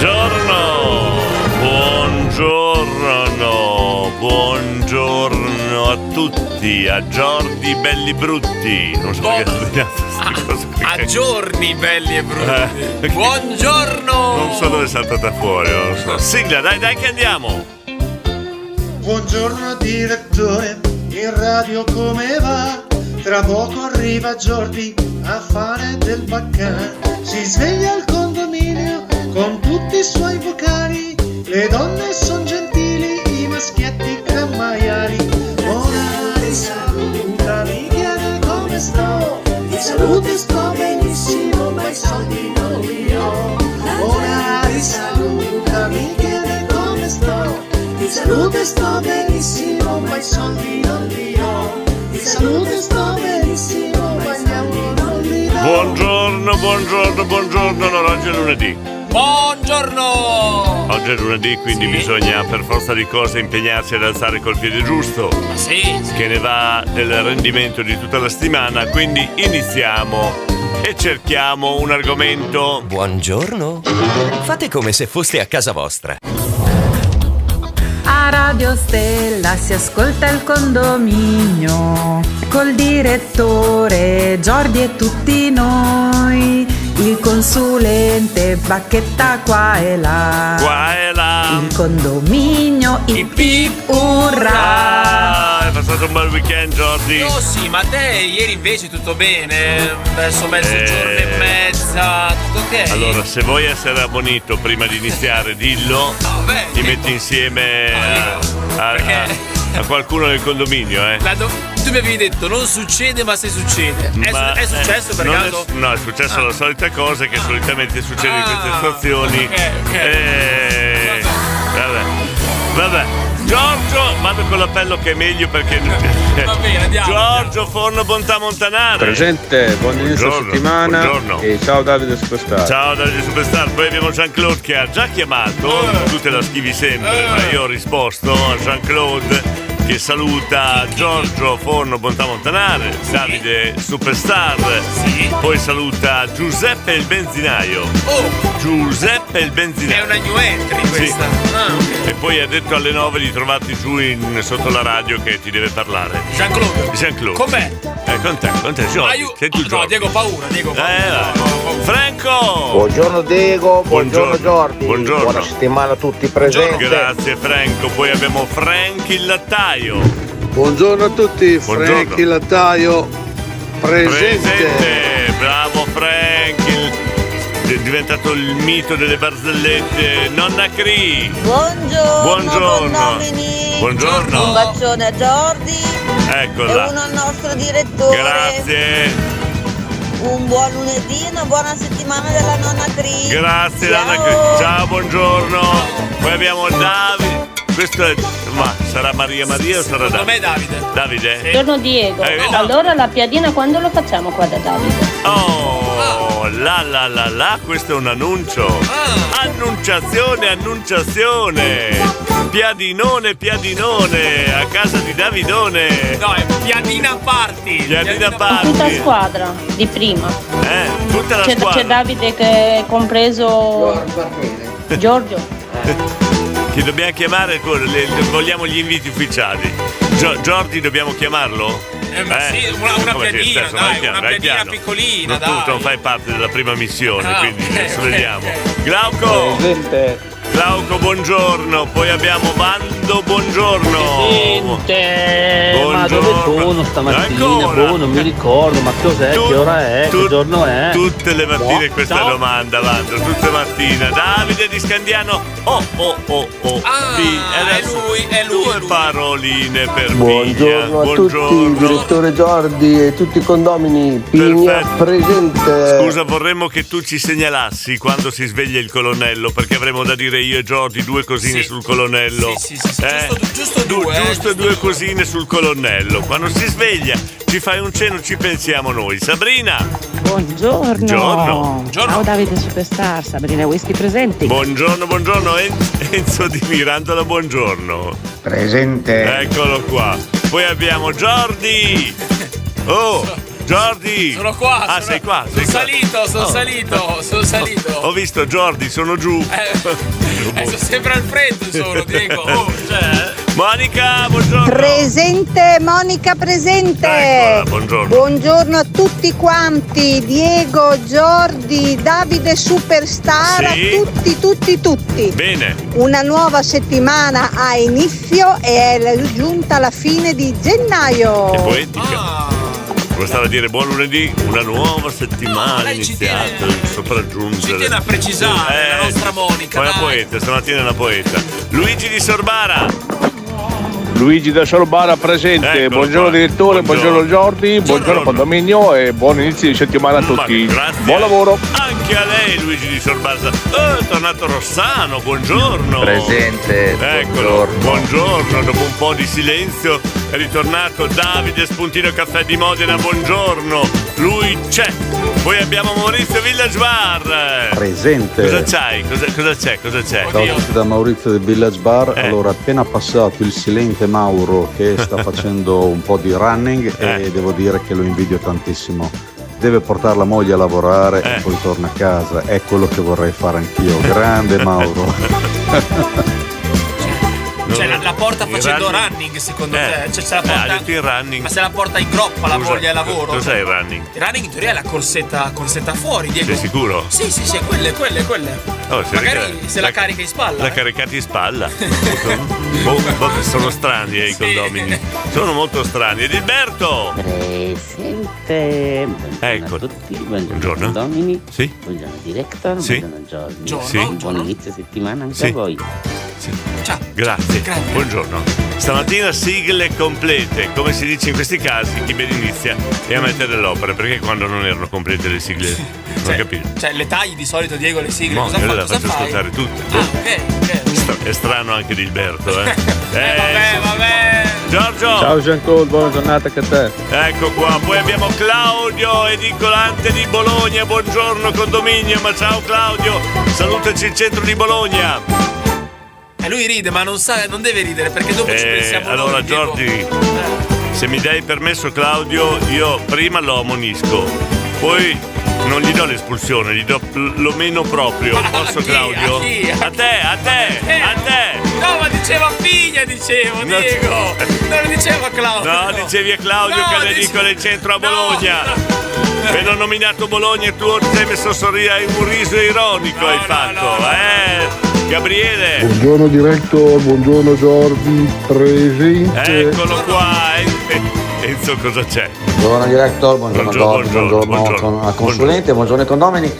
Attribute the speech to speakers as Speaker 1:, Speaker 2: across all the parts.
Speaker 1: Buongiorno, buongiorno, buongiorno a tutti, a Giordi belli brutti. Non so perché ho sbagliato questa cosa.
Speaker 2: A giorni belli e brutti.
Speaker 1: Eh.
Speaker 2: Buongiorno! Ah.
Speaker 1: Non so dove è saltata fuori, non lo so. Sigla, dai, dai, che andiamo.
Speaker 3: Buongiorno direttore, in radio come va? Tra poco arriva Jordi a fare del baccà. Si sveglia al condominio con tutti i suoi vocali. Le donne son gentili, i maschietti gran maiali. Monari salutami, chiede come sto. Di salute sto benissimo, ma i soldi non li ho. Monari salutami, chiede come sto. Di salute sto benissimo, ma i soldi non li ho. Di salute sto benissimo, ma i soldi non li ho.
Speaker 1: Buongiorno, buongiorno, buongiorno. No, oggi è lunedì.
Speaker 2: Buongiorno!
Speaker 1: Oggi è lunedì, quindi bisogna per forza di cose impegnarsi ad alzare col piede giusto,
Speaker 2: Ma sì,
Speaker 1: che ne va del rendimento di tutta la settimana. Quindi iniziamo e cerchiamo un argomento.
Speaker 4: Buongiorno. Fate come se foste a casa vostra.
Speaker 5: A Radio Stella si ascolta il condominio col direttore Giordi e tutti noi, il consulente Bacchetta qua e là.
Speaker 1: Qua e là.
Speaker 5: Il condominio
Speaker 2: Ip,
Speaker 5: ip ip urra.
Speaker 1: Ah, è passato un bel weekend, Jordi.
Speaker 2: oh sì, ma te ieri invece tutto bene? Adesso mezzogiorno
Speaker 1: Eh.
Speaker 2: e mezza, tutto ok?
Speaker 1: Allora, se vuoi essere abbonito prima di iniziare, dillo.
Speaker 2: No, beh,
Speaker 1: Ti
Speaker 2: dico,
Speaker 1: metti insieme a, a-
Speaker 2: Perché-
Speaker 1: a- a qualcuno del condominio, eh.
Speaker 2: la do- tu mi avevi detto non succede ma se succede. È,
Speaker 1: Ma,
Speaker 2: su- è successo
Speaker 1: eh,
Speaker 2: per
Speaker 1: non è
Speaker 2: caso?
Speaker 1: su- no, è successo la solita cosa che solitamente succede in queste
Speaker 2: Ah,
Speaker 1: situazioni.
Speaker 2: ok, ok.
Speaker 1: Eh, vabbè. Vabbè. Giorgio, vado con l'appello che è meglio perché.
Speaker 2: Va bene, andiamo.
Speaker 1: Giorgio Forno Bontà Montanare.
Speaker 6: Presente, Eh, buon inizio
Speaker 1: Buongiorno,
Speaker 6: settimana
Speaker 1: buongiorno.
Speaker 6: e ciao Davide Spostaro.
Speaker 1: Ciao Davide Superstar, poi abbiamo Jean-Claude che ha già chiamato,
Speaker 2: Eh.
Speaker 1: tu te la schivi sempre, ma io ho risposto a Jean-Claude che saluta Giorgio Forno Bontà Montanare, Davide Superstar, poi saluta Giuseppe il benzinaio,
Speaker 2: Oh,
Speaker 1: Giuseppe il
Speaker 2: è
Speaker 1: benzinaio.
Speaker 2: una new entry questa. Ah, ok.
Speaker 1: E poi ha detto alle 9 di trovarti giù in- sotto la radio che ti deve parlare.
Speaker 2: Jean-Claude.
Speaker 1: Jean-Claude.
Speaker 2: Com'è?
Speaker 1: Eh, con te, con te, Giorgio.
Speaker 2: Aiu-
Speaker 1: Sei tu,
Speaker 2: no,
Speaker 1: Giorgio.
Speaker 2: Diego paura, Diego
Speaker 1: Eh,
Speaker 2: paura.
Speaker 1: vai. Franco!
Speaker 7: Buongiorno Diego, buongiorno,
Speaker 1: Buongiorno.
Speaker 7: Giordi,
Speaker 1: Buongiorno.
Speaker 7: buona settimana a tutti presenti.
Speaker 1: Grazie Franco, poi abbiamo Frank il lattaio.
Speaker 6: Buongiorno a tutti,
Speaker 1: Buongiorno.
Speaker 6: Franchi Lattaio presente.
Speaker 1: Presente, bravo Frank, il- è diventato il mito delle barzellette. Nonna Cri.
Speaker 8: Buongiorno,
Speaker 1: Buongiorno.
Speaker 8: condomini. Un
Speaker 1: Buongiorno.
Speaker 8: bacione a Jordi e uno
Speaker 1: Eccola.
Speaker 8: al nostro direttore.
Speaker 1: Grazie.
Speaker 8: Un buon lunedì e una buona settimana della nonna Cris.
Speaker 1: Grazie Nonna Cri. Ciao, buongiorno. Poi abbiamo Davide. Questo è ma sarà Maria Maria o sarà
Speaker 2: Secondo me
Speaker 1: Davide?
Speaker 2: Davide.
Speaker 1: Davide?
Speaker 9: Buongiorno Diego,
Speaker 1: Eh, no.
Speaker 9: allora la piadina quando lo facciamo qua da Davide?
Speaker 1: Oh, la la la la, questo è un annuncio.
Speaker 2: Ah.
Speaker 1: Annunciazione, annunciazione. Piadinone, piadinone, a casa di Davidone.
Speaker 2: No, è piadina party.
Speaker 1: Piadina
Speaker 9: Tutta
Speaker 1: party.
Speaker 9: squadra di prima.
Speaker 1: Eh, tutta la
Speaker 9: C'è, c'è
Speaker 1: squadra.
Speaker 9: Davide che è compreso Giorgio.
Speaker 1: Che dobbiamo chiamare, con le- le- vogliamo gli inviti ufficiali. Gio- Giordi dobbiamo chiamarlo?
Speaker 2: Eh, ma sì, una- una
Speaker 1: Come
Speaker 2: piadina,
Speaker 1: sì, adesso,
Speaker 2: dai,
Speaker 1: vai
Speaker 2: una
Speaker 1: vai
Speaker 2: piadina piccolina,
Speaker 1: Non- Tu
Speaker 2: dai.
Speaker 1: non fai parte della prima missione,
Speaker 2: Ah,
Speaker 1: quindi
Speaker 2: ok,
Speaker 1: adesso
Speaker 2: ok,
Speaker 1: vediamo.
Speaker 2: ok.
Speaker 1: Glauco!
Speaker 6: Presente.
Speaker 1: Glauco, buongiorno. Poi abbiamo Van Fernando, buongiorno.
Speaker 10: Eh, ma dove sono stamattina?
Speaker 1: Ancora?
Speaker 10: Boh, non mi ricordo, ma cos'è?
Speaker 1: Tu-
Speaker 10: che ora è?
Speaker 1: tu-
Speaker 10: che giorno è?
Speaker 1: Tutte le
Speaker 11: Boh.
Speaker 1: mattine questa
Speaker 10: Ciao.
Speaker 1: domanda, Vando, tutte mattina. Davide di Scandiano, oh oh oh oh. Sì, adesso Due paroline per Pigna.
Speaker 12: Buongiorno a tutti, direttore Giordi e tutti i condomini. Pigna presente.
Speaker 1: Scusa, vorremmo che tu ci segnalassi quando si sveglia il colonnello, perché avremmo da dire io e Giorgi due cosine sul colonnello. Sì, sì, sì, giusto, due. eh. giusto due cosine sul colonnello. Quando si sveglia, ci fai un cenno, ci pensiamo noi. Sabrina,
Speaker 5: Buongiorno.
Speaker 1: Buongiorno.
Speaker 5: Ciao Davide Superstar, Sabrina Whisky presenti.
Speaker 1: buongiorno, buongiorno. En- Enzo di Mirandola, buongiorno.
Speaker 13: Presente.
Speaker 1: Eccolo qua. Poi abbiamo Giordi. Oh, Giordi.
Speaker 2: Sono qua,
Speaker 1: Ah,
Speaker 2: sono-
Speaker 1: sei qua. sei
Speaker 2: sono
Speaker 1: qua. Oh.
Speaker 2: salito, sono salito, sono salito.
Speaker 1: Ho visto Giordi, sono giù. boh.
Speaker 2: Eh, sono sempre al freddo solo, Diego. Oh, cioè.
Speaker 1: Monica, buongiorno.
Speaker 14: Presente, Monica presente.
Speaker 1: Eccola, buongiorno.
Speaker 14: Buongiorno a tutti quanti, Diego, Giordi, Davide Superstar,
Speaker 1: Sì.
Speaker 14: a tutti, tutti, tutti.
Speaker 1: Bene.
Speaker 14: Una nuova settimana ha inizio e è giunta la fine di gennaio.
Speaker 1: È poetica. Gostava dire buon lunedì, una nuova settimana iniziata, sopraggiungere. Ci tiene a precisare, la nostra Monica. Poi è una poeta, stamattina è una poeta. Luigi di Sorbara,
Speaker 6: Luigi da Sorbara presente,
Speaker 1: Eccolo
Speaker 6: buongiorno
Speaker 1: qua.
Speaker 6: direttore, buongiorno, Giordi, buongiorno condominio e buon inizio di settimana a tutti.
Speaker 1: grazie. Ah,
Speaker 6: Buon lavoro.
Speaker 1: anche a lei Luigi di Sorbara. Oh, è tornato Rossano, buongiorno.
Speaker 13: Presente.
Speaker 1: Eccolo, buongiorno. dopo un po' di silenzio è ritornato Davide Spuntino Caffè di Modena, buongiorno, lui c'è. Poi abbiamo Maurizio Village Bar.
Speaker 15: Presente.
Speaker 1: Cosa c'hai? Cosa, cosa c'è? Cosa c'è?
Speaker 15: Ciao a tutti da Maurizio del Village Bar.
Speaker 1: Eh.
Speaker 15: Allora, appena passato il silente Mauro che sta facendo un po' di running
Speaker 1: Eh.
Speaker 15: e devo dire che lo invidio tantissimo. Deve portare la moglie a lavorare
Speaker 1: Eh.
Speaker 15: e poi torna a casa. È quello che vorrei fare anch'io. Grande Mauro.
Speaker 2: Cioè, la, la porta
Speaker 1: Il
Speaker 2: facendo
Speaker 1: running.
Speaker 2: running. secondo te? Cioè, se la
Speaker 1: Eh, ha
Speaker 2: porta,
Speaker 1: detto in running.
Speaker 2: ma se la porta in groppa la
Speaker 1: Scusa,
Speaker 2: moglie al lavoro?
Speaker 1: Cos'è il running?
Speaker 2: Il running in teoria è la corsetta, corsetta fuori, Diego.
Speaker 1: Sei sicuro?
Speaker 2: Sì, sì, sì, quelle, quelle, quelle.
Speaker 1: Oh, se
Speaker 2: Magari
Speaker 1: rica-
Speaker 2: se la, carica in spalla. eh.
Speaker 1: L'ha caricata in spalla. Boh, boh, sono strani eh, i condomini. Sono molto strani. Edilberto!
Speaker 10: Presente.
Speaker 1: Ecco.
Speaker 10: A tutti, buongiorno. Eh, Domini.
Speaker 1: Sì.
Speaker 10: Buongiorno director.
Speaker 1: Sì.
Speaker 10: Buongiorno Giorgio.
Speaker 1: Giorno, Sì. buongiorno.
Speaker 10: Buon inizio settimana anche
Speaker 1: Sì.
Speaker 10: a voi.
Speaker 1: Grazie. Buongiorno. Stamattina sigle complete, come si dice in questi casi, chi ben inizia è a mettere l'opera, perché quando non erano complete le sigle non capito.
Speaker 2: Cioè, le tagli di solito, Diego, le sigle.
Speaker 1: Mo,
Speaker 2: cosa
Speaker 1: io
Speaker 2: fa?
Speaker 1: le
Speaker 2: Cosa
Speaker 1: faccio
Speaker 2: fai? Ah,
Speaker 1: ascoltare tutte. Sta- È strano anche Edilberto, eh. eh vabbè,
Speaker 2: vabbè.
Speaker 1: Giorgio!
Speaker 6: Ciao Jean-Claude, buona giornata anche a te.
Speaker 1: Ecco qua, poi abbiamo Claudio, edicolante di Bologna, buongiorno condominio, ma ciao Claudio, salutaci il centro di Bologna.
Speaker 2: E Eh, lui ride, ma non sa, non deve ridere perché dopo ci
Speaker 1: Eh,
Speaker 2: pensiamo. noi,
Speaker 1: allora
Speaker 2: Diego. Eh.
Speaker 1: Giorgi, se mi dai permesso Claudio, io prima lo ammonisco, poi non gli do l'espulsione, gli do lo meno proprio, posso Claudio? A te, a te, Eh, a te.
Speaker 2: Eh, No, ma diceva figlia, dicevo, Diego. Non diceva Claudio.
Speaker 1: No, dicevi a Claudio
Speaker 2: No,
Speaker 1: che le
Speaker 2: dice-
Speaker 1: dico del centro a Bologna. E non ho nominato Bologna e tu ti hai messo a sorridere un riso ironico hai fatto, eh? Gabriele,
Speaker 16: Buongiorno Director, buongiorno Giordi, presente.
Speaker 1: eccolo qua. eh. Eh, Enzo cosa c'è?
Speaker 12: Buongiorno direttore, buongiorno,
Speaker 1: Buongiorno,
Speaker 12: Giorgio, buongiorno, con- al consulente, buongiorno ai condomini.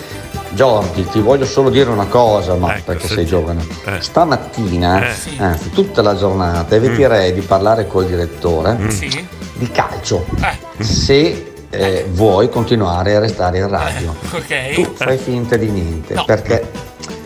Speaker 12: Giorgi, ti voglio solo dire una cosa, ma perché sei giovane. Stamattina,
Speaker 17: Eh. Sì.
Speaker 12: anzi tutta la giornata, eviterei di parlare col direttore
Speaker 17: Sì.
Speaker 12: di calcio. Se eh, vuoi continuare a restare in radio.
Speaker 2: Ok.
Speaker 12: Tu fai finta di niente, perché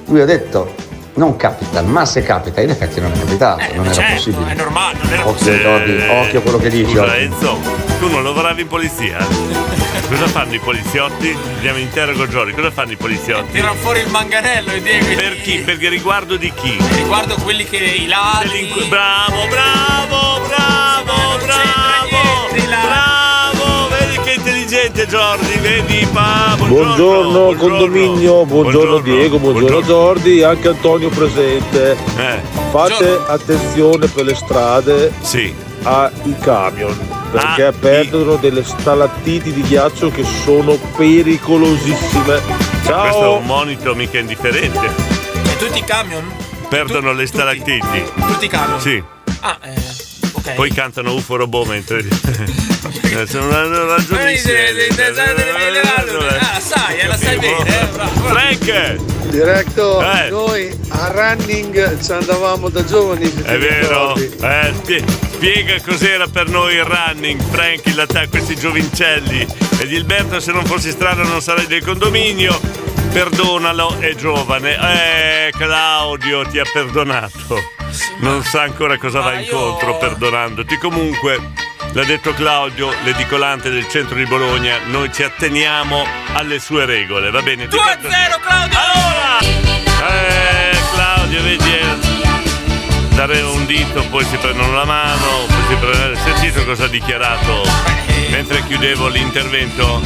Speaker 12: lui ha detto non capita, ma se capita, in effetti non è capitato, non era
Speaker 1: certo,
Speaker 12: possibile.
Speaker 1: è normale, non era
Speaker 12: Occhio,
Speaker 1: possibile.
Speaker 12: Giordi, occhio a quello che dici.
Speaker 1: Scusa
Speaker 12: oggi.
Speaker 1: Enzo, tu non lavoravi in polizia? Cosa fanno i poliziotti? Andiamo in interrogo Giorgio, cosa fanno i poliziotti?
Speaker 2: Tirano fuori il manganello, e Diego.
Speaker 1: Per chi? Perché riguardo di chi?
Speaker 2: Riguardo quelli che i ladri.
Speaker 1: Bravo, bravo, bravo, bravo. Bravo, vedi che intelligente Giorgi, vedi pa, buongiorno.
Speaker 6: Buongiorno, condominio, buongiorno, Diego, buongiorno, Giordi, anche Antonio presente.
Speaker 1: Eh.
Speaker 6: Fate attenzione per le strade ai camion
Speaker 1: Ah,
Speaker 6: perché perdono delle stalattiti di ghiaccio che sono pericolosissime.
Speaker 1: Cioè, Questo è
Speaker 6: Ciao!
Speaker 1: un monito mica indifferente.
Speaker 2: Cioè, tutti i camion?
Speaker 1: perdono le stalattiti.
Speaker 2: Tutti cano.
Speaker 1: Sì.
Speaker 2: Ah, eh, ok.
Speaker 1: Poi cantano Uforo Bo mentre. Sono una- una
Speaker 2: Ma mi dice,
Speaker 1: giudizia.
Speaker 2: de- de- de- de- de- de- la luna. Ah, la sai, eh, la sai bene. eh, bravo.
Speaker 1: Frank!
Speaker 6: Diretto,
Speaker 1: Eh.
Speaker 6: noi a running ci andavamo da giovani. se
Speaker 1: È
Speaker 6: ti
Speaker 1: vero,
Speaker 6: ricordi.
Speaker 1: eh, spie- spiega cos'era per noi il running, Franky, l'attacco, questi giovincelli. Ed Gilberto, se non fossi strano non sarei del condominio. Perdonalo, è giovane. Eh, Claudio ti ha perdonato. Non sa ancora cosa va incontro perdonandoti. Comunque, l'ha detto Claudio, l'edicolante del centro di Bologna, noi ci atteniamo alle sue regole, va bene? Ti canto-
Speaker 2: 2-0 Claudio!
Speaker 1: eh, Claudio, vedi, eh, dare un dito, poi si prendono la mano, poi si prendono... Sentito cosa ha dichiarato mentre chiudevo l'intervento?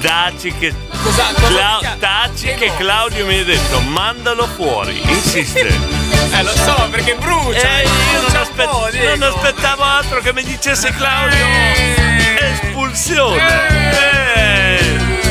Speaker 1: Taci che...
Speaker 2: Cosa- cosa
Speaker 1: Clau-
Speaker 2: dica-
Speaker 1: taci che Claudio mi ha detto, mandalo fuori, insiste.
Speaker 2: Eh, lo so, perché brucia.
Speaker 1: Eh, io non, aspe- non aspettavo altro che mi dicesse Claudio.
Speaker 2: Eh.
Speaker 1: Espulsione. Eh,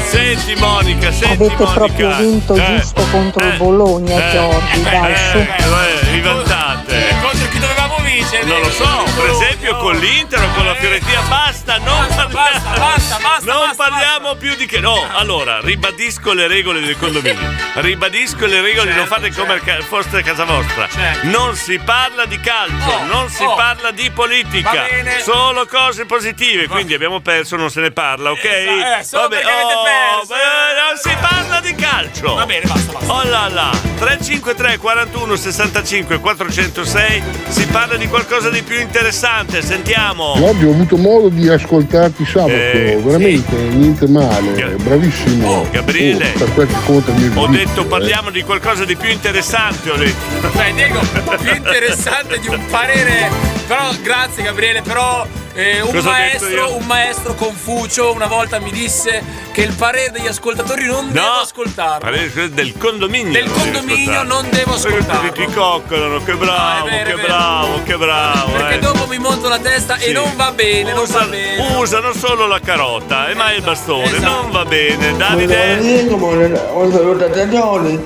Speaker 1: Senti Monica, senti
Speaker 18: Avete
Speaker 1: Monica.
Speaker 18: proprio vinto
Speaker 1: Eh.
Speaker 18: giusto contro il Bologna, Giorgi, dai su.
Speaker 1: Eh, vi vantate.
Speaker 2: Contro chi Eh, dovevamo vincere? eh,
Speaker 1: Non lo so, per esempio con l'Inter o con la Fiorentina, basta, non parliamo, non parliamo più di che. No, allora, ribadisco le regole del condominio, ribadisco le regole, non
Speaker 2: Certo,
Speaker 1: fate come ca- fosse casa vostra. Non si parla di calcio, non si
Speaker 2: oh.
Speaker 1: parla di politica,
Speaker 2: Va bene.
Speaker 1: solo cose positive, quindi abbiamo perso, non se ne parla, ok?
Speaker 2: Eh, solo
Speaker 1: Vabbè,
Speaker 2: perché avete
Speaker 1: oh,
Speaker 2: perso.
Speaker 1: beh, non si parla di calcio.
Speaker 2: Va bene, basta, basta.
Speaker 1: Oh là là, 353 41 65 406 si parla di qualcosa di più interessante, sentiamo.
Speaker 16: Claudio, ho avuto modo di ascoltarti sabato,
Speaker 1: oh. Eh,
Speaker 16: veramente niente male, bravissimo.
Speaker 1: Oh, Gabriele.
Speaker 16: Oh, per quel che conta il mio
Speaker 1: Ho
Speaker 16: giudizio,
Speaker 1: detto
Speaker 16: eh.
Speaker 1: parliamo di qualcosa di più interessante, ho detto.
Speaker 2: Dai, Diego, più interessante di un parere. Però, grazie Gabriele, però eh, un,
Speaker 1: Cosa ho detto io?
Speaker 2: maestro, un maestro Confucio una volta mi disse che il parere degli ascoltatori non devo ascoltarlo.
Speaker 1: Parere Del condominio.
Speaker 2: Del
Speaker 1: non devi
Speaker 2: condominio
Speaker 1: ascoltare.
Speaker 2: non devo ascoltarlo.
Speaker 1: Perché Ti coccolano, che bravo,
Speaker 2: No, è vero, è
Speaker 1: che
Speaker 2: vero.
Speaker 1: bravo, che bravo.
Speaker 2: Perché
Speaker 1: eh.
Speaker 2: dopo mi monto la testa
Speaker 1: Sì.
Speaker 2: e non va bene, non va bene. Esatto.
Speaker 1: Usano solo la carota e mai il bastone. Non va bene, Davide.
Speaker 14: Diego, un saluto a tutti, un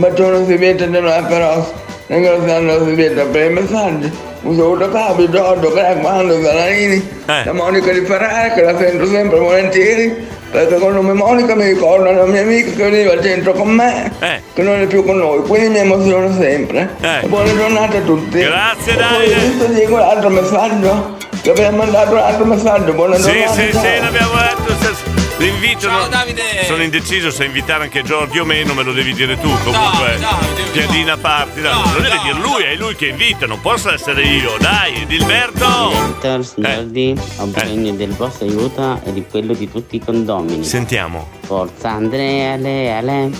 Speaker 14: bacione si vede nella carrozza, ringraziando si vede per i messaggi, un saluto a Fabio, Giorgio, Greg, Mando, Zanarini,
Speaker 1: Eh.
Speaker 14: la Monica di Ferrara che la sento sempre volentieri, perché con nome Monica mi ricorda la mia amica che veniva al centro con me,
Speaker 1: Eh.
Speaker 14: che non è più con noi, quindi mi emoziono sempre. Buona giornata a tutti.
Speaker 1: Grazie
Speaker 14: Davide. Ho visto Diego l'altro messaggio, che abbiamo mandato l'altro messaggio, buona
Speaker 1: Sì,
Speaker 14: giornata.
Speaker 1: sì,
Speaker 14: ciao.
Speaker 1: sì, l'abbiamo detto. se- L'invito. non- Sono indeciso se invitare anche Giorgio o meno, me lo devi dire tu. Comunque, piadina parti. no, lo deve dire lui, è lui che invita, non posso essere io. Dai, Dilberto.
Speaker 10: Mentors, Jordi,
Speaker 1: Eh.
Speaker 10: ho bisogno del vostro aiuto e di quello di tutti i condomini.
Speaker 1: Sentiamo.
Speaker 10: Forza Andrea, le, ale.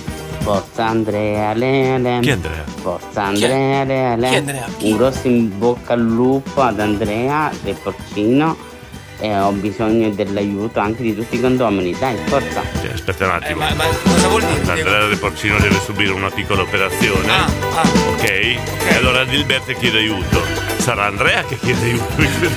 Speaker 10: Forza Andrea, le, ale.
Speaker 1: Chi è Andrea?
Speaker 10: Forza Andrea, le, ale.
Speaker 2: Chi è Andrea?
Speaker 10: Un grosso in bocca al lupo ad Andrea, del porcino. E ho bisogno dell'aiuto anche di tutti i condomini. Dai, forza.
Speaker 1: Aspetta un attimo.
Speaker 2: Eh,
Speaker 1: L'Andrea del Porcino deve subire una piccola operazione.
Speaker 2: Ah,
Speaker 1: ok? E allora Dilberto chiede aiuto. Sarà Andrea che chiede aiuto.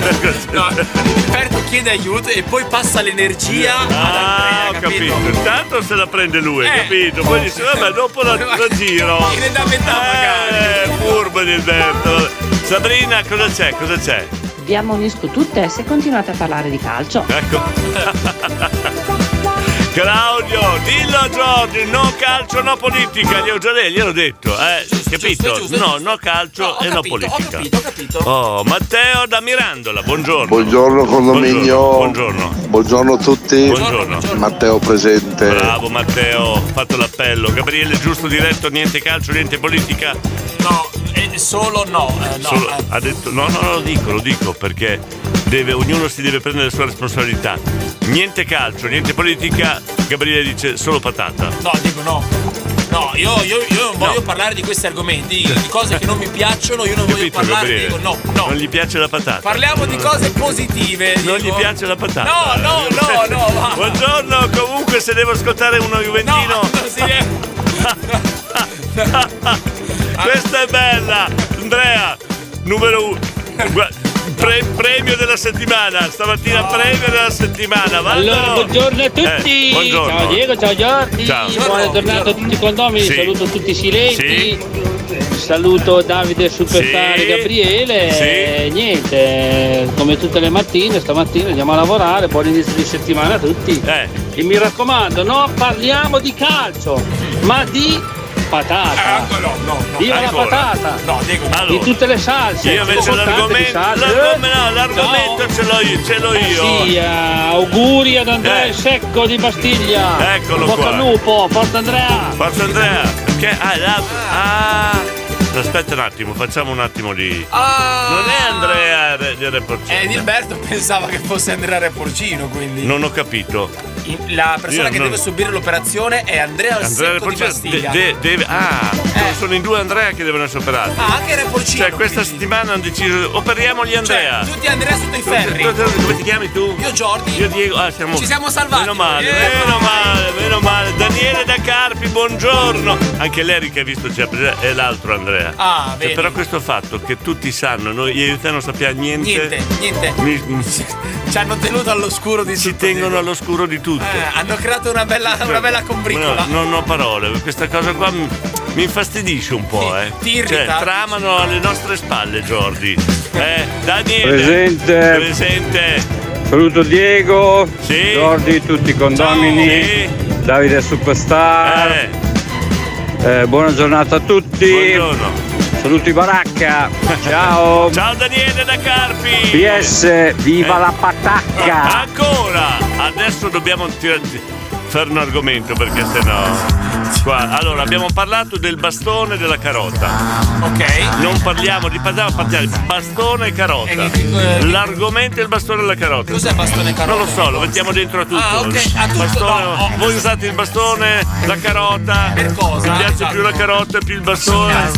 Speaker 2: No, Roberto chiede aiuto e poi passa l'energia
Speaker 1: Ah, ho capito. Intanto se la prende
Speaker 2: Eh,
Speaker 1: lui, capito? Poi dice, vabbè, dopo la, la giro.
Speaker 2: Ne da metà
Speaker 1: Eh, furbo Dilberto. Sabrina, cosa c'è? Cosa c'è?
Speaker 13: Vi ammonisco tutte se continuate a parlare di calcio.
Speaker 1: Ecco. Claudio, dillo a Giorgio, no calcio, no politica, gli ho già detto, gliel'ho detto, eh, capito? no, no calcio e no politica. Oh, Matteo da Mirandola, buongiorno.
Speaker 19: Buongiorno condominio.
Speaker 1: Buongiorno.
Speaker 19: Buongiorno a tutti.
Speaker 1: Buongiorno.
Speaker 19: Matteo presente.
Speaker 1: Bravo Matteo, ho fatto l'appello. Gabriele, giusto diretto, niente calcio, niente politica.
Speaker 2: No, eh, solo no. eh, no
Speaker 1: Solo-
Speaker 2: eh.
Speaker 1: ha detto no, no, no, lo dico, lo dico perché deve- ognuno si deve prendere le sue responsabilità. Niente calcio, niente politica. Gabriele dice solo patata.
Speaker 2: No, dico no. No, io, io, io non voglio parlare di questi argomenti, di cose che non mi piacciono, io non voglio parlare,
Speaker 1: Gabriele.
Speaker 2: Diego, no.
Speaker 1: Non gli piace la patata.
Speaker 2: Parliamo di cose positive.
Speaker 1: Non
Speaker 2: Diego.
Speaker 1: gli piace la patata.
Speaker 2: No, no, no, no, va.
Speaker 1: Buongiorno, comunque se devo ascoltare uno Juventino.
Speaker 2: eh.
Speaker 1: Questa è bella, Andrea, numero uno. Gua- pre- premio della settimana, stamattina premio della settimana. Vado.
Speaker 8: Allora, buongiorno a tutti!
Speaker 1: Eh, buongiorno.
Speaker 8: Ciao Diego, ciao Giordi!
Speaker 1: Ciao.
Speaker 8: Buona giornata a tutti i condomini,
Speaker 1: Sì.
Speaker 8: saluto tutti i silenti!
Speaker 1: Sì.
Speaker 11: Saluto Davide Superstar
Speaker 1: Sì.
Speaker 11: e Gabriele.
Speaker 1: Sì.
Speaker 11: E niente, come tutte le mattine, stamattina andiamo a lavorare. Buon inizio di settimana a tutti.
Speaker 1: Eh.
Speaker 11: E mi raccomando, non parliamo di calcio, ma di
Speaker 1: Ah,
Speaker 11: patata.
Speaker 2: no, no, no.
Speaker 11: Viva
Speaker 2: Ancora.
Speaker 11: la patata!
Speaker 2: No, dico
Speaker 11: di tutte le salse.
Speaker 1: Io invece
Speaker 11: tipo costante di
Speaker 1: l'argomento,
Speaker 11: salse.
Speaker 1: l'argom-
Speaker 11: Eh?
Speaker 1: no, l'argomento ce l'ho io, ce l'ho
Speaker 11: Eh
Speaker 1: io. Eh.
Speaker 11: sì, eh, auguri ad Andrea Secco di Bastiglia.
Speaker 1: Eccolo
Speaker 11: Bocca
Speaker 1: qua.
Speaker 11: al lupo, forza Andrea.
Speaker 1: Forza Andrea, che ah, la- ah. aspetta un attimo, facciamo un attimo di.
Speaker 2: Ah.
Speaker 1: Non è Andrea Cioè, Re- di Reporcino.
Speaker 2: Eh, Dilberto pensava che fosse Andrea Repolcino, quindi.
Speaker 1: Non ho capito.
Speaker 2: In- La persona
Speaker 1: Io
Speaker 2: che
Speaker 1: non-
Speaker 2: deve subire l'operazione è Andrea
Speaker 1: Andrea
Speaker 2: Orsetto di
Speaker 1: Repolcino
Speaker 2: Bastiglia. Eh.
Speaker 1: de- de- deve. Ah, sono in due Andrea che devono essere operati.
Speaker 2: Ah, anche Repolcino.
Speaker 1: Cioè, questa settimana hanno deciso, operiamoli Andrea.
Speaker 2: Cioè, Tutti Andrea sotto i
Speaker 1: Tu-
Speaker 2: ferri.
Speaker 1: tu- tu- Come ti chiami tu?
Speaker 2: Io Jordi.
Speaker 1: Io Diego, ah, siamo...
Speaker 2: Ci siamo salvati.
Speaker 1: Meno male,
Speaker 2: Eh,
Speaker 1: meno male, meno male. Daniele da Carpi, buongiorno. Anche Larry che ha visto ci ha preso- è l'altro Andrea.
Speaker 2: Ah,
Speaker 1: Cioè,
Speaker 2: vedi.
Speaker 1: Però questo fatto che tutti sanno, noi io e te non sappiamo niente.
Speaker 2: Niente, niente.
Speaker 1: Mi- mm.
Speaker 2: Ci hanno tenuto all'oscuro di tutto.
Speaker 1: Ci tengono all'oscuro di tutto. Cioè,
Speaker 2: Eh, hanno creato una bella, una bella combriccola.
Speaker 1: No, non ho parole, questa cosa qua mi, mi infastidisce un po', eh.
Speaker 2: ti irrita.
Speaker 1: Cioè, tramano alle nostre spalle, Jordi. Eh, Daniele.
Speaker 20: Presente.
Speaker 1: Presente.
Speaker 20: Saluto Diego, Jordi, tutti i condomini, Davide Superstar. Eh, buona giornata a tutti. Saluti Baracca. Ciao.
Speaker 1: Ciao Daniele da Carpi.
Speaker 20: PS, viva la patacca.
Speaker 1: Ancora! Adesso dobbiamo tir- fare un argomento perché sennò. Qua. Allora, abbiamo parlato del bastone e della carota.
Speaker 2: Ok. Eh,
Speaker 1: Non parliamo di patata, parliamo di bastone e carota. L'argomento è il bastone e la carota.
Speaker 2: Cos'è bastone e carota?
Speaker 1: Non lo so, lo mettiamo dentro a tutto.
Speaker 2: Ah, ok, a tutto,
Speaker 1: Bastone-
Speaker 2: no, ho-
Speaker 1: Voi usate il bastone, la carota. Per cosa? Mi piace
Speaker 2: Esatto.
Speaker 1: più la carota e più il bastone.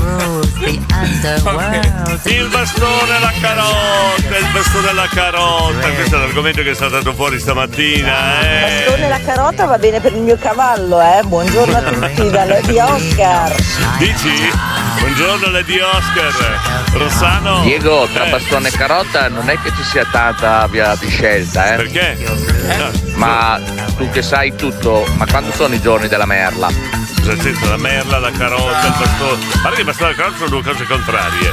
Speaker 1: Il bastone alla carota, il bastone alla carota, questo è l'argomento che è saltato fuori stamattina. eh.
Speaker 21: Bastone e la carota va bene per il mio cavallo, eh. Buongiorno a tutti da Lady Oscar.
Speaker 1: Dici? Buongiorno Lady Oscar, Rossano. Eh.
Speaker 12: Diego, tra bastone e carota non è che ci sia tanta via di scelta, eh?
Speaker 1: Perché?
Speaker 12: Ma tu che sai tutto, ma quando sono i giorni della merla?
Speaker 1: Cosa c'entra la merla, la carota, il bastone? Guarda che il bastone e la carota sono due cose contrarie.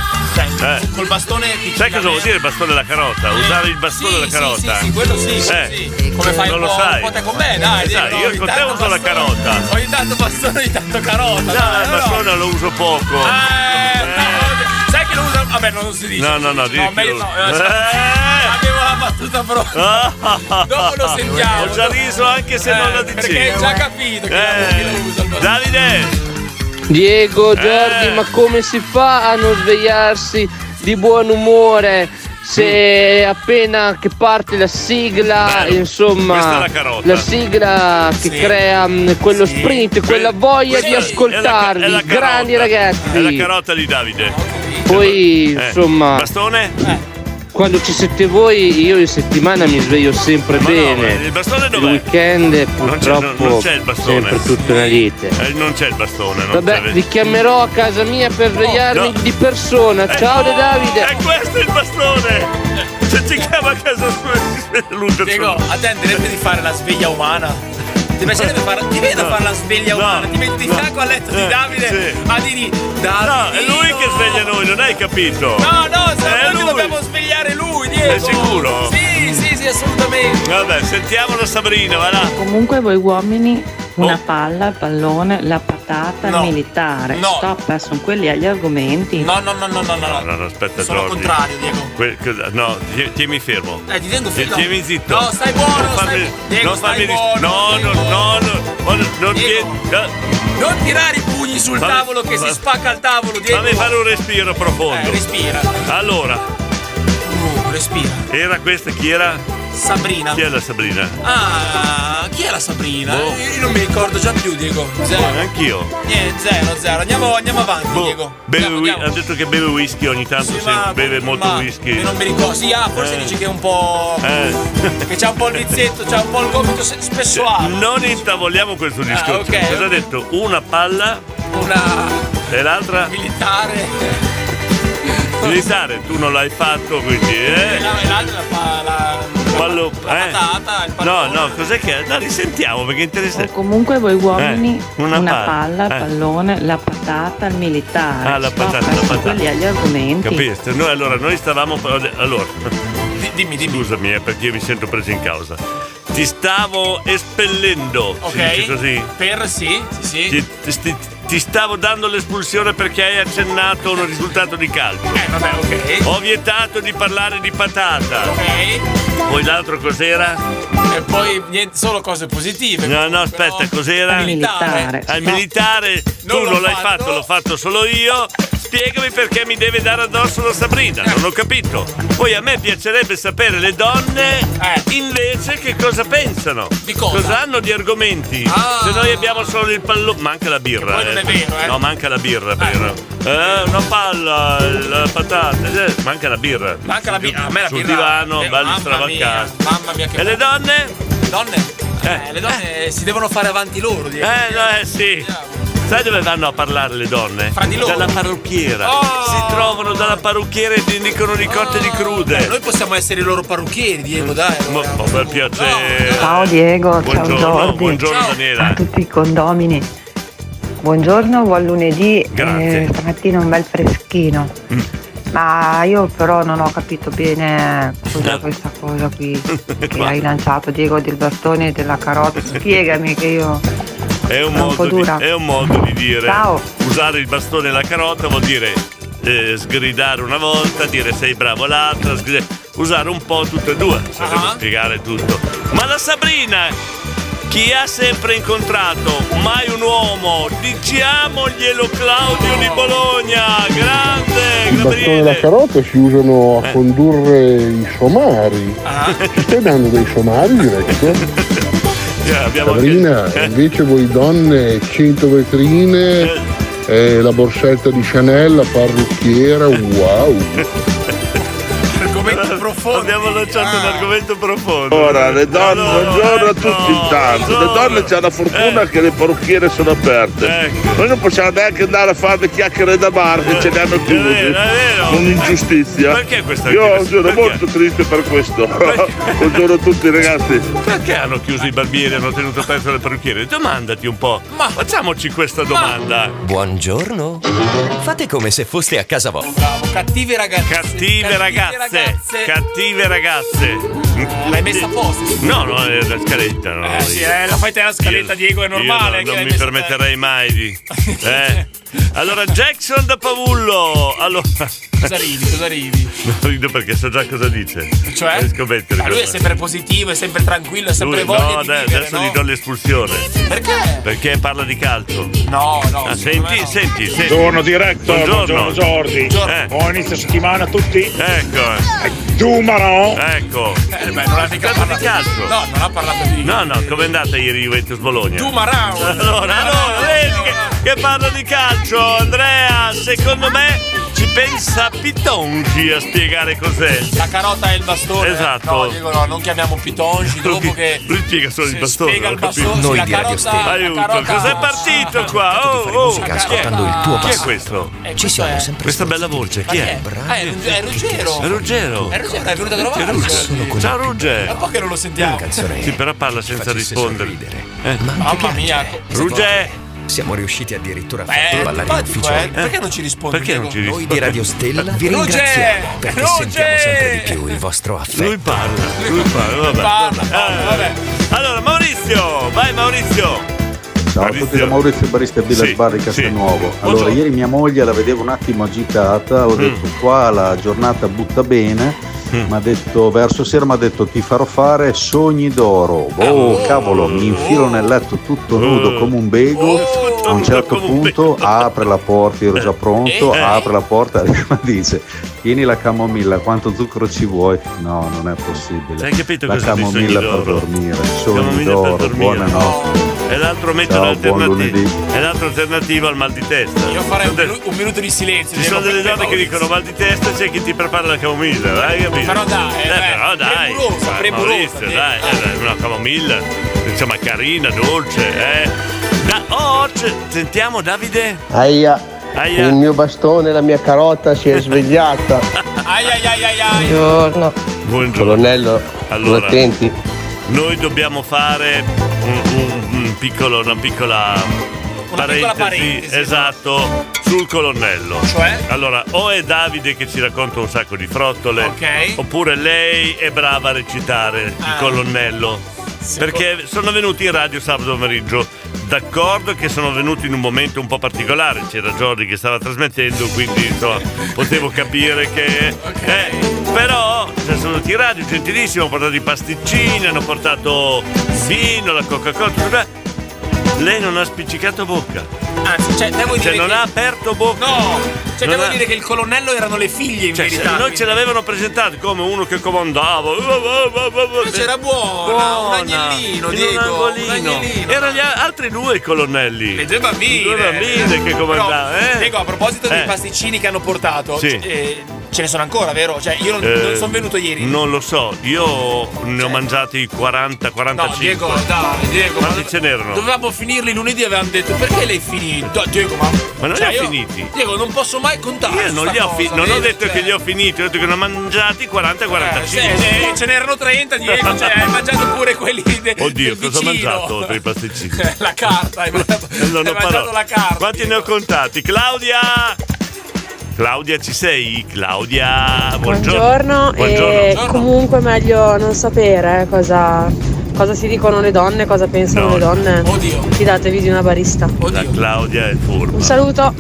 Speaker 1: Eh.
Speaker 2: Col bastone ti
Speaker 1: Sai cosa vuol dire il bastone e la carota? Usare il bastone e la carota?
Speaker 2: Eh, sì, quello sì, sì,
Speaker 1: Eh.
Speaker 2: sì. Come fai
Speaker 1: non
Speaker 2: un
Speaker 1: lo
Speaker 2: po',
Speaker 1: sai.
Speaker 2: un po' te con me, dai,
Speaker 1: Esatto,
Speaker 2: Diego,
Speaker 1: io con te
Speaker 2: intanto
Speaker 1: uso la carota.
Speaker 2: Ogni tanto bastone, ogni tanto carota.
Speaker 1: No,
Speaker 2: dai,
Speaker 1: il
Speaker 2: no, no.
Speaker 1: bastone lo uso poco.
Speaker 2: Ah, Sai che lo usa. Vabbè, non si dice.
Speaker 1: No, no, no,
Speaker 2: No,
Speaker 1: dillo.
Speaker 2: meglio no. eh, Avevo la battuta pronta.
Speaker 1: Ah.
Speaker 2: Dopo lo sentiamo. Eh,
Speaker 1: Ho già riso anche se non la dicevo.
Speaker 2: Perché hai già capito che
Speaker 1: Eh. Davide! Eh.
Speaker 22: Diego, Jordi, ma come si fa a non svegliarsi di buon umore?
Speaker 1: Mm.
Speaker 22: Se appena che parte la sigla,
Speaker 1: questa è
Speaker 22: insomma,
Speaker 1: la carota.
Speaker 22: sigla che crea mh, quello sprint, quella voglia di ascoltarvi,
Speaker 1: è la carota.
Speaker 22: grandi
Speaker 1: È la
Speaker 22: ragazzi.
Speaker 1: carota di Davide.
Speaker 22: Poi,
Speaker 1: Eh,
Speaker 22: insomma, eh,
Speaker 1: Bastone?
Speaker 22: quando ci siete voi, io in settimana mi sveglio sempre bene.
Speaker 1: il bastone
Speaker 22: Il weekend, purtroppo,
Speaker 1: non c'è il bastone.
Speaker 22: sempre tutta una lite.
Speaker 1: Eh, non c'è il bastone. Non c'è
Speaker 22: Vabbè,
Speaker 1: il-
Speaker 22: vi chiamerò a casa mia per svegliarmi di persona. Ciao De Davide.
Speaker 1: E questo è il bastone! Se ti chiama a casa sua si sveglia lui per
Speaker 2: Diego, a te andrebbe di fare la sveglia umana? Ti piacerebbe fare. Ti vedo fare la sveglia umana. Ti metti in fianco al letto
Speaker 1: Eh,
Speaker 2: di Davide a dirgli.
Speaker 1: No, è lui che sveglia noi, non hai capito?
Speaker 2: No, no,
Speaker 1: È
Speaker 2: se noi
Speaker 1: lui.
Speaker 2: dobbiamo svegliare lui, Diego.
Speaker 1: È sicuro?
Speaker 2: Sì, sì, sì, assolutamente.
Speaker 1: Vabbè, sentiamo la Sabrina, va là.
Speaker 5: Comunque voi uomini una palla, il pallone, la patata, il militare.
Speaker 1: Oh. No.
Speaker 5: Stop, sono quelli agli argomenti.
Speaker 2: No, no, no, no, no,
Speaker 1: No, no, no, aspetta,
Speaker 5: Sono
Speaker 1: Jordi.
Speaker 5: contrario,
Speaker 2: Diego.
Speaker 1: no, ti- tieni fermo.
Speaker 2: Eh, ti tengo fermo.
Speaker 1: Tieni zitto.
Speaker 2: No, stai buono,
Speaker 1: Non
Speaker 2: stai-
Speaker 1: farmi-
Speaker 2: Diego,
Speaker 1: non
Speaker 2: stai
Speaker 1: farmi dis-
Speaker 2: buono,
Speaker 1: No, no, no, no, no, non ti- no.
Speaker 2: Non tirare i pugni sul
Speaker 1: Fammi-
Speaker 2: tavolo che si
Speaker 1: fa-
Speaker 2: spacca il tavolo, Diego.
Speaker 1: Fammi fare un respiro profondo.
Speaker 2: Eh, respira. Uh,
Speaker 1: Allora.
Speaker 2: respira.
Speaker 1: Era questa chi era?
Speaker 2: Sabrina.
Speaker 1: Chi è la Sabrina? Boh.
Speaker 2: Ah, chi è la Sabrina? Io non mi ricordo già più, Diego. Zero.
Speaker 1: Anch'io.
Speaker 2: Niente, zero, zero. Andiamo, andiamo avanti, Diego.
Speaker 1: Beve whi- ha detto che beve whisky ogni tanto, se- beve molto whisky. Eh.
Speaker 2: Io non mi ricordo. Sì, ah, forse dice che è un po'. Che c'ha un po' il vizietto, c'ha un po' il gomito se- spesso alto.
Speaker 1: Cioè, Non intavoliamo questo discorso.
Speaker 2: ok,
Speaker 1: Cosa ha detto? Una palla
Speaker 2: Una
Speaker 1: e l'altra
Speaker 2: militare.
Speaker 1: militare, tu non l'hai fatto, quindi eh?
Speaker 2: E l'altra la fa la.
Speaker 1: Pallo- eh?
Speaker 2: patata, il
Speaker 1: No, no, cos'è che è? Dai, risentiamo perché è interessante.
Speaker 23: Comunque voi uomini
Speaker 1: Eh, una
Speaker 23: una,
Speaker 1: palla,
Speaker 23: palla,
Speaker 1: eh.
Speaker 23: il pallone, la patata, il militare.
Speaker 1: Ah, la
Speaker 23: Sto a
Speaker 1: patata,
Speaker 23: fare
Speaker 1: la patata.
Speaker 23: quelli agli argomenti.
Speaker 1: Capiste? Noi, allora, noi stavamo. Allora, dimmi, dimmi. Scusami, eh, perché io mi sento preso in causa. Ti stavo espellendo. si
Speaker 2: Ok.
Speaker 1: dice così.
Speaker 2: Per sì, sì, sì.
Speaker 1: Ti, ti- ti- ti stavo dando l'espulsione perché hai accennato a un risultato di calcio. Eh,
Speaker 2: vabbè, ok.
Speaker 1: Ho vietato di parlare di patata. Ok. Poi l'altro cos'era?
Speaker 2: E poi niente, solo cose positive. Cioè,
Speaker 1: No, no, aspetta, cos'era?
Speaker 2: Al militare.
Speaker 1: Al militare, tu non l'hai fatto. l'ho fatto solo io. Spiegami perché mi deve dare addosso la Sabrina, non ho capito. Poi a me piacerebbe sapere le donne
Speaker 2: Eh.
Speaker 1: invece che cosa pensano. Di cosa? hanno di argomenti? Se noi abbiamo solo il pallone. Manca la birra.
Speaker 2: Ah. Poi non è vero, eh.
Speaker 1: No, manca la birra, vero. Eh, una palla, la patata. eh, Manca la birra. Manca la birra.
Speaker 2: A me la
Speaker 1: Sul
Speaker 2: birra-
Speaker 1: divano,
Speaker 2: eh,
Speaker 1: belli
Speaker 2: mamma
Speaker 1: stravaccati.
Speaker 2: mia, Mamma mia, che.
Speaker 1: E le donne?
Speaker 2: Donne? Eh, le donne si devono fare avanti loro. direi.
Speaker 1: Eh, no, eh sì. Sai dove vanno a parlare le donne?
Speaker 2: Fra di loro.
Speaker 1: Dalla parrucchiera.
Speaker 2: Oh.
Speaker 1: Si trovano dalla parrucchiera e ti dicono di cotte e di crude.
Speaker 2: Noi possiamo essere i loro parrucchieri, Diego, dai.
Speaker 1: Ma, ma per piacere.
Speaker 5: Ciao Diego,
Speaker 1: Buongiorno,
Speaker 5: ciao Jordi.
Speaker 1: buongiorno Daniela.
Speaker 5: A tutti i condomini. Buongiorno, buon lunedì. Eh,
Speaker 1: Grazie. Mm.
Speaker 5: stamattina un bel freschino. Ma io però non ho capito bene
Speaker 1: Eh.
Speaker 5: cos'è questa cosa qui che hai lanciato Diego del bastone e della carota. Spiegami che io
Speaker 1: È un,
Speaker 5: È un
Speaker 1: modo
Speaker 5: po'
Speaker 1: di,
Speaker 5: dura.
Speaker 1: è un modo di dire.
Speaker 5: Ah. Ciao.
Speaker 1: Usare il bastone e la carota vuol dire eh, sgridare una volta, dire sei bravo l'altra, sgri- usare un po' tutte e due, se devo spiegare tutto. Ma la Sabrina, chi ha sempre incontrato, mai un uomo, diciamoglielo Claudio di Bologna, grande!
Speaker 16: Il bastone e la carota si usano a condurre i somari. Ci stai dando dei somari, Direzio?
Speaker 1: Eh, abbiamo anche-
Speaker 16: Sabrina, invece voi donne, 100 vetrine, eh, la borsetta di Chanel, la parrucchiera, wow.
Speaker 1: argomento profondo. Abbiamo lanciato un argomento profondo.
Speaker 6: Ora, le donne, buongiorno
Speaker 1: ecco,
Speaker 6: a tutti intanto. Le donne hanno la fortuna che le parrucchiere sono aperte.
Speaker 1: Ecco.
Speaker 6: Noi non possiamo neanche andare a fare le chiacchiere da bar che ce le
Speaker 1: Eh,
Speaker 6: hanno chiuse. Un'ingiustizia.
Speaker 1: Perché questa
Speaker 6: Io
Speaker 1: ingiustizia?
Speaker 6: sono
Speaker 1: Perché?
Speaker 6: molto triste per questo. buongiorno a tutti ragazzi.
Speaker 1: Perché hanno chiuso i barbieri e hanno tenuto aperto le parrucchiere? Domandati un po'. Facciamoci questa domanda.
Speaker 24: Buongiorno. Fate come se foste a casa vostra.
Speaker 2: Cattivi ragazzi.
Speaker 1: Cattive ragazze, cattive ragazze.
Speaker 2: L'hai messa apposta?
Speaker 1: No, no, è la scaletta. No,
Speaker 2: Eh sì, eh, la fai te la scaletta, Diego, è normale che
Speaker 1: Io non- non
Speaker 2: l'hai
Speaker 1: mi
Speaker 2: messa
Speaker 1: permetterei mai di. eh. Allora, Jackson da Pavullo. Allora. Cosa
Speaker 2: ridi? Cosa ridi?
Speaker 1: Non rido perché so già cosa dice.
Speaker 2: Cioè?
Speaker 1: Devi scommettere.
Speaker 2: Ma lui è
Speaker 1: cosa-
Speaker 2: sempre positivo, è sempre tranquillo, è sempre
Speaker 1: Lui-
Speaker 2: voglia
Speaker 1: no,
Speaker 2: di
Speaker 1: dai,
Speaker 2: vivere,
Speaker 1: adesso
Speaker 2: no?
Speaker 1: gli do l'espulsione.
Speaker 2: Perché?
Speaker 1: Perché parla di calcio.
Speaker 2: No, no.
Speaker 1: Ah, senti, senti, senti.
Speaker 12: Buongiorno diretto,
Speaker 1: Buongiorno,
Speaker 12: buongiorno Jordi.
Speaker 1: Eh.
Speaker 12: Buon inizio settimana a tutti.
Speaker 1: Ecco.
Speaker 12: Dumano.
Speaker 1: Ecco.
Speaker 2: Eh, beh, non ha mica parlato di
Speaker 1: calcio.
Speaker 2: No, non ha parlato di.
Speaker 1: No, no, com'è andata ieri Juventus Bologna?
Speaker 2: Tu Marao. Eh,
Speaker 1: Allora, allora, vedi che, che parlo di calcio, Andrea. Secondo me ci pensa Pitonci a spiegare cos'è.
Speaker 2: La carota e il bastone.
Speaker 1: Esatto.
Speaker 2: No, Diego, no, non chiamiamo Pitongi dopo che.
Speaker 1: Lui spiega solo il bastone.
Speaker 2: spiega
Speaker 1: ho
Speaker 2: il bastone,
Speaker 1: capito.
Speaker 2: sì, la carota. la
Speaker 1: Aiuto,
Speaker 2: carota-
Speaker 1: cos'è partito qua? Oh, oh, chi è? Chi è questo?
Speaker 2: Eh, questo è-
Speaker 1: Questa bella voce, chi è?
Speaker 2: Ah, è Rugge- è Ruggero.
Speaker 1: È Ruggero.
Speaker 2: È Ruggero, è venuto a trovarci.
Speaker 1: Che Ruggero. Ciao Ruggero.
Speaker 2: È un po' che non lo sentiamo.
Speaker 1: Sì, però parla senza rispondere. Eh.
Speaker 2: Mamma mia.
Speaker 1: Ruggè.
Speaker 24: Siamo riusciti addirittura a
Speaker 2: Eh,
Speaker 24: farlo ballare in
Speaker 2: antipatico,
Speaker 24: ufficio.
Speaker 2: eh. Perché non ci rispondi?
Speaker 24: Perché non
Speaker 2: Diego?
Speaker 24: ci rispondi? Noi di Radio Stella vi
Speaker 2: Ruggè!
Speaker 24: ringraziamo perché sentiamo sempre di più il vostro affetto.
Speaker 1: Lui parla, lui parla, vabbè.
Speaker 2: Parla, parla,
Speaker 1: Eh,
Speaker 2: vabbè.
Speaker 1: Allora, Maurizio, vai Maurizio.
Speaker 15: Ciao a tutti da Maurizio Barista Villa Sbarri Castelnuovo. Allora, ieri mia moglie la vedevo un attimo agitata,
Speaker 1: Mm.
Speaker 15: ho detto qua la giornata butta bene, mi ha detto verso sera mi ha detto ti farò fare sogni d'oro.
Speaker 1: Ah,
Speaker 15: Oh cavolo, mi infilo nel letto
Speaker 1: Oh.
Speaker 15: tutto nudo come un bego. A un certo punto apre la porta, ero
Speaker 1: Eh.
Speaker 15: già pronto, apre la porta e mi dice tieni la camomilla, quanto zucchero ci vuoi? No, non è possibile.
Speaker 1: Hai capito
Speaker 15: la
Speaker 1: cosa sono i sogni
Speaker 15: camomilla per
Speaker 1: d'oro?
Speaker 15: dormire, sogni
Speaker 1: Camomilla per
Speaker 15: d'oro,
Speaker 1: dormire.
Speaker 15: buonanotte.
Speaker 1: È l'altro metodo
Speaker 15: Ciao, buon
Speaker 1: alternativo.
Speaker 15: lunedì.
Speaker 1: È l'altra alternativa al mal di testa.
Speaker 2: Io farei un, minu- un minuto di silenzio.
Speaker 1: Ci sono
Speaker 2: Diego,
Speaker 1: delle
Speaker 2: per
Speaker 1: donne che
Speaker 2: Maurizio.
Speaker 1: dicono mal di testa e c'è chi ti prepara la camomilla, hai capito?
Speaker 2: Però dai, eh,
Speaker 1: eh,
Speaker 2: beh,
Speaker 1: però dai,
Speaker 2: premurosa,
Speaker 1: dai,
Speaker 2: premurosa,
Speaker 1: Maurizio,
Speaker 2: sì.
Speaker 1: dai, eh, dai, una camomilla, insomma carina, dolce, eh. Da, oh, c'è- sentiamo Davide?
Speaker 25: Aia, Il mio bastone, la mia carota si è svegliata.
Speaker 2: Ai ai ai ai ai.
Speaker 25: Buongiorno. Colonnello,
Speaker 1: Allora.
Speaker 25: attenti.
Speaker 1: Noi dobbiamo fare un, un- un piccolo, una piccola parentesi,
Speaker 2: parentesi,
Speaker 1: esatto, sul colonnello.
Speaker 2: Cioè?
Speaker 1: Allora, o è Davide che ci racconta un sacco di frottole, oppure lei è brava a recitare
Speaker 2: Ah.
Speaker 1: il colonnello. Perché sono venuti in radio sabato pomeriggio. D'accordo che sono venuti in un momento un po' particolare, c'era Jordi che stava trasmettendo, quindi insomma, potevo capire che. Eh, però cioè, sono venuti in radio, gentilissimi, hanno portato i pasticcini, hanno portato vino, la Coca-Cola, tutto quanto. Lei non ha spiccicato bocca.
Speaker 2: Anzi, cioè, devo
Speaker 1: Cioè,
Speaker 2: dire
Speaker 1: non
Speaker 2: che...
Speaker 1: ha aperto bocca.
Speaker 2: No, cioè,
Speaker 1: Non
Speaker 2: devo
Speaker 1: ha-
Speaker 2: dire che il colonnello erano le figlie in
Speaker 1: Cioè, se
Speaker 2: verità.
Speaker 1: noi ce l'avevano presentato come uno che comandava. uh,
Speaker 2: Invece era buona, un agnellino,
Speaker 1: in
Speaker 2: Diego,
Speaker 1: un angolino. Erano gli a- altri due i colonnelli.
Speaker 2: Le due bambine.
Speaker 1: Le due bambine che comandavano.
Speaker 2: Però,
Speaker 1: eh.
Speaker 2: Diego, a proposito dei
Speaker 1: Eh.
Speaker 2: pasticcini che hanno portato,
Speaker 1: Sì.
Speaker 2: eh, ce ne sono ancora, vero? Cioè, io non,
Speaker 1: Eh,
Speaker 2: sono venuto ieri. Cioè.
Speaker 1: Non lo so, io ne ho mangiati 40, 45.
Speaker 2: No, Diego, dai, Diego.
Speaker 1: Quanti ce n'erano?
Speaker 2: Dovevamo finirli lunedì, avevamo detto perché l'hai finito? Diego, ma.
Speaker 1: Ma non
Speaker 2: cioè,
Speaker 1: li ho
Speaker 2: io-
Speaker 1: finiti.
Speaker 2: Diego, non posso mai contare.
Speaker 1: Io non,
Speaker 2: sta
Speaker 1: li ho, fi-
Speaker 2: cosa, Eh,
Speaker 1: non ho
Speaker 2: vedi?
Speaker 1: detto che li ho finiti, ho detto che ne ho mangiati 40,
Speaker 2: Eh,
Speaker 1: 45.
Speaker 2: se- se- ce n'erano 30, Diego, cioè, hai mangiato pure quelli. De-
Speaker 1: Oddio,
Speaker 2: del
Speaker 1: cosa ho
Speaker 2: vicino.
Speaker 1: mangiato oltre i pasticcini?
Speaker 2: La carta, hai mangiato,
Speaker 1: Non ho
Speaker 2: hai mangiato
Speaker 1: parole.
Speaker 2: la carta.
Speaker 1: Quanti ne ho contati? Claudia! Claudia, ci sei? Claudia, buongiorno.
Speaker 26: Buongiorno, e comunque è meglio non sapere cosa, cosa si dicono le donne, cosa pensano
Speaker 1: No.
Speaker 26: le donne. Fidatevi di una barista.
Speaker 1: La Claudia è furba.
Speaker 26: Un saluto.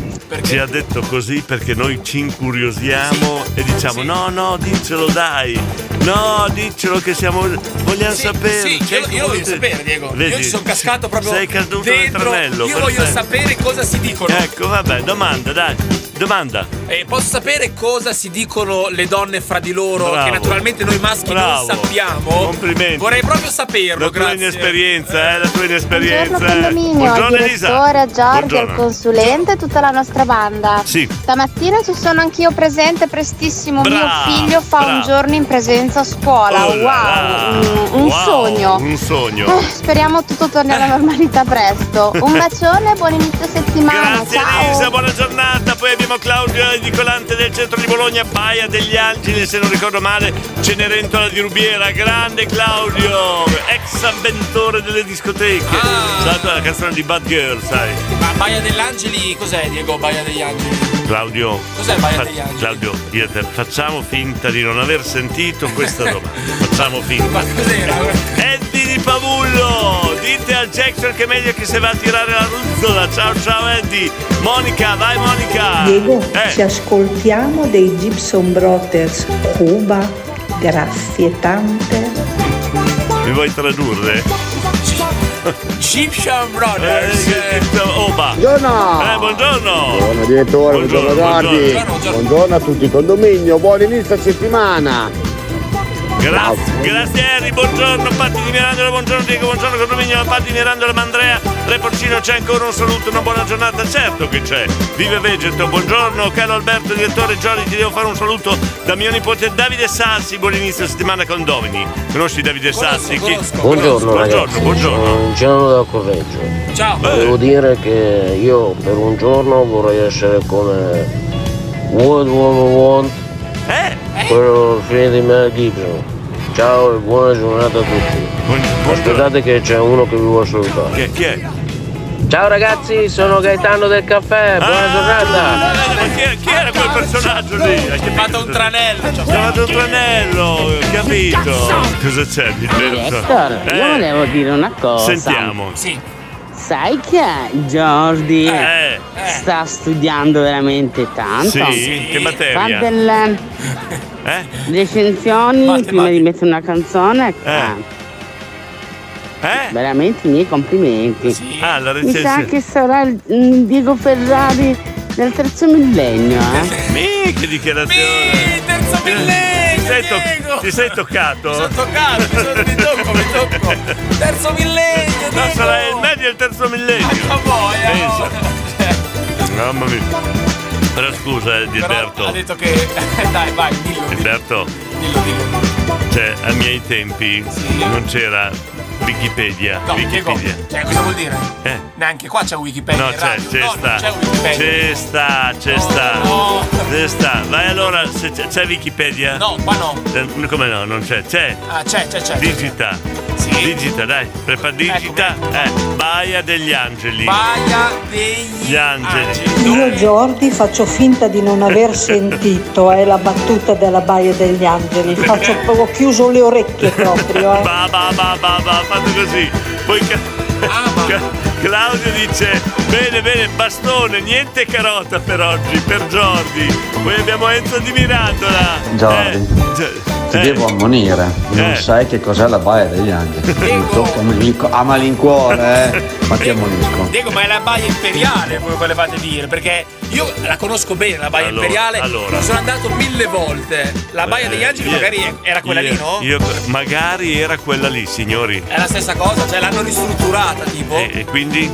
Speaker 1: Ci ha detto così perché noi ci incuriosiamo e diciamo no, no, diccelo dai. No, diccelo che siamo... Vogliamo
Speaker 2: Sì,
Speaker 1: sapere. cioè,
Speaker 2: sì, io, io lo voglio sapere, Diego.
Speaker 1: Vedi?
Speaker 2: Io ci sono cascato proprio.
Speaker 1: Sei caduto nel
Speaker 2: dentro.
Speaker 1: tranello,
Speaker 2: Io voglio
Speaker 1: perfetto.
Speaker 2: sapere cosa si dicono.
Speaker 1: Ecco, vabbè, domanda, dai. Domanda.
Speaker 2: Eh, posso sapere cosa si dicono le donne fra di loro?
Speaker 1: Bravo.
Speaker 2: Che naturalmente noi maschi
Speaker 1: Bravo.
Speaker 2: non sappiamo. Complimenti. Vorrei proprio saperlo,
Speaker 1: La tua
Speaker 2: grazie.
Speaker 1: inesperienza, eh, la tua inesperienza.
Speaker 27: Buongiorno condominio,
Speaker 1: eh. Buongiorno,
Speaker 27: al
Speaker 1: Elisa.
Speaker 27: direttore, a Giorgio, al
Speaker 1: Buongiorno.
Speaker 27: consulente e tutta la nostra banda.
Speaker 1: Sì.
Speaker 27: Stamattina ci sono anch'io presente prestissimo.
Speaker 1: Brava,
Speaker 27: Mio figlio fa
Speaker 1: brava.
Speaker 27: un giorno in presenza a scuola.
Speaker 1: Oh
Speaker 27: wow,
Speaker 1: là là.
Speaker 27: un, un
Speaker 1: Wow,
Speaker 27: sogno.
Speaker 1: Un sogno.
Speaker 27: Eh, speriamo tutto torni alla normalità presto. Un bacione, buon inizio settimana.
Speaker 1: Grazie
Speaker 27: Ciao.
Speaker 1: Elisa, buona giornata. Poi abbiamo Claudio il Nicolante del centro di Bologna, Paia degli Angeli, se non ricordo male, Cenerentola di Rubiera. Grande Claudio, ex avventore delle discoteche. Salto la canzone di Bad Girl, sai.
Speaker 2: Ah, Ma Baia dell'Angeli, cos'è Diego? Baia degli Angeli?
Speaker 1: Claudio,
Speaker 2: Cos'è Baia
Speaker 1: fa-
Speaker 2: degli Angeli?
Speaker 1: Claudio, io e te facciamo finta di non aver sentito questa domanda. facciamo finta. Eddie di Pavullo, dite al Jackson che è meglio che se va a tirare la ruzzola. Ciao ciao Eddie. Monica, vai Monica.
Speaker 28: Diego,
Speaker 1: Eh.
Speaker 28: ci ascoltiamo dei Gibson Brothers Cuba, grazie tante.
Speaker 1: Mi vuoi tradurre? Eh,
Speaker 2: Egyptian Brothers.
Speaker 1: Oba.
Speaker 25: Buongiorno.
Speaker 1: Eh, buongiorno.
Speaker 25: Buongiorno direttore, buongiorno,
Speaker 1: Buongiorno,
Speaker 25: Jordi.
Speaker 1: buongiorno,
Speaker 25: Buongiorno, a tutti, condominio, buon inizio settimana.
Speaker 1: Grazie, grazie Harry, buongiorno Patti di Mirandola, buongiorno Diego, buongiorno Condominio, Patti di Mirandola, Mandrea, Re Porcino, c'è ancora un saluto, una buona giornata, certo che c'è, vive Vegeto, buongiorno caro Alberto, direttore Giorgi, ti devo fare un saluto da mio nipote Davide Sassi, buon inizio settimana condomini, conosci Davide Sassi? Chi-
Speaker 28: Buongiorno,
Speaker 1: buongiorno,
Speaker 28: ragazzi. Buongiorno. da Correggio.
Speaker 2: Ciao.
Speaker 28: Devo dire che io per un giorno vorrei essere come What Woman Want. Quello del film di Mel Gibson. Ciao e buona giornata a tutti. Aspettate che c'è uno che vi vuole salutare.
Speaker 1: Che, chi è?
Speaker 28: Ciao ragazzi, sono Gaetano del caffè, buona giornata!
Speaker 1: chi, chi era quel personaggio lì? Ha chiamato un
Speaker 2: cioè.
Speaker 1: tranello, ha chiamato un tranello, capito? Cosa c'è di Eh.
Speaker 10: Hector,
Speaker 1: vero?
Speaker 10: io volevo dire una cosa.
Speaker 1: Sentiamo.
Speaker 10: Sai che Jordi
Speaker 1: Eh.
Speaker 10: sta studiando veramente tanto?
Speaker 1: Sì, Sì. che materia?
Speaker 10: Fa delle
Speaker 1: Eh?
Speaker 10: recensioni prima di mettere una canzone.
Speaker 1: Eh.
Speaker 10: Ah. Veramente i miei complimenti.
Speaker 1: Ah, la
Speaker 10: Mi sa
Speaker 1: recensione.
Speaker 10: che sarà il- mm, Diego Ferrari del terzo millennio, eh?
Speaker 1: Mi, che dichiarazione! Mi, terzo millennio! Ti sei, to- ti sei toccato? Mi sono toccato, mi, tocco, mi tocco! Terzo millennio! No, sarà il medio del terzo millennio! Ma Mamma mia! Però scusa, eh, Dilberto.
Speaker 2: Ha detto che. Eh, Dai, vai, dillo.
Speaker 1: Dilberto. Cioè, ai miei tempi non c'era Wikipedia.
Speaker 2: No, Diego,
Speaker 1: Wikipedia.
Speaker 2: cioè, cosa vuol dire?
Speaker 1: Eh.
Speaker 2: Neanche qua c'è Wikipedia.
Speaker 1: No,
Speaker 2: in
Speaker 1: c'è,
Speaker 2: radio.
Speaker 1: c'è
Speaker 2: No,
Speaker 1: sta.
Speaker 2: non c'è Wikipedia.
Speaker 1: C'è sta, c'è sta. C'è sta. Vai allora, se c'è, c'è Wikipedia? No,
Speaker 2: qua no.
Speaker 1: Come no, non c'è? C'è.
Speaker 2: Ah, c'è, c'è, Ecco, c'è.
Speaker 1: Digita. Digita, dai. Prepara, digita. Eh, Baia degli Angeli.
Speaker 2: Baia degli
Speaker 1: Gli angeli.
Speaker 14: Io Giordi faccio finta di non aver sentito eh, la battuta della Baia degli Angeli, faccio ho chiuso le orecchie proprio. Eh.
Speaker 1: Ba ba ba ba ba, fatto così. Poi ca- Ca- Claudio dice: Bene, bene, bastone, niente carota per oggi, per Giordi. Poi abbiamo Enzo di Mirandola.
Speaker 12: Giordi, ti devo ammonire, non
Speaker 1: Eh.
Speaker 12: sai che cos'è la Baia degli Angeli. Mi tocca a malinco- a malincuore, eh. ma ti ammonisco.
Speaker 2: Diego, ma è la baia imperiale, voi volevate dire, perché io la conosco bene, la baia
Speaker 1: Allora,
Speaker 2: imperiale,
Speaker 1: allora. Eh,
Speaker 2: sono andato mille volte. La baia degli angeli
Speaker 1: Io-
Speaker 2: magari era quella
Speaker 1: io-
Speaker 2: lì, no?
Speaker 1: Io, magari era quella lì, signori.
Speaker 2: È la stessa cosa, cioè l'hanno ristrutturata tipo.
Speaker 1: Eh, E, e quindi?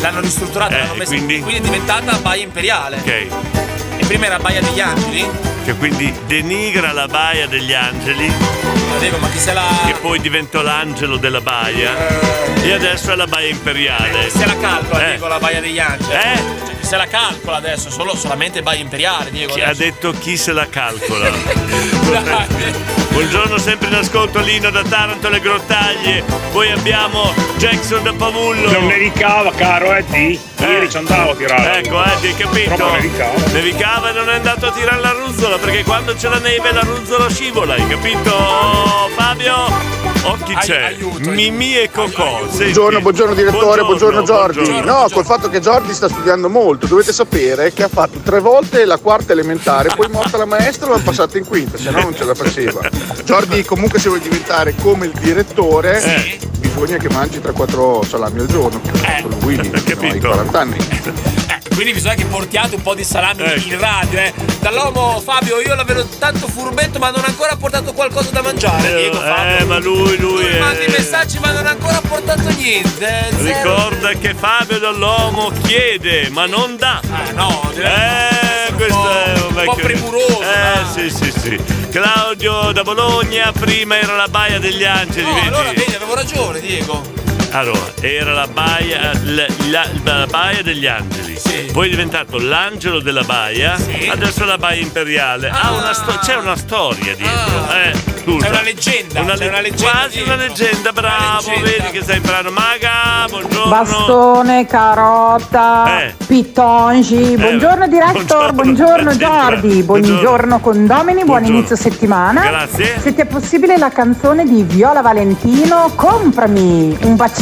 Speaker 2: L'hanno ristrutturata, l'hanno messa quindi? è diventata baia imperiale.
Speaker 1: Eh, Ok.
Speaker 2: E prima era baia degli angeli.
Speaker 1: Che quindi denigra la baia degli angeli.
Speaker 2: ma chi se la.
Speaker 1: Che poi diventò l'angelo della baia. E adesso è la baia imperiale.
Speaker 2: Se la calcola,
Speaker 1: Eh.
Speaker 2: Diego, la baia degli angeli. Eh? Cioè, se la calcola adesso, solo, solamente baia imperiale, Diego.
Speaker 1: Chi ha
Speaker 2: adesso.
Speaker 1: detto chi se la calcola? Buongiorno sempre in ascolto Lino da Taranto le grottaglie. Poi abbiamo Jackson da Pavullo.
Speaker 26: Non nevicava, caro, eh, di. Ieri ci andavo a tirare.
Speaker 1: Ecco, eh, ti hai capito?
Speaker 26: Troppo nevicava.
Speaker 1: Nevicava e non è andato a tirare la ruzzola perché quando c'è la neve la ruzzola scivola, hai capito? Oh, Fabio, occhi c'è. Mimì e Cocò.
Speaker 29: Buongiorno, buongiorno direttore, buongiorno, Giorgi.
Speaker 1: buongiorno,
Speaker 29: no, col fatto che Giorgi sta studiando molto, dovete sapere che ha fatto tre volte la quarta elementare, poi morta la maestra l'ha passata in quinta, se no non ce la faceva. Giorgi comunque se vuoi diventare come il direttore
Speaker 1: Eh.
Speaker 29: bisogna che mangi 3-4 salami al giorno, sono Willy, no, hai 40 anni.
Speaker 2: Eh, Quindi bisogna che portiate un po' di salami
Speaker 1: Ecco.
Speaker 2: in radio, eh. Dall'uomo Fabio, io la vedo tanto furbetto, ma non ho ancora portato qualcosa da mangiare, Diego Fabio.
Speaker 1: Eh, ma lui, lui
Speaker 2: Mi mandi i
Speaker 1: è...
Speaker 2: messaggi, ma non ha ancora portato niente. eh, Zero.
Speaker 1: Ricorda che Fabio Dall'Uomo chiede, ma non dà.
Speaker 2: Ah, no,
Speaker 1: eh, questo è un vecchio.
Speaker 2: po' premuroso,
Speaker 1: Eh, sì, sì, sì. Claudio da Bologna, prima era la Baia degli Angeli.
Speaker 2: No,
Speaker 1: vedi?
Speaker 2: allora vedi, avevo ragione, Diego.
Speaker 1: Allora, era la baia, la, la- la baia degli angeli. Poi è diventato l'angelo della baia. Adesso è la baia imperiale. Ha una sto- c'è una storia dietro. eh, scusa.
Speaker 2: Ah. C'è una leggenda, c'è
Speaker 1: le-
Speaker 2: una leggenda
Speaker 1: Quasi una leggenda, bravo. Vedi che stai imparando. Maga, buongiorno.
Speaker 5: Bastone, carota,
Speaker 1: Eh.
Speaker 5: pitongi. Eh, Buongiorno director, buongiorno, Giordi, buongiorno condomini, buon inizio settimana.
Speaker 1: Grazie.
Speaker 5: Se ti è possibile la canzone di Viola Valentino, comprami. Un bacione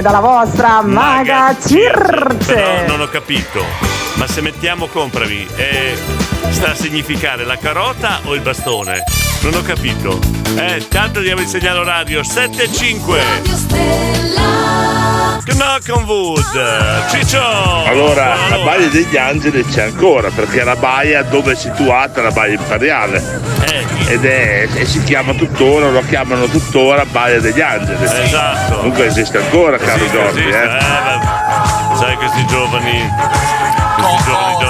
Speaker 5: dalla vostra maga
Speaker 1: Però
Speaker 5: Circe.
Speaker 1: non ho capito. Ma se mettiamo comprami, eh, sta a significare la carota o il bastone? Non ho capito. Eh, tanto diamo il segnale radio 75. Knock on wood. Ciccio.
Speaker 6: Allora, la baia degli angeli c'è ancora, perché è la baia dove è situata la baia imperiale.
Speaker 1: Eh,
Speaker 6: Ed è, e si chiama tuttora, lo chiamano tuttora baia degli angeli.
Speaker 1: Esatto.
Speaker 6: Comunque esiste ancora, caro
Speaker 1: Esiste,
Speaker 6: Giorgi.
Speaker 1: esiste,
Speaker 6: eh.
Speaker 1: eh, ma- sai questi giovani. Questi giovani K.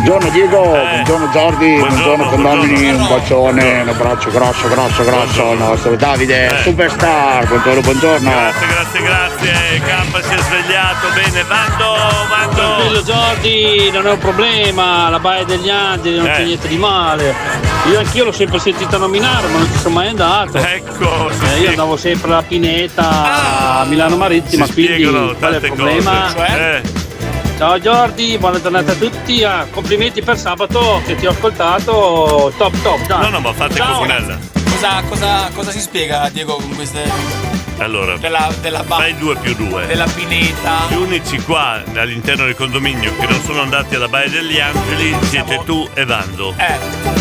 Speaker 30: Buongiorno Diego, Eh. buongiorno Giordi, buongiorno, condomini, un bacione, un abbraccio grosso, grosso, grosso al nostro Davide, superstar, buongiorno, buongiorno.
Speaker 1: Grazie, grazie. K si è svegliato. Bene, vado, vado.
Speaker 11: Tranquillo Giordi, non è un problema, la baia degli angeli non
Speaker 1: Eh.
Speaker 11: c'è niente di male. Io anch'io l'ho sempre sentita nominare, ma non ci sono mai andato.
Speaker 1: Ecco. Ah,
Speaker 11: Eh, io andavo sempre alla Pineta a Milano Marittima, quindi qual è il problema?
Speaker 1: cioè?
Speaker 11: Eh. Ciao Giordi, buona giornata a tutti, ah, complimenti per sabato che ti ho ascoltato, top top. dai.
Speaker 1: No, no, ma fate
Speaker 11: Ciao.
Speaker 1: comunella.
Speaker 2: Cosa, cosa, cosa si spiega, Diego, con queste.
Speaker 1: Allora, fai 2 più 2
Speaker 2: della pineta.
Speaker 1: Gli unici qua all'interno del condominio che non sono andati alla Baia degli Angeli siete tu e Vando.
Speaker 2: Eh,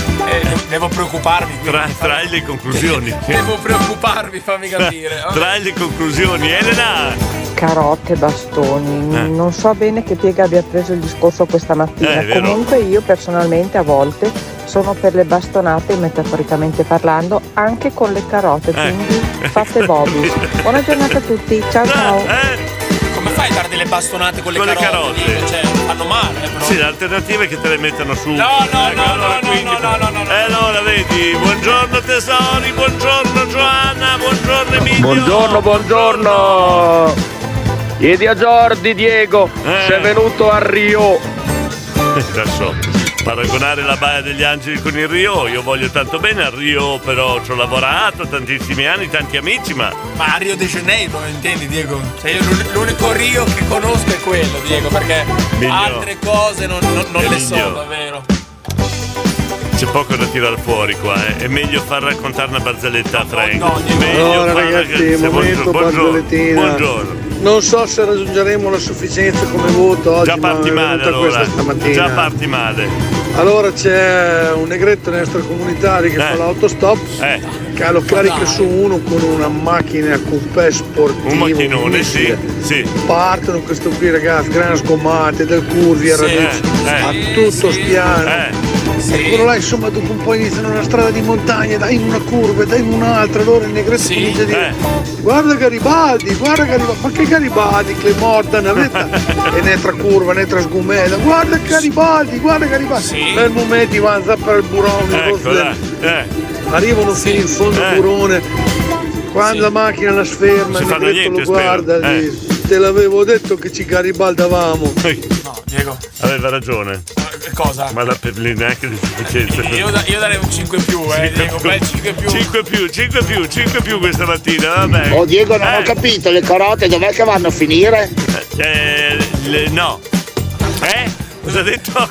Speaker 2: devo preoccuparmi.
Speaker 1: Tra, trai le conclusioni.
Speaker 2: Devo preoccuparmi, fammi capire. oh.
Speaker 1: trai le conclusioni, Elena.
Speaker 31: Carote, bastoni, non so bene che piega abbia preso il discorso questa mattina.
Speaker 1: Eh, è vero.
Speaker 31: Comunque io personalmente a volte sono per le bastonate, metaforicamente parlando, anche con le
Speaker 1: Eh. Eh,
Speaker 31: carote, quindi fate Bobby. Buona giornata a tutti, ciao ciao.
Speaker 2: Come fai mai dare delle bastonate con le
Speaker 1: Con le
Speaker 2: carote.
Speaker 1: carote.
Speaker 2: Cioè, fanno male, eh, però.
Speaker 1: Sì, l'alternativa è che te le mettano su.
Speaker 2: No, no,
Speaker 1: Ecco,
Speaker 2: no,
Speaker 1: allora
Speaker 2: no,
Speaker 1: quindi-
Speaker 2: no, no, no, no, no.
Speaker 1: E allora vedi, buongiorno tesori, buongiorno Giovanna, buongiorno Emilio.
Speaker 32: Buongiorno, buongiorno! Chiedi a Jordi, Diego,
Speaker 2: Eh.
Speaker 32: sei venuto a Rio.
Speaker 1: Adesso paragonare la Baia degli Angeli con il Rio, io voglio tanto bene al Rio, però ci ho lavorato tantissimi anni, tanti amici, ma
Speaker 2: Ma a Rio de Janeiro, intendi Diego? Cioè io l'un- l'unico Rio che conosco è quello, Diego, perché
Speaker 1: Miglio.
Speaker 2: altre cose non, non- non le so,
Speaker 1: Miglio.
Speaker 2: davvero.
Speaker 1: c'è poco da tirar fuori qua, eh. è meglio far raccontare una barzelletta a Frank. Meglio
Speaker 3: Allora
Speaker 1: far
Speaker 3: ragazzi,
Speaker 1: raccontare-
Speaker 3: momento barzolettina.
Speaker 1: buongiorno.
Speaker 3: Non so se raggiungeremo la sufficienza come voto oggi,
Speaker 1: Già parti
Speaker 3: ma è
Speaker 1: male
Speaker 3: venuta questa
Speaker 1: allora,
Speaker 3: stamattina.
Speaker 1: già parti male.
Speaker 3: Allora c'è un negretto extracomunitario
Speaker 1: Eh.
Speaker 3: che fa l'autostop, che lo carica su uno con una macchina coupé sportiva.
Speaker 1: Un macchinone, sì, sì.
Speaker 3: Partono questo qui ragazzi, gran sgommate, del curvi, a
Speaker 1: Sì,
Speaker 3: radici,
Speaker 1: eh,
Speaker 3: a
Speaker 1: eh.
Speaker 3: tutto spiano.
Speaker 1: sì.
Speaker 3: E quello là insomma dopo un po' iniziano una strada di montagna, dai in una curva, dai in un'altra, allora il negretto comincia a dire
Speaker 1: eh.
Speaker 3: guarda Garibaldi, guarda Garibaldi, ma che Garibaldi, Clemorta, Navetta, e né tra curva né tra sgumella, guarda Garibaldi, guarda Garibaldi, nel momento i vanza per il burone,
Speaker 1: Eccola, eh.
Speaker 3: arrivano fino in fondo al burone, quando la macchina la sferma,
Speaker 1: Non si
Speaker 3: il
Speaker 1: fanno
Speaker 3: negretto
Speaker 1: niente,
Speaker 3: lo guarda,
Speaker 1: spero,
Speaker 3: e
Speaker 1: eh.
Speaker 3: dice, te l'avevo detto che ci garibaldavamo.
Speaker 2: Diego. Eh,
Speaker 1: Aveva ragione.
Speaker 2: Cosa?
Speaker 1: Ma la per lì neanche di sufficienza.
Speaker 2: Io, da- io darei un 5 in più, eh, Diego, bel 5 in più.
Speaker 1: 5 più, 5 più, 5 più questa mattina, Eh, vabbè.
Speaker 30: Oh Diego non ho capito, le carote dov'è che vanno a finire?
Speaker 1: Eh, le- no. Eh? Cosa ha detto? Cosa-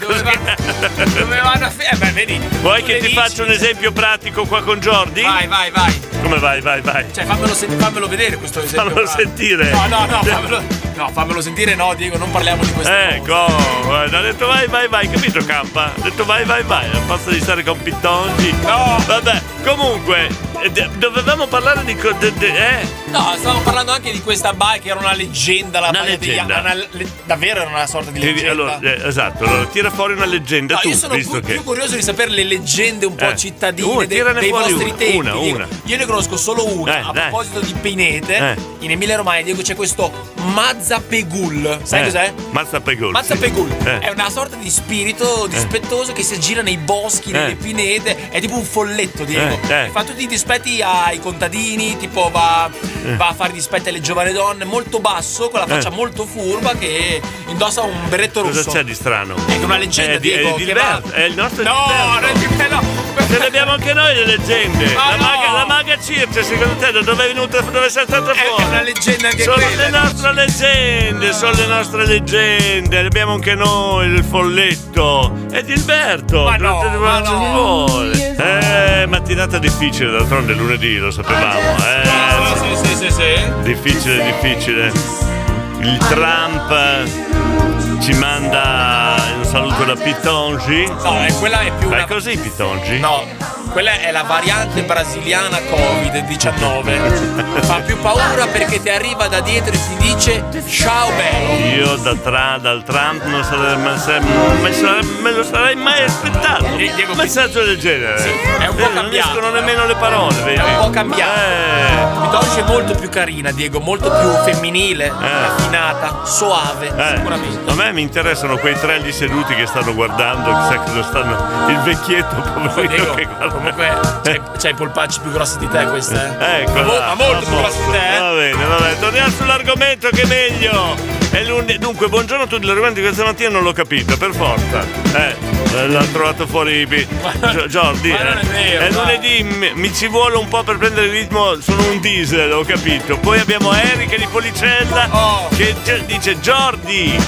Speaker 2: Dove vanno a fi- eh, beh, vedi.
Speaker 1: Vuoi
Speaker 2: tu
Speaker 1: che
Speaker 2: le
Speaker 1: ti
Speaker 2: dici-
Speaker 1: faccia un esempio pratico qua con Jordi?
Speaker 2: Vai, vai, vai.
Speaker 1: Come vai, vai, vai.
Speaker 2: Cioè, fammelo, sen- fammelo vedere questo esempio.
Speaker 1: Fammelo
Speaker 2: guarda.
Speaker 1: sentire.
Speaker 2: No, no, no, fammelo, no, fammelo sentire, no, Diego, non parliamo di questo.
Speaker 1: Ecco, guarda, ha detto vai, vai, vai, capito Campa? Ha detto vai, vai, vai, non posso di stare con pittongi. No! Vabbè, comunque, eh, de- dovevamo parlare di... co- de- de- eh?
Speaker 2: No, stavamo parlando anche di questa baia che era una leggenda, la
Speaker 1: Una
Speaker 2: baia degli-
Speaker 1: leggenda.
Speaker 2: una le- davvero era una sorta di
Speaker 1: Ti-
Speaker 2: leggenda.
Speaker 1: Allora, eh, esatto, allora, tira fuori una leggenda
Speaker 2: No,
Speaker 1: tu,
Speaker 2: io sono
Speaker 1: visto
Speaker 2: più,
Speaker 1: che...
Speaker 2: più curioso di sapere le leggende un po'
Speaker 1: Eh.
Speaker 2: cittadine
Speaker 1: Uh,
Speaker 2: de- dei,
Speaker 1: tirane fuori
Speaker 2: vostri
Speaker 1: una,
Speaker 2: tempi.
Speaker 1: una,
Speaker 2: Diego.
Speaker 1: una.
Speaker 2: Io ne conosco solo una. a proposito di Pinete,
Speaker 1: Eh.
Speaker 2: in Emilia Romagna, Diego, c'è questo Mazzapegul. Sai
Speaker 1: Eh,
Speaker 2: cos'è?
Speaker 1: Mazza Pegol. sì.
Speaker 2: Mazzapegul
Speaker 1: Eh.
Speaker 2: è una sorta di spirito dispettoso che si aggira nei boschi, nelle
Speaker 1: Eh.
Speaker 2: pinete, è tipo un folletto, Diego.
Speaker 1: Eh, eh.
Speaker 2: Fa tutti i dispetti ai contadini, tipo va,
Speaker 1: Eh.
Speaker 2: va a fare dispetti alle giovani donne, molto basso, con la faccia
Speaker 1: Eh.
Speaker 2: molto furba, che indossa un berretto
Speaker 1: Cosa
Speaker 2: rosso.
Speaker 1: c'è di strano?
Speaker 2: È una leggenda,
Speaker 1: È di- è
Speaker 2: Diego, che
Speaker 1: di Dilberto,
Speaker 2: va-
Speaker 1: è il nostro
Speaker 2: No, non è
Speaker 1: Dilberto. Ce le abbiamo anche noi le leggende.
Speaker 2: Ma
Speaker 1: la,
Speaker 2: Ah, no!
Speaker 1: maga, la maga Circe, secondo te, da dove è venuta, da dove è saltata fuori? È una
Speaker 2: leggenda anche
Speaker 1: Sono
Speaker 2: quella.
Speaker 1: le nostre leggende, sono le nostre leggende. Le abbiamo anche noi, il folletto. È Dilberto.
Speaker 2: Ma no,
Speaker 1: Cosa-
Speaker 2: ma
Speaker 1: cosa
Speaker 2: no.
Speaker 1: vuole? Eh, mattinata difficile, d'altronde è lunedì, lo
Speaker 2: Ah,
Speaker 1: sapevamo. Eh,
Speaker 2: Sì, sì, sì, sì.
Speaker 1: Difficile, difficile. Il Trump ci manda un saluto da Pitongi.
Speaker 2: No, eh, quella è più
Speaker 1: Ma
Speaker 2: una-
Speaker 1: è così Pitongi?
Speaker 2: No, quella è la variante brasiliana Covid-19. Fa più paura perché ti arriva da dietro e ti dice ciao bello.
Speaker 1: Io da tra- dal Trump non sarei mai- se- me, sare- me lo sarei mai aspettato. Un messaggio del genere.
Speaker 2: È un po' cambiato. Non escono
Speaker 1: nemmeno le parole, vedi? Eh.
Speaker 2: È un po' cambiato. Pitonci è molto più carina, Diego, molto più femminile, raffinata, soave, sicuramente.
Speaker 1: Eh. A me mi interessano quei tre lì seduti che stanno guardando, chissà cosa stanno. Il vecchietto, poverino,
Speaker 2: Diego,
Speaker 1: che guarda.
Speaker 2: Comunque c'hai, c'hai i polpacci più grossi di te queste. eh.
Speaker 1: Ecco,
Speaker 2: Ma mo-
Speaker 1: là,
Speaker 2: ma molto
Speaker 1: a
Speaker 2: più
Speaker 1: posto.
Speaker 2: grossi di te. eh.
Speaker 1: Va bene, va bene. Torniamo sull'argomento che è meglio. È lunedì- Dunque, buongiorno tu l'argomento di questa mattina non l'ho capito, per forza. Eh, eh, l'ha trovato fuori Pi- Gio- Jordi. eh.
Speaker 2: non è vero, dai.
Speaker 1: lunedì, mi, mi ci vuole un po' per prendere il ritmo, sono un diesel, ho capito. Poi abbiamo Erika di Policella
Speaker 2: Oh.
Speaker 1: che gi- dice Jordi,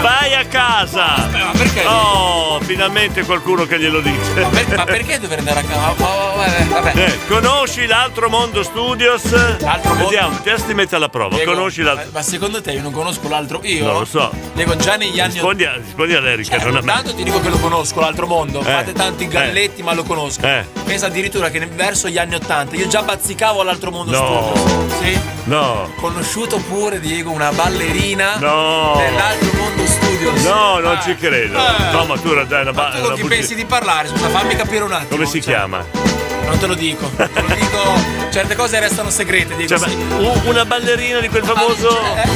Speaker 1: vai a casa. ma
Speaker 2: Eh, perché?
Speaker 1: Oh, finalmente qualcuno che glielo dice. Ma,
Speaker 2: Ma perché dover andare a casa? Oh, vabbè, vabbè. Ah,
Speaker 1: eh, conosci l'altro mondo studios? L'altro
Speaker 2: mondo?
Speaker 1: Vediamo, testi mette alla prova.
Speaker 2: Diego,
Speaker 1: conosci l'altro.
Speaker 2: ma- Ma secondo te io non conosco l'altro? Io?
Speaker 1: Non lo so.
Speaker 2: Diego, già negli anni Cioè,
Speaker 1: Rispondi, a, rispondi all'Erica, non a me.
Speaker 2: Tanto ti dico che lo conosco, l'altro mondo.
Speaker 1: Eh,
Speaker 2: Fate tanti galletti, ma lo conosco.
Speaker 1: Eh.
Speaker 2: Pensa addirittura che nel- verso gli anni Ottanta io già bazzicavo l'altro mondo
Speaker 1: No.
Speaker 2: studios. Sì.
Speaker 1: No.
Speaker 2: Conosciuto pure, Diego, una ballerina
Speaker 1: No.
Speaker 2: dell'altro mondo studios.
Speaker 1: No, non ci credo. No, ma tu dai una, ba-
Speaker 2: Eh. Tu
Speaker 1: una
Speaker 2: con chi
Speaker 1: bugia.
Speaker 2: pensi di parlare? Scusa, fammi capire un attimo. cioè.
Speaker 1: Come si chiama?
Speaker 2: Non te lo dico. Te lo dico. Certe cose restano segrete. Dico,
Speaker 1: Cioè, ma
Speaker 2: sì.
Speaker 1: u- una ballerina di quel famoso.
Speaker 2: Ah, eh,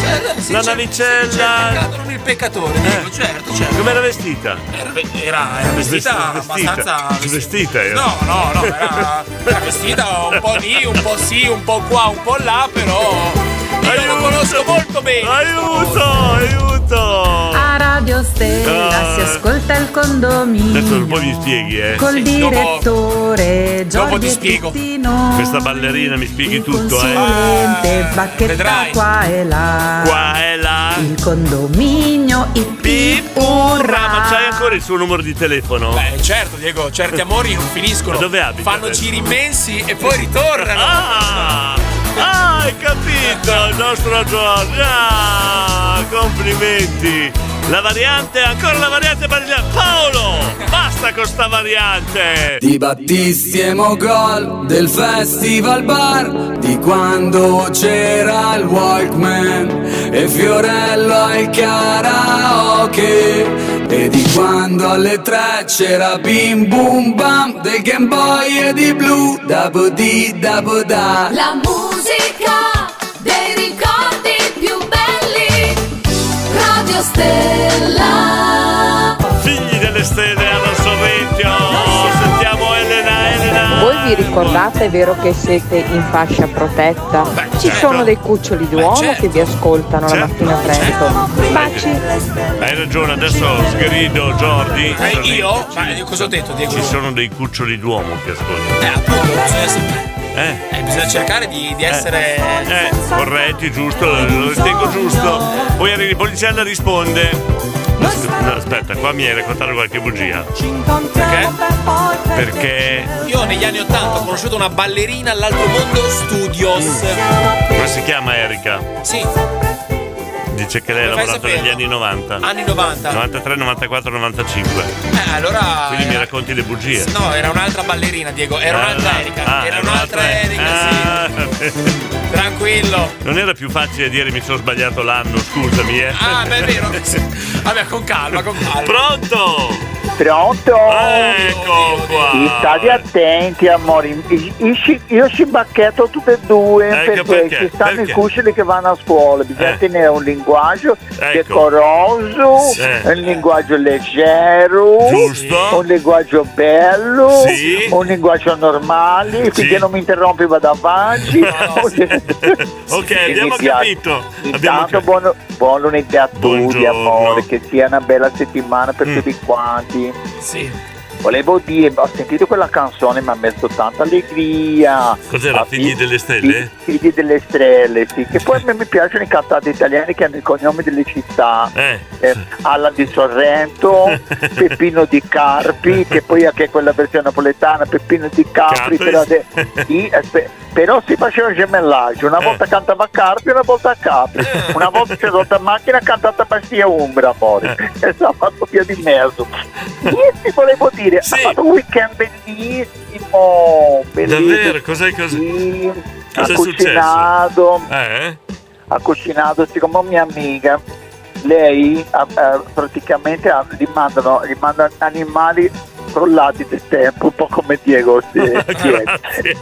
Speaker 1: La navicella.
Speaker 2: non il peccatore,
Speaker 1: Eh.
Speaker 2: dico, certo, certo.
Speaker 1: Com'era vestita?
Speaker 2: Era, era- era vestita
Speaker 1: Vestita.
Speaker 2: abbastanza.
Speaker 1: Vestita
Speaker 33: eh.
Speaker 1: era.
Speaker 2: No, no, no, era, era vestita un po' lì, un po' sì, un po' qua, un po' là, però. Io lo conosco molto bene.
Speaker 1: Aiuto, aiuto!
Speaker 5: A Radio
Speaker 1: Ah.
Speaker 5: Stella si ascolta il condominio.
Speaker 1: Adesso un po' mi spieghi, eh.
Speaker 5: Col direttore
Speaker 1: dopo ti
Speaker 5: Giorgio
Speaker 1: spiego.
Speaker 5: Pittino,
Speaker 1: Questa ballerina mi spieghi tutto, eh.
Speaker 5: consulente, bacchetta qua e là.
Speaker 1: Qua e là.
Speaker 5: Il condominio, i
Speaker 1: Urra, ma c'hai ancora il suo numero di telefono?
Speaker 2: Beh, certo, Diego, certi amori non finiscono.
Speaker 1: Ma dove abita
Speaker 2: Fanno
Speaker 1: adesso?
Speaker 2: giri immensi e poi ritornano.
Speaker 1: Ah, ah, hai capito il nostro Giorgio. Ah, complimenti. La variante, ancora la variante Barilla- Paolo, basta con sta variante.
Speaker 27: Di Battisti e Mogol del Festival Bar Di quando c'era il Walkman E Fiorello al karaoke E di quando alle tre c'era Bim Bum Bam Del Game Boy e di Blue Dabo di Dabo da
Speaker 8: La musica dei ricordi più belli. Radio Stella.
Speaker 1: Figli delle stelle allo Sorrentio. Sentiamo Elena, Elena.
Speaker 34: Voi vi ricordate, è vero che siete in fascia protetta? Ci
Speaker 1: certo.
Speaker 34: sono dei cuccioli d'uomo che vi ascoltano la mattina presto. Baci!
Speaker 1: Hai ragione, adesso sgrido Jordi.
Speaker 2: Eh, io? Ma io cosa ho detto, Diego?
Speaker 1: Ci sono dei cuccioli d'uomo che ascoltano. Eh.
Speaker 2: Eh, bisogna cercare di, di essere.
Speaker 1: Eh, corretti, giusto, lo ritengo giusto. Poi arrivi il poliziano e risponde. No, aspetta, qua mi hai raccontato qualche bugia.
Speaker 2: Perché?
Speaker 1: Perché
Speaker 2: Io negli anni 80 ho conosciuto una ballerina all'altro mondo studios.
Speaker 1: come si chiama Erika?
Speaker 2: Sì, Eh,
Speaker 1: Dice che lei ha
Speaker 2: Come fai a
Speaker 1: lavorato
Speaker 2: saperlo?
Speaker 1: negli anni 90.
Speaker 2: anni 90.
Speaker 1: 93, 94, 95.
Speaker 2: Eh, allora.
Speaker 1: Quindi mi
Speaker 2: era-
Speaker 1: racconti le bugie.
Speaker 2: No, era un'altra ballerina, Diego. Era
Speaker 1: Ah,
Speaker 2: un'altra
Speaker 1: no.
Speaker 2: Erika.
Speaker 1: Ah,
Speaker 2: era un'altra Erika, sì. Tranquillo.
Speaker 1: Non era più facile dire mi sono sbagliato l'anno, scusami, eh.
Speaker 2: Ah, beh, è vero. Vabbè, con calma, con calma.
Speaker 1: Pronto?
Speaker 30: Pronto? Eh.
Speaker 1: Ecco qua.
Speaker 30: State attenti, amori. I- i- Io ci bacchetto tutte e due
Speaker 1: Ecco
Speaker 30: perché,
Speaker 1: perché,
Speaker 30: ci stanno
Speaker 1: perché.
Speaker 30: i cuccioli che vanno a scuola. Bisogna
Speaker 1: Eh. Ecco.
Speaker 30: tenere un linguaggio decoroso,
Speaker 1: Sì.
Speaker 30: un linguaggio leggero,
Speaker 1: Giusto.
Speaker 30: un linguaggio bello,
Speaker 1: Sì.
Speaker 30: un linguaggio normale. Quindi non mi interrompi, vado avanti.
Speaker 1: Ok,
Speaker 30: Mi
Speaker 1: abbiamo
Speaker 30: piace.
Speaker 1: capito. Abbiamo
Speaker 30: Intanto buon, buon lunedì a tutti,
Speaker 1: Buongiorno. Mm.
Speaker 30: amore, che sia una bella settimana per tutti quanti.
Speaker 2: Sì.
Speaker 30: Volevo dire, ho sentito quella canzone, mi ha messo tanta allegria.
Speaker 1: Cos'era,
Speaker 30: Ah,
Speaker 1: figli delle stelle?
Speaker 30: Figli delle strelle, sì. Che poi a me mi piacciono i cantanti italiani che hanno i cognomi delle città.
Speaker 1: Eh.
Speaker 30: Alla di Sorrento, Peppino di Carpi, che poi anche quella versione napoletana, Peppino di
Speaker 1: Capri.
Speaker 30: Capri, però, de- sì, aspe- però si faceva un gemellaggio, una volta cantava Carpi, una volta Capri, una volta si è rotta in macchina ha cantato Bastia Umbra, amore, e si è fatto via di mezzo. Niente, volevo dire, ha fatto un weekend bellissimo, bellissimo.
Speaker 1: Davvero? Cos'è, cos'è?
Speaker 30: Sì,
Speaker 1: Cos'è
Speaker 30: ha
Speaker 1: successo?
Speaker 30: cucinato,
Speaker 1: Eh?
Speaker 30: ha cucinato, siccome mia amica, lei ha- ha- praticamente ha- gli, mandano, gli mandano animali crollati del tempo, un po' come Diego. sì, Diego.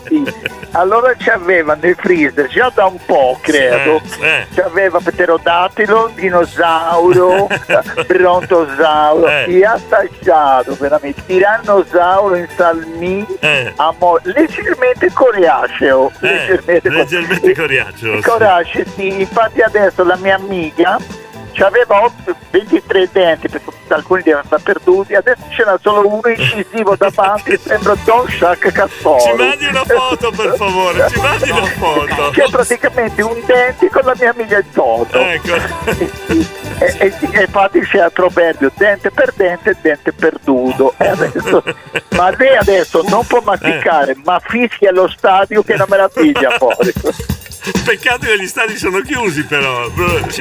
Speaker 30: Sì. Allora ci aveva nel freezer già da un po', credo.
Speaker 1: eh.
Speaker 30: Ci aveva pterodattilo, dinosauro, brontosauro,
Speaker 1: Eh.
Speaker 30: e ha assaggiato veramente tirannosauro in salmì, amo- leggermente coriaceo.
Speaker 1: Eh,
Speaker 30: leggermente
Speaker 1: leggermente coriaceo. oh, sì.
Speaker 30: Coraggio, sì, infatti adesso la mia amica aveva 23 denti, perché alcuni li aveva perduti, adesso ce n'ha solo uno incisivo davanti, sembra Don Jacques Castoro.
Speaker 1: Ci mandi una foto per favore, ci mandi una foto.
Speaker 30: Che è praticamente un dente con la mia amica in toto.
Speaker 1: Ecco.
Speaker 30: E, e sì, e infatti c'è il proverbio dente per dente, dente perduto. E adesso- ma lei adesso non può masticare,
Speaker 1: Eh.
Speaker 30: ma fischia allo stadio che è una meraviglia fuori.
Speaker 1: Peccato che gli stadi sono chiusi però.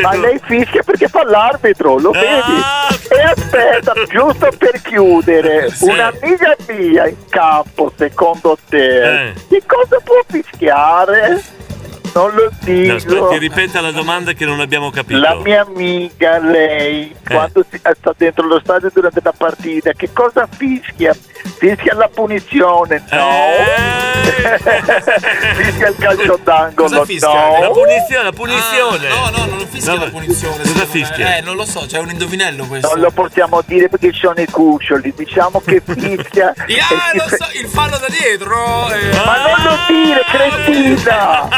Speaker 30: Ma lei fischia perché fa l'arbitro,
Speaker 1: Ah.
Speaker 30: lo vedi? E aspetta, giusto per chiudere,
Speaker 1: Sì.
Speaker 30: un'amica
Speaker 1: Eh.
Speaker 30: mia in campo, secondo te, di cosa può fischiare? non lo dico.
Speaker 1: No, aspetti, ripeta la domanda che non abbiamo capito.
Speaker 30: La mia amica, lei,
Speaker 1: Eh.
Speaker 30: quando si- sta dentro lo stadio durante la partita, che cosa fischia? Fischia la punizione, no.
Speaker 1: Eh.
Speaker 30: fischia il calcio d'angolo,
Speaker 2: Cosa fischia?
Speaker 1: La
Speaker 30: no.
Speaker 1: punizione, la punizione.
Speaker 2: Ah, no, no, non fischia la punizione. Cosa
Speaker 1: fischia?
Speaker 2: Eh, non lo so, c'è un indovinello questo.
Speaker 30: Non lo possiamo dire perché ci sono i cuccioli, diciamo che fischia. e
Speaker 2: Ah,
Speaker 30: si
Speaker 2: lo
Speaker 30: fe-
Speaker 2: so, il fallo da dietro. eh.
Speaker 30: Ma non lo dire, cretina!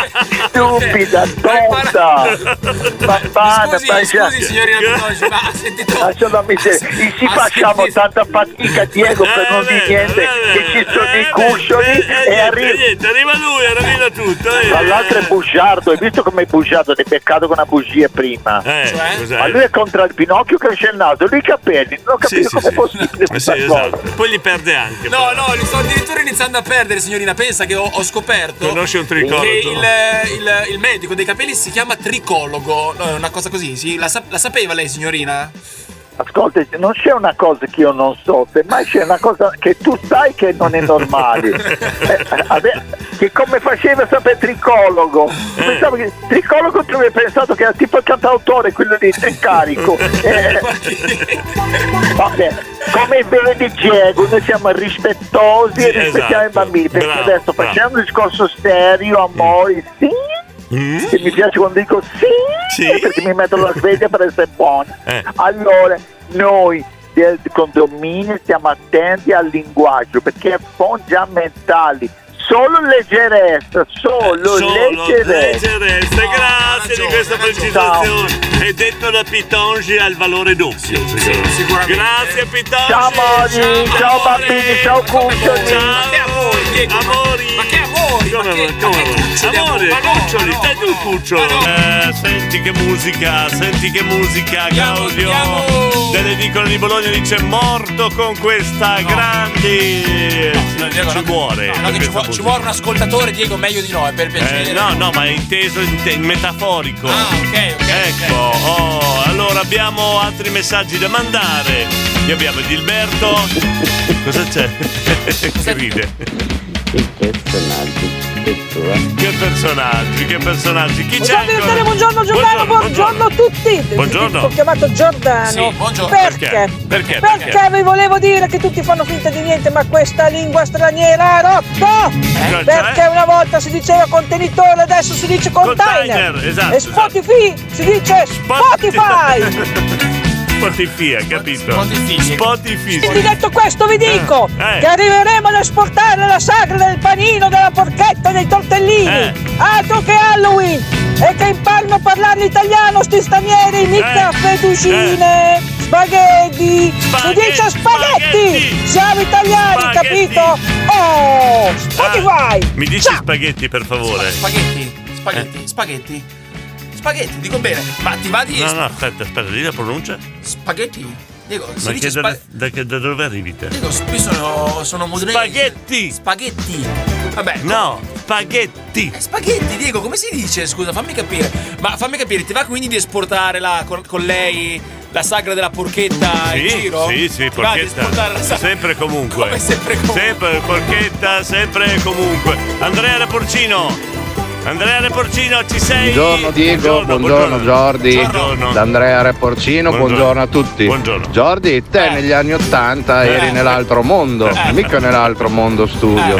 Speaker 30: Stupida, tonta! Babbana,
Speaker 2: Scusi, scusi signorina Pidoci, ma ha sentito...
Speaker 30: Lasciami se e ci facciamo tanta fatica Diego
Speaker 1: Eh,
Speaker 30: per non dire niente che ci sono i cuscioli e arriva
Speaker 1: Niente, arriva lui, rovina tutto. eh.
Speaker 30: Dall'altro è bugiardo, hai visto come è bugiardo? Ti è beccato con una bugia prima.
Speaker 1: Eh,
Speaker 30: Cioè?
Speaker 1: cos'è?
Speaker 30: Ma lui è contro il Pinocchio cresce il naso, lui i capelli, non ho capito
Speaker 1: Sì, sì,
Speaker 30: come è
Speaker 1: sì.
Speaker 30: possibile
Speaker 1: Sì,
Speaker 30: questa cosa.
Speaker 1: esatto. Poi li perde anche.
Speaker 2: No, no, li sto addirittura iniziando a perdere, signorina. Pensa che ho, ho scoperto
Speaker 1: Conosci un
Speaker 2: che
Speaker 1: tricologo?
Speaker 2: il, il- il medico dei capelli si chiama tricologo. No, è una cosa così, sì? La, sa- la sapeva lei, signorina?
Speaker 30: Ascolta, non c'è una cosa che io non so, semmai c'è una cosa che tu sai che non è normale. Eh, ade- che come faceva a sapere tricologo? Pensavo che tricologo tu avevi pensato che era tipo il cantautore, quello lì, tricarico. Eh, vabbè, come il bene di Diego, eh, noi siamo rispettosi
Speaker 1: Sì,
Speaker 30: e rispettiamo
Speaker 1: esatto.
Speaker 30: i bambini, perché
Speaker 1: Bravo,
Speaker 30: adesso
Speaker 1: bravo. Mm.
Speaker 30: facciamo un discorso serio, amore, sì. Che mi piace quando dico sì, perché mi metto la sveglia per essere buona.
Speaker 1: Eh.
Speaker 30: Allora, noi del condominio stiamo attenti al linguaggio perché è fondamentale. Solo leggerezza, solo,
Speaker 1: Eh, Solo
Speaker 30: leggerezza.
Speaker 1: leggerezza,
Speaker 30: Ah,
Speaker 1: grazie di questa precisazione. È detto da Pitongi al valore doppio. sicuramente. Grazie Pitongi.
Speaker 30: Ciao Mori, ciao bambini, ciao cuccioli.
Speaker 1: Amori! Ma che amori! Come, come? Amore, cuccioli, dai tu il cucciolo! Eh, senti che musica, senti che musica, Claudio! Dell'edicola di Bologna dice morto con questa grande... ci muore!
Speaker 2: No, che ci, vuo- ci vuole un ascoltatore, Diego, meglio di noi, per piacere.
Speaker 1: Eh, no, no, ma è inteso in, te- in metaforico. Ah, ok, ok. Ecco, oh, allora abbiamo altri messaggi da mandare. Qui abbiamo Gilberto. Cosa c'è? che ride.
Speaker 35: Che personaggi, che tua.
Speaker 1: Che personaggi, che personaggi. Chi c'è
Speaker 23: Buongiorno
Speaker 1: ancora?
Speaker 23: Italia, buongiorno Giordano, buongiorno, a tutti.
Speaker 1: Buongiorno.
Speaker 23: Ho chiamato Giordano.
Speaker 1: Sì, buongiorno.
Speaker 23: Perché?
Speaker 1: Perché? Perché?
Speaker 23: Perché vi volevo dire che tutti fanno finta di niente, ma questa lingua straniera è rotta!
Speaker 1: Cioè?
Speaker 23: Perché una volta si diceva contenitore, adesso si dice container.
Speaker 1: Container, esatto,
Speaker 23: e Spotify si dice Spotify.
Speaker 1: Spotify, capito? Spotify.
Speaker 23: Quindi detto questo vi dico
Speaker 1: Eh, eh.
Speaker 23: che arriveremo ad esportare la sagra del panino, della porchetta, dei tortellini,
Speaker 1: Eh.
Speaker 23: altro che Halloween e che imparino a parlare l'italiano sti stranieri, mica fettuccine, spaghetti, si dice spaghetti, siamo italiani, capito? Oh, Spotify!
Speaker 1: Ah. Mi dici spaghetti per favore? Eh.
Speaker 2: Spaghetti, spaghetti, spaghetti. Spaghetti, dico bene. Ma ti va di
Speaker 1: No, no, aspetta, aspetta, lì la pronuncia.
Speaker 2: spaghetti? Diego, si
Speaker 1: Ma
Speaker 2: dice
Speaker 1: che
Speaker 2: spaghetti.
Speaker 1: da, da che- da dove arrivi te?
Speaker 2: Diego, s- io sono, sono modenese.
Speaker 1: Spaghetti!
Speaker 2: Spaghetti! Vabbè. Eh,
Speaker 1: No, spaghetti!
Speaker 2: spaghetti, Diego, come si dice? Scusa, fammi capire. Ma fammi capire, ti va quindi di esportare la- con, con lei la sagra della porchetta in
Speaker 1: Sì,
Speaker 2: giro?
Speaker 1: sì, sì,
Speaker 2: Ti va di esportare
Speaker 1: porchetta.
Speaker 2: la sagra?
Speaker 1: Sempre e comunque. sempre comunque. Sempre porchetta, sempre e comunque. Andrea Reporcino. Andrea Reporcino, ci sei?
Speaker 13: Buongiorno Diego, buongiorno, Giordi, da Andrea Re Porcino, buongiorno a tutti. Buongiorno. Giordi, te negli anni Ottanta eri nell'altro mondo, mica nell'altro mondo studio.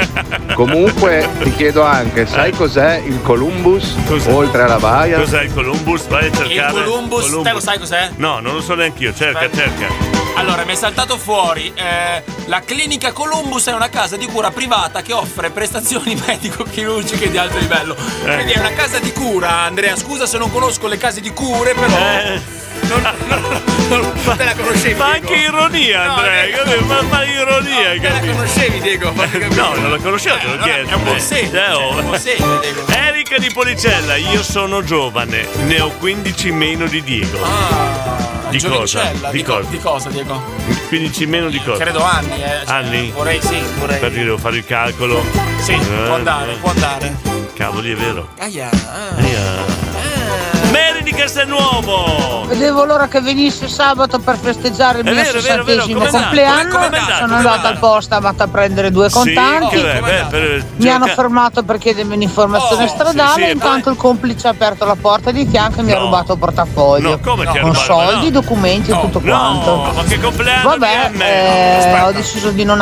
Speaker 13: Comunque ti chiedo anche, sai cos'è il Columbus oltre alla baia?
Speaker 1: Cos'è il Columbus? Vai a cercare.
Speaker 2: Il Columbus, te lo sai cos'è?
Speaker 1: No, non lo so neanche io. Cerca, cerca.
Speaker 2: Allora, mi è saltato fuori. eh, la clinica Columbus è una casa di cura privata che offre prestazioni medico-chirurgiche di alto livello.
Speaker 1: Eh.
Speaker 2: Quindi è una casa di cura, Andrea. Scusa se non conosco le case di cure, però.
Speaker 1: Eh.
Speaker 2: Non, non- non- te la conoscevi. Ma anche
Speaker 1: ironia, Andrea. Eh, ma, ironia, Eh,
Speaker 2: Te Ecco. la conoscevi, Diego. Eh,
Speaker 1: No, non lo conoscevo, te l'ho chiesto. È un buon
Speaker 2: cioè,
Speaker 1: oh. Erika di Policella, io sono giovane, ne ho 15 meno di Diego. di cosa?
Speaker 2: Giovinicella,
Speaker 1: Di
Speaker 2: Ah, di, co-
Speaker 1: cosa?
Speaker 2: di cosa, Diego?
Speaker 1: 15 meno di cosa?
Speaker 2: Credo anni, eh. Cioè,
Speaker 1: Anni?
Speaker 2: Vorrei, sì, vorrei.
Speaker 1: Infatti devo fare il calcolo. Eh,
Speaker 2: Sì, può andare, Ah. può andare.
Speaker 1: Cavoli, è vero.
Speaker 2: Aia. Eh.
Speaker 1: Aia. Eh. Mary di Castelnuovo!
Speaker 24: Vedevo l'ora che venisse sabato per festeggiare il
Speaker 1: È
Speaker 24: mio
Speaker 1: vero, è vero, è vero.
Speaker 24: sessantesimo
Speaker 1: Com'è andato?
Speaker 24: compleanno.
Speaker 1: Com'è andato?
Speaker 24: Sono
Speaker 1: Com'è
Speaker 24: andata
Speaker 1: andato?
Speaker 24: al posta, vado a prendere due contanti.
Speaker 1: Sì, che- beh, per-
Speaker 24: Mi hanno
Speaker 1: gioca-
Speaker 24: fermato per chiedermi un'informazione
Speaker 1: Oh, sì,
Speaker 24: stradale.
Speaker 1: sì, e
Speaker 24: intanto il complice ha aperto la porta di fianco e mi ha
Speaker 1: No.
Speaker 24: rubato il portafoglio.
Speaker 1: No, come ti ha
Speaker 24: Con
Speaker 1: rubato?
Speaker 24: soldi,
Speaker 1: No.
Speaker 24: documenti e tutto quanto.
Speaker 1: No, ma che compleanno
Speaker 24: Vabbè,
Speaker 1: di M!
Speaker 24: eh, ho deciso di non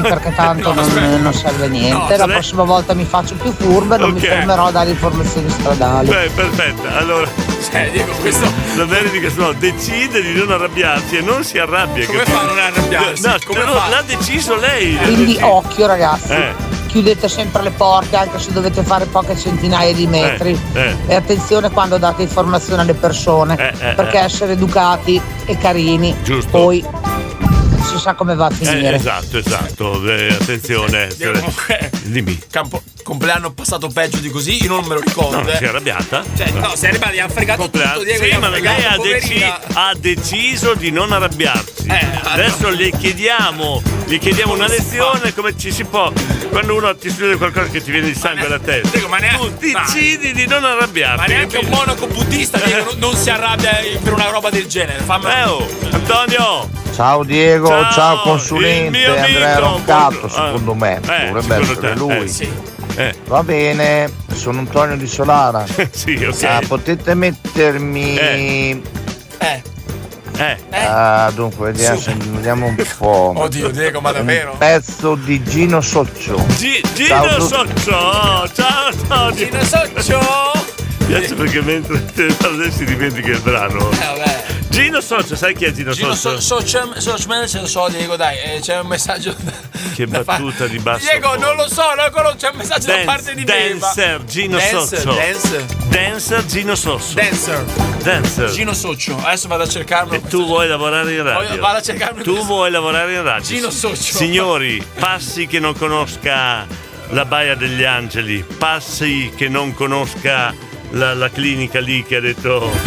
Speaker 24: perché tanto non, non serve niente. La
Speaker 1: adesso-
Speaker 24: prossima volta mi faccio più furba e non mi
Speaker 1: Ok.
Speaker 24: fermerò a dare informazioni stradali.
Speaker 1: Beh, perfetta. Allora,
Speaker 2: Cioè,
Speaker 1: la Vere di Castelnuovo decide di non arrabbiarsi e non si arrabbia. Come fa a non arrabbiarsi? No, però l'ha deciso lei. l'ha
Speaker 24: Quindi
Speaker 1: deciso.
Speaker 24: occhio ragazzi,
Speaker 1: Eh.
Speaker 24: chiudete sempre le porte anche se dovete fare poche centinaia di metri.
Speaker 1: eh.
Speaker 24: E attenzione quando date informazioni alle persone,
Speaker 1: eh,
Speaker 24: perché
Speaker 1: eh.
Speaker 24: essere educati e carini,
Speaker 1: Giusto.
Speaker 24: poi si sa come va a finire.
Speaker 1: Eh, esatto, esatto. Eh, attenzione. Dimmi.
Speaker 2: Campo, compleanno passato peggio di così, io non me lo ricordo.
Speaker 1: No,
Speaker 2: eh.
Speaker 1: si è arrabbiata?
Speaker 2: Cioè, no, si è arrivati, hanno fregato tutto, Diego. gli
Speaker 1: Sì,
Speaker 2: hanno
Speaker 1: ma lei
Speaker 2: fregato,
Speaker 1: ha, deci-
Speaker 2: poverina. Eh, ah,
Speaker 1: ha deciso di non arrabbiarsi. Adesso le chiediamo, gli chiediamo una lezione come ci si può. Quando uno ti succede qualcosa che ti viene il sangue alla testa. tu decidi di non arrabbiarti.
Speaker 2: Ma neanche un monaco buddista Diego, non- non si arrabbia per una roba del genere. Fammi...
Speaker 1: Eh, oh, Antonio!
Speaker 25: Ciao Diego, ciao,
Speaker 1: il
Speaker 25: consulente
Speaker 1: mio
Speaker 25: Andrea
Speaker 1: amico,
Speaker 25: Roncato,
Speaker 1: buongiorno.
Speaker 25: secondo me, dovrebbe
Speaker 1: Eh, secondo
Speaker 25: essere
Speaker 1: te,
Speaker 25: lui.
Speaker 1: eh, sì.
Speaker 25: Va bene, sono Antonio di Solara. Ah, potete mettermi... Eh.
Speaker 1: Eh.
Speaker 25: Ah, dunque, vediamo,
Speaker 2: Su.
Speaker 25: vediamo un po'.
Speaker 2: Oddio, Diego, ma davvero?
Speaker 25: Un pezzo di Gino Soccio.
Speaker 1: Gi-
Speaker 25: Ciao a
Speaker 1: Gino
Speaker 25: tutti.
Speaker 1: Soccio! Ciao Antonio! Gino Soccio! Piace perché mentre te parli si dimentica il brano. Gino Soccio, sai chi è Gino,
Speaker 2: Eh, Gino
Speaker 1: Soccio?
Speaker 2: so, so, so, so, so, so, Diego, dai, eh, c'è un messaggio.
Speaker 1: che battuta di basso.
Speaker 2: Diego, non lo so, non lo- c'è un messaggio
Speaker 1: Dance-
Speaker 2: da parte di Beba.
Speaker 1: Dancer, Gino
Speaker 2: Dancer,
Speaker 1: Soccio.
Speaker 2: Dancer.
Speaker 1: Dancer, Gino Soccio.
Speaker 2: Dancer.
Speaker 1: Dancer.
Speaker 2: Gino Soccio. Adesso vado a cercarlo.
Speaker 1: E tu vuoi lavorare in radio?
Speaker 2: Voglio- vado a cercarmi
Speaker 1: Tu
Speaker 2: questo.
Speaker 1: vuoi lavorare in radio?
Speaker 2: Gino Soccio.
Speaker 1: Signori, passi che non conosca la Baia degli Angeli, passi che non conosca la, la clinica lì che ha detto...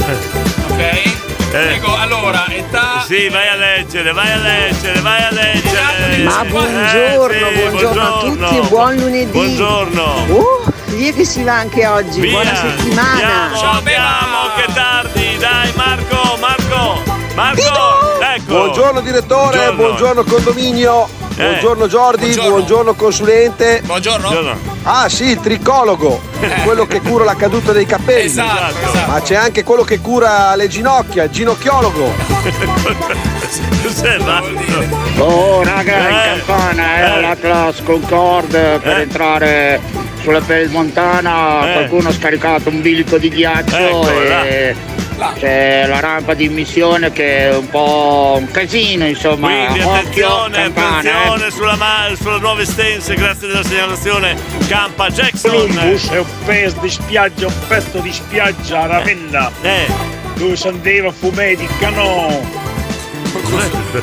Speaker 1: eh,
Speaker 2: Ok? Diego, allora, età.
Speaker 1: Sì, vai a leggere, vai a leggere, vai a
Speaker 2: Esatto,
Speaker 1: leggere.
Speaker 26: Ma buongiorno,
Speaker 1: Eh, sì,
Speaker 26: buongiorno a tutti e buon lunedì.
Speaker 1: Buongiorno.
Speaker 26: Uh, via che si va anche oggi,
Speaker 1: Via.
Speaker 26: buona settimana.
Speaker 1: Andiamo, andiamo, che tardi. Dai, Marco, Marco, Marco. Ecco.
Speaker 27: Buongiorno direttore, buongiorno, condominio,
Speaker 1: Eh.
Speaker 27: buongiorno Jordi, buongiorno, consulente.
Speaker 2: Buongiorno.
Speaker 27: Ah sì, il tricologo, quello che cura la caduta dei capelli.
Speaker 2: Esatto,
Speaker 27: Ma c'è anche quello che cura le ginocchia, il ginocchiologo.
Speaker 1: Cos'è Marco?
Speaker 8: Oh raga, in
Speaker 1: Eh.
Speaker 8: campana è l'Atlas Concorde per entrare sulla Pedemontana,
Speaker 26: Eh.
Speaker 8: qualcuno ha scaricato un bilico di ghiaccio
Speaker 1: Ecco,
Speaker 26: Eccola.
Speaker 8: e c'è la rampa di missione che è un po' un casino insomma.
Speaker 1: Quindi
Speaker 8: Occhio,
Speaker 1: attenzione,
Speaker 8: campana. eh.
Speaker 1: attenzione sulla, ma- sulla nuova estense, grazie della segnalazione. Campa Jackson.
Speaker 12: Columbus è un pezzo di spiaggia, un pezzo di spiaggia a
Speaker 1: Eh.
Speaker 12: Ravenna. Dove si andava a fumare di canò.
Speaker 1: Cos'è, che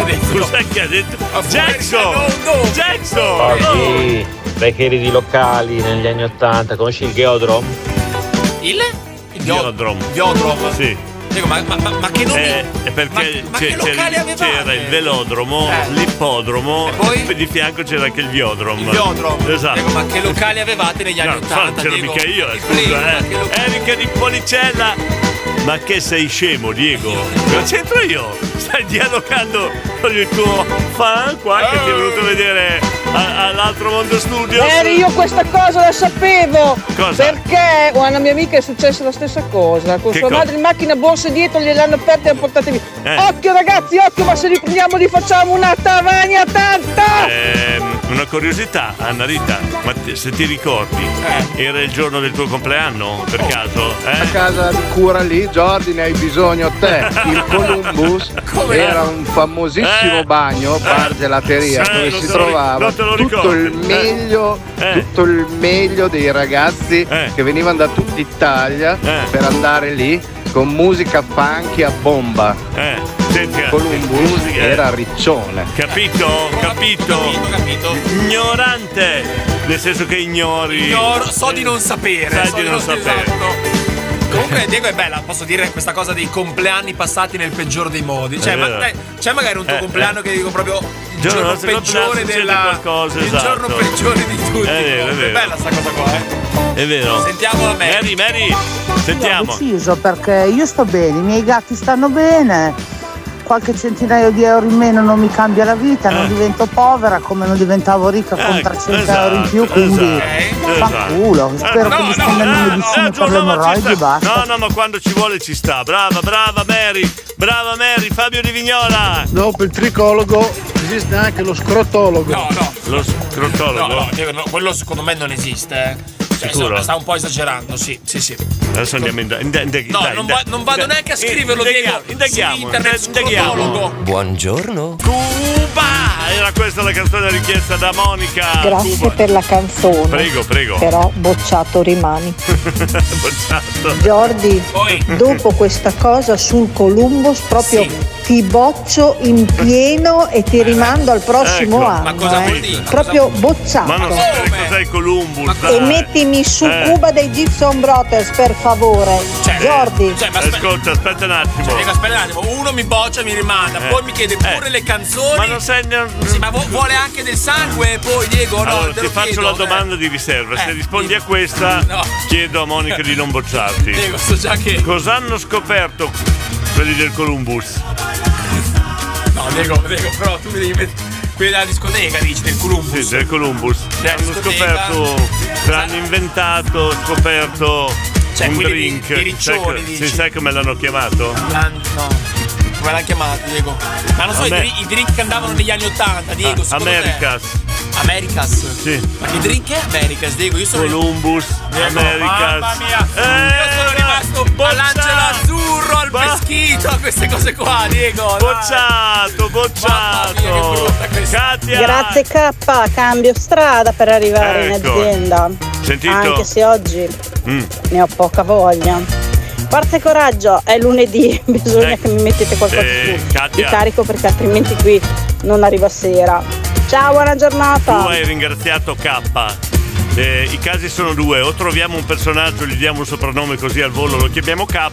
Speaker 1: ha detto? Cos'è che ha detto?
Speaker 2: Ah,
Speaker 1: Jackson! Jackson!
Speaker 8: Oh,
Speaker 27: Oggi, vecchieri di locali negli anni 80, conosci il Geodrom?
Speaker 2: Il? Il
Speaker 1: Diodrom.
Speaker 2: Diodrom?
Speaker 1: Sì.
Speaker 2: Diego, ma, ma- ma- ma che nomi-
Speaker 1: Eh, è perché
Speaker 2: ma
Speaker 1: c'è-
Speaker 2: che
Speaker 1: c'era,
Speaker 2: locale avevate?
Speaker 1: c'era il velodromo,
Speaker 2: Eh.
Speaker 1: l'ippodromo e di fianco c'era anche il viodrom.
Speaker 2: Il Diodrom.
Speaker 1: Esatto.
Speaker 2: Diego, ma che locali avevate negli anni
Speaker 1: No, non
Speaker 2: 80?
Speaker 1: c'ero
Speaker 2: Diego?
Speaker 1: mica io,
Speaker 2: Ti
Speaker 1: scusa, eh. Erika di Policella. Ma che sei scemo, Diego? Lo c'entro io. Stai dialogando con il tuo fan qua che
Speaker 2: Eh.
Speaker 1: ti è venuto a vedere a- all'altro mondo studio.
Speaker 24: Eri io questa cosa la sapevo!
Speaker 1: Cosa?
Speaker 24: Perché a una mia amica è successa la stessa cosa. Con
Speaker 1: Che
Speaker 24: sua
Speaker 1: cosa?
Speaker 24: madre in macchina borse dietro gliel'hanno aperta e l'hanno portate via.
Speaker 1: Eh.
Speaker 24: Occhio ragazzi, occhio, ma se li prendiamo li facciamo una tavagna tanta!
Speaker 1: Ehm, una curiosità, Anna Rita, ma ti- se ti ricordi, era il giorno del tuo compleanno per
Speaker 2: Oh.
Speaker 1: caso? Eh?
Speaker 13: La casa di cura lì, Jordi, ne hai bisogno te. Il Columbus era un famosissimo bagno, bar gelateria,
Speaker 1: Eh,
Speaker 13: dove
Speaker 1: non
Speaker 13: si
Speaker 1: te Eh. lo ri-
Speaker 13: trovava
Speaker 1: non te lo Eh.
Speaker 13: tutto
Speaker 1: ricordi.
Speaker 13: il meglio, tutto il meglio dei ragazzi
Speaker 1: Eh.
Speaker 13: che venivano da tutta Italia per andare lì con musica funky a bomba.
Speaker 1: Eh, senti, eh,
Speaker 13: Columbus
Speaker 1: musica, eh.
Speaker 13: era riccione.
Speaker 1: Capito? Capito? Ignorante! Nel senso che ignori.
Speaker 2: Ignoro, so Certo di non sapere.
Speaker 1: Sai
Speaker 2: so
Speaker 1: Certo di non sapere.
Speaker 2: esatto. Comunque Diego è bella, posso dire questa cosa dei compleanni passati nel peggior dei modi. Cioè,
Speaker 1: È
Speaker 2: ma-
Speaker 1: vero.
Speaker 2: dai, c'è magari un tuo
Speaker 1: Eh,
Speaker 2: compleanno
Speaker 1: eh.
Speaker 2: che dico proprio il
Speaker 1: Giorno
Speaker 2: giorno,
Speaker 1: del nostro compleanno
Speaker 2: peggiore
Speaker 1: succede
Speaker 2: della
Speaker 1: qualcosa,
Speaker 2: il
Speaker 1: esatto.
Speaker 2: giorno peggiore di tutti.
Speaker 1: È vero, è
Speaker 2: proprio.
Speaker 1: vero.
Speaker 2: bella sta cosa qua, eh.
Speaker 1: È vero.
Speaker 2: Sentiamo la
Speaker 1: Mary. Mary,
Speaker 24: Ho
Speaker 1: sentiamo.
Speaker 24: deciso perché io sto bene, i miei gatti stanno bene, qualche centinaio di euro in meno non mi cambia la vita, non divento povera come non diventavo ricca con 300 euro in
Speaker 1: Ah,
Speaker 24: più,
Speaker 1: esatto.
Speaker 24: quindi
Speaker 8: Eh,
Speaker 24: fa culo, spero che mi stiano dando medicine per le emorroidi e
Speaker 1: No,
Speaker 24: basta.
Speaker 1: no, ma quando ci vuole ci sta. Brava, brava Mary. Brava Mary, Fabio Di Vignola.
Speaker 19: Dopo il tricologo esiste anche lo scrotologo.
Speaker 2: No, no.
Speaker 1: Lo scrotologo.
Speaker 2: No, no, eh, no, quello secondo me non esiste. eh. Cioè,
Speaker 1: Sicuro?
Speaker 2: sta- sta un po' esagerando, sì, sì, sì.
Speaker 1: Adesso andiamo in. in, in, in
Speaker 2: No, non, va- non vado neanche a scriverlo, Diego. Sì, internet scrotologo.
Speaker 1: Buongiorno. Cuba! Era questa la canzone richiesta da Monica.
Speaker 14: Grazie
Speaker 1: Cuba.
Speaker 14: per la canzone.
Speaker 1: Ah, Prego, prego.
Speaker 14: Però bocciato rimani.
Speaker 1: Bocciato.
Speaker 14: Jordi, dopo questa cosa sul Columbus, proprio ti boccio in pieno e ti rimando al prossimo
Speaker 1: Eh, Ecco,
Speaker 14: anno.
Speaker 1: ma cosa
Speaker 14: eh.
Speaker 1: vuol dire?
Speaker 14: Proprio bocciato.
Speaker 1: Ma non so che cos'è il Columbus.
Speaker 14: E
Speaker 1: dai.
Speaker 14: mettimi su
Speaker 1: Eh. Cioè,
Speaker 14: Cuba dei Gibson Brothers, per favore. Jordi.
Speaker 2: Cioè,
Speaker 1: Ascolta, aspetta un attimo.
Speaker 2: Diego, aspetta un attimo, uno mi boccia e mi rimanda,
Speaker 1: Eh.
Speaker 2: poi mi chiede pure le canzoni. Ma non
Speaker 1: sei.
Speaker 2: Sì, ma vu- vuole anche del sangue, poi Diego, no?
Speaker 1: allora,
Speaker 2: te
Speaker 1: ti
Speaker 2: lo
Speaker 1: faccio
Speaker 2: chiedo,
Speaker 1: la
Speaker 2: eh.
Speaker 1: domanda di riserva. Se
Speaker 2: Eh,
Speaker 1: rispondi a questa,
Speaker 2: No.
Speaker 1: chiedo a Monica di non bocciarti.
Speaker 2: Diego, so già che.
Speaker 1: Cosa hanno scoperto quelli del Columbus?
Speaker 2: No, Diego, Diego, però tu mi devi mettere. Quelli della discoteca, dici, del Columbus.
Speaker 1: Sì, del Columbus. Hanno
Speaker 2: discoteca. esatto.
Speaker 1: scoperto, l'hanno inventato, scoperto
Speaker 2: Cioè,
Speaker 1: un
Speaker 2: quelli
Speaker 1: drink.
Speaker 2: dei- dei
Speaker 1: sai,
Speaker 2: riccioli,
Speaker 1: co-
Speaker 2: dici?
Speaker 1: sì, sai come l'hanno chiamato?
Speaker 2: Lan- No, come l'ha chiamato, Diego? Ma non so,
Speaker 1: A
Speaker 2: i,
Speaker 1: me-
Speaker 2: dri- i drink che andavano negli anni Ottanta, Diego,
Speaker 1: Ah,
Speaker 2: secondo te?
Speaker 1: Americas.
Speaker 2: Americas?
Speaker 1: Sì.
Speaker 2: Ma che drink è Americas, Diego? Io sono
Speaker 1: Columbus,
Speaker 8: Eh,
Speaker 2: Diego,
Speaker 1: Americas.
Speaker 2: Mamma mia! Io sono rimasto all'angelo azzurro, al peschito, a queste cose qua, Diego!
Speaker 1: Bocciato, bocciato! Mamma mia, che brutta
Speaker 2: questa!
Speaker 14: Grazie K, cambio strada per arrivare
Speaker 1: Ecco.
Speaker 14: in azienda.
Speaker 1: Sentito?
Speaker 14: Anche se oggi
Speaker 1: Mm.
Speaker 14: ne ho poca voglia. Forza e coraggio, è lunedì, bisogna
Speaker 1: Ecco.
Speaker 14: che mi mettete qualcosa
Speaker 1: Eh,
Speaker 14: su di
Speaker 1: Katia.
Speaker 14: carico perché altrimenti qui non arriva sera. Ciao, buona
Speaker 1: Tu
Speaker 14: giornata.
Speaker 1: hai ringraziato K. Eh, I casi sono due, o troviamo un personaggio, gli diamo un soprannome così al volo, lo chiamiamo K,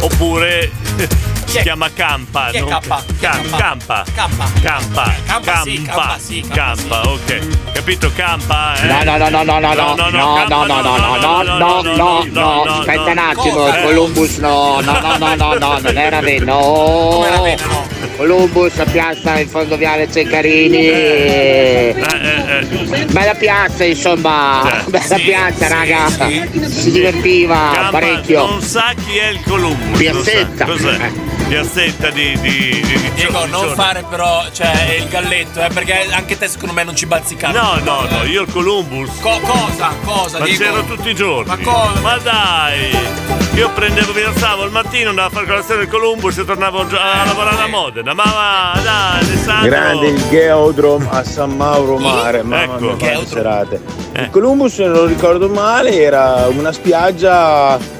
Speaker 1: oppure si chiama Campa.
Speaker 2: Chi è
Speaker 1: non-
Speaker 2: K?
Speaker 1: Cam- Campa.
Speaker 2: Campa.
Speaker 1: Campa.
Speaker 2: Campa, sì, Campa, sì, Campa,
Speaker 1: Campa, ok. Capito? Campa, eh?
Speaker 8: No, no, no, no, no, no, no, no, no, no, no, no, no, no, no, no, aspetta un attimo, Columbus no, no, no, no, no, no, non era vero, no. Columbus, la piazza in fondo viale
Speaker 1: Eh.
Speaker 8: Ceccarini. Bella piazza, insomma, bella piazza, raga. Si divertiva
Speaker 1: Campa
Speaker 8: parecchio.
Speaker 1: non sa chi è il Columbus.
Speaker 8: Piazzetta. Eh.
Speaker 1: non sa. Cos'è? Piazzetta di... di, di, di
Speaker 2: Diego,
Speaker 1: di-
Speaker 2: non fare però, cioè, il galletto, eh, perché anche te secondo me non ci bazzicavo.
Speaker 1: No, no, no, io il Columbus.
Speaker 2: Co- cosa, cosa,
Speaker 1: Ma
Speaker 2: Diego?
Speaker 1: c'ero tutti i giorni.
Speaker 2: Ma cosa?
Speaker 1: Ma dai! Io prendevo, mi alzavo al mattino, andavo a fare colazione al Columbus e tornavo gi- a lavorare a Modena. Ma va, dai, Alessandro!
Speaker 3: Grande il Geodrom a San Mauro Mare,
Speaker 1: ecco,
Speaker 3: mamma mia, quante serate.
Speaker 1: Eh.
Speaker 3: Il Columbus, se non ricordo male, era una spiaggia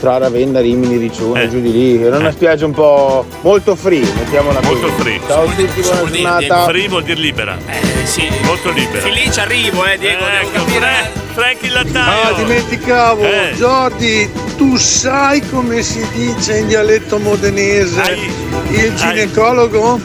Speaker 3: tra Ravenna, Rimini, Riccione,
Speaker 1: Eh.
Speaker 3: giù di lì. Era una spiaggia un po' molto free, mettiamola così.
Speaker 1: Molto free.
Speaker 3: Ciao a tutti, buona giornata.
Speaker 1: Free vuol dire libera.
Speaker 2: Eh, sì.
Speaker 1: Molto libera. Ecco,
Speaker 2: Sì, lì ci arrivo, eh, Diego, devo capire. eh.
Speaker 1: Frank il
Speaker 19: Ah, dimenticavo,
Speaker 1: Eh.
Speaker 19: Jordi, tu sai come si dice in dialetto modenese il ginecologo?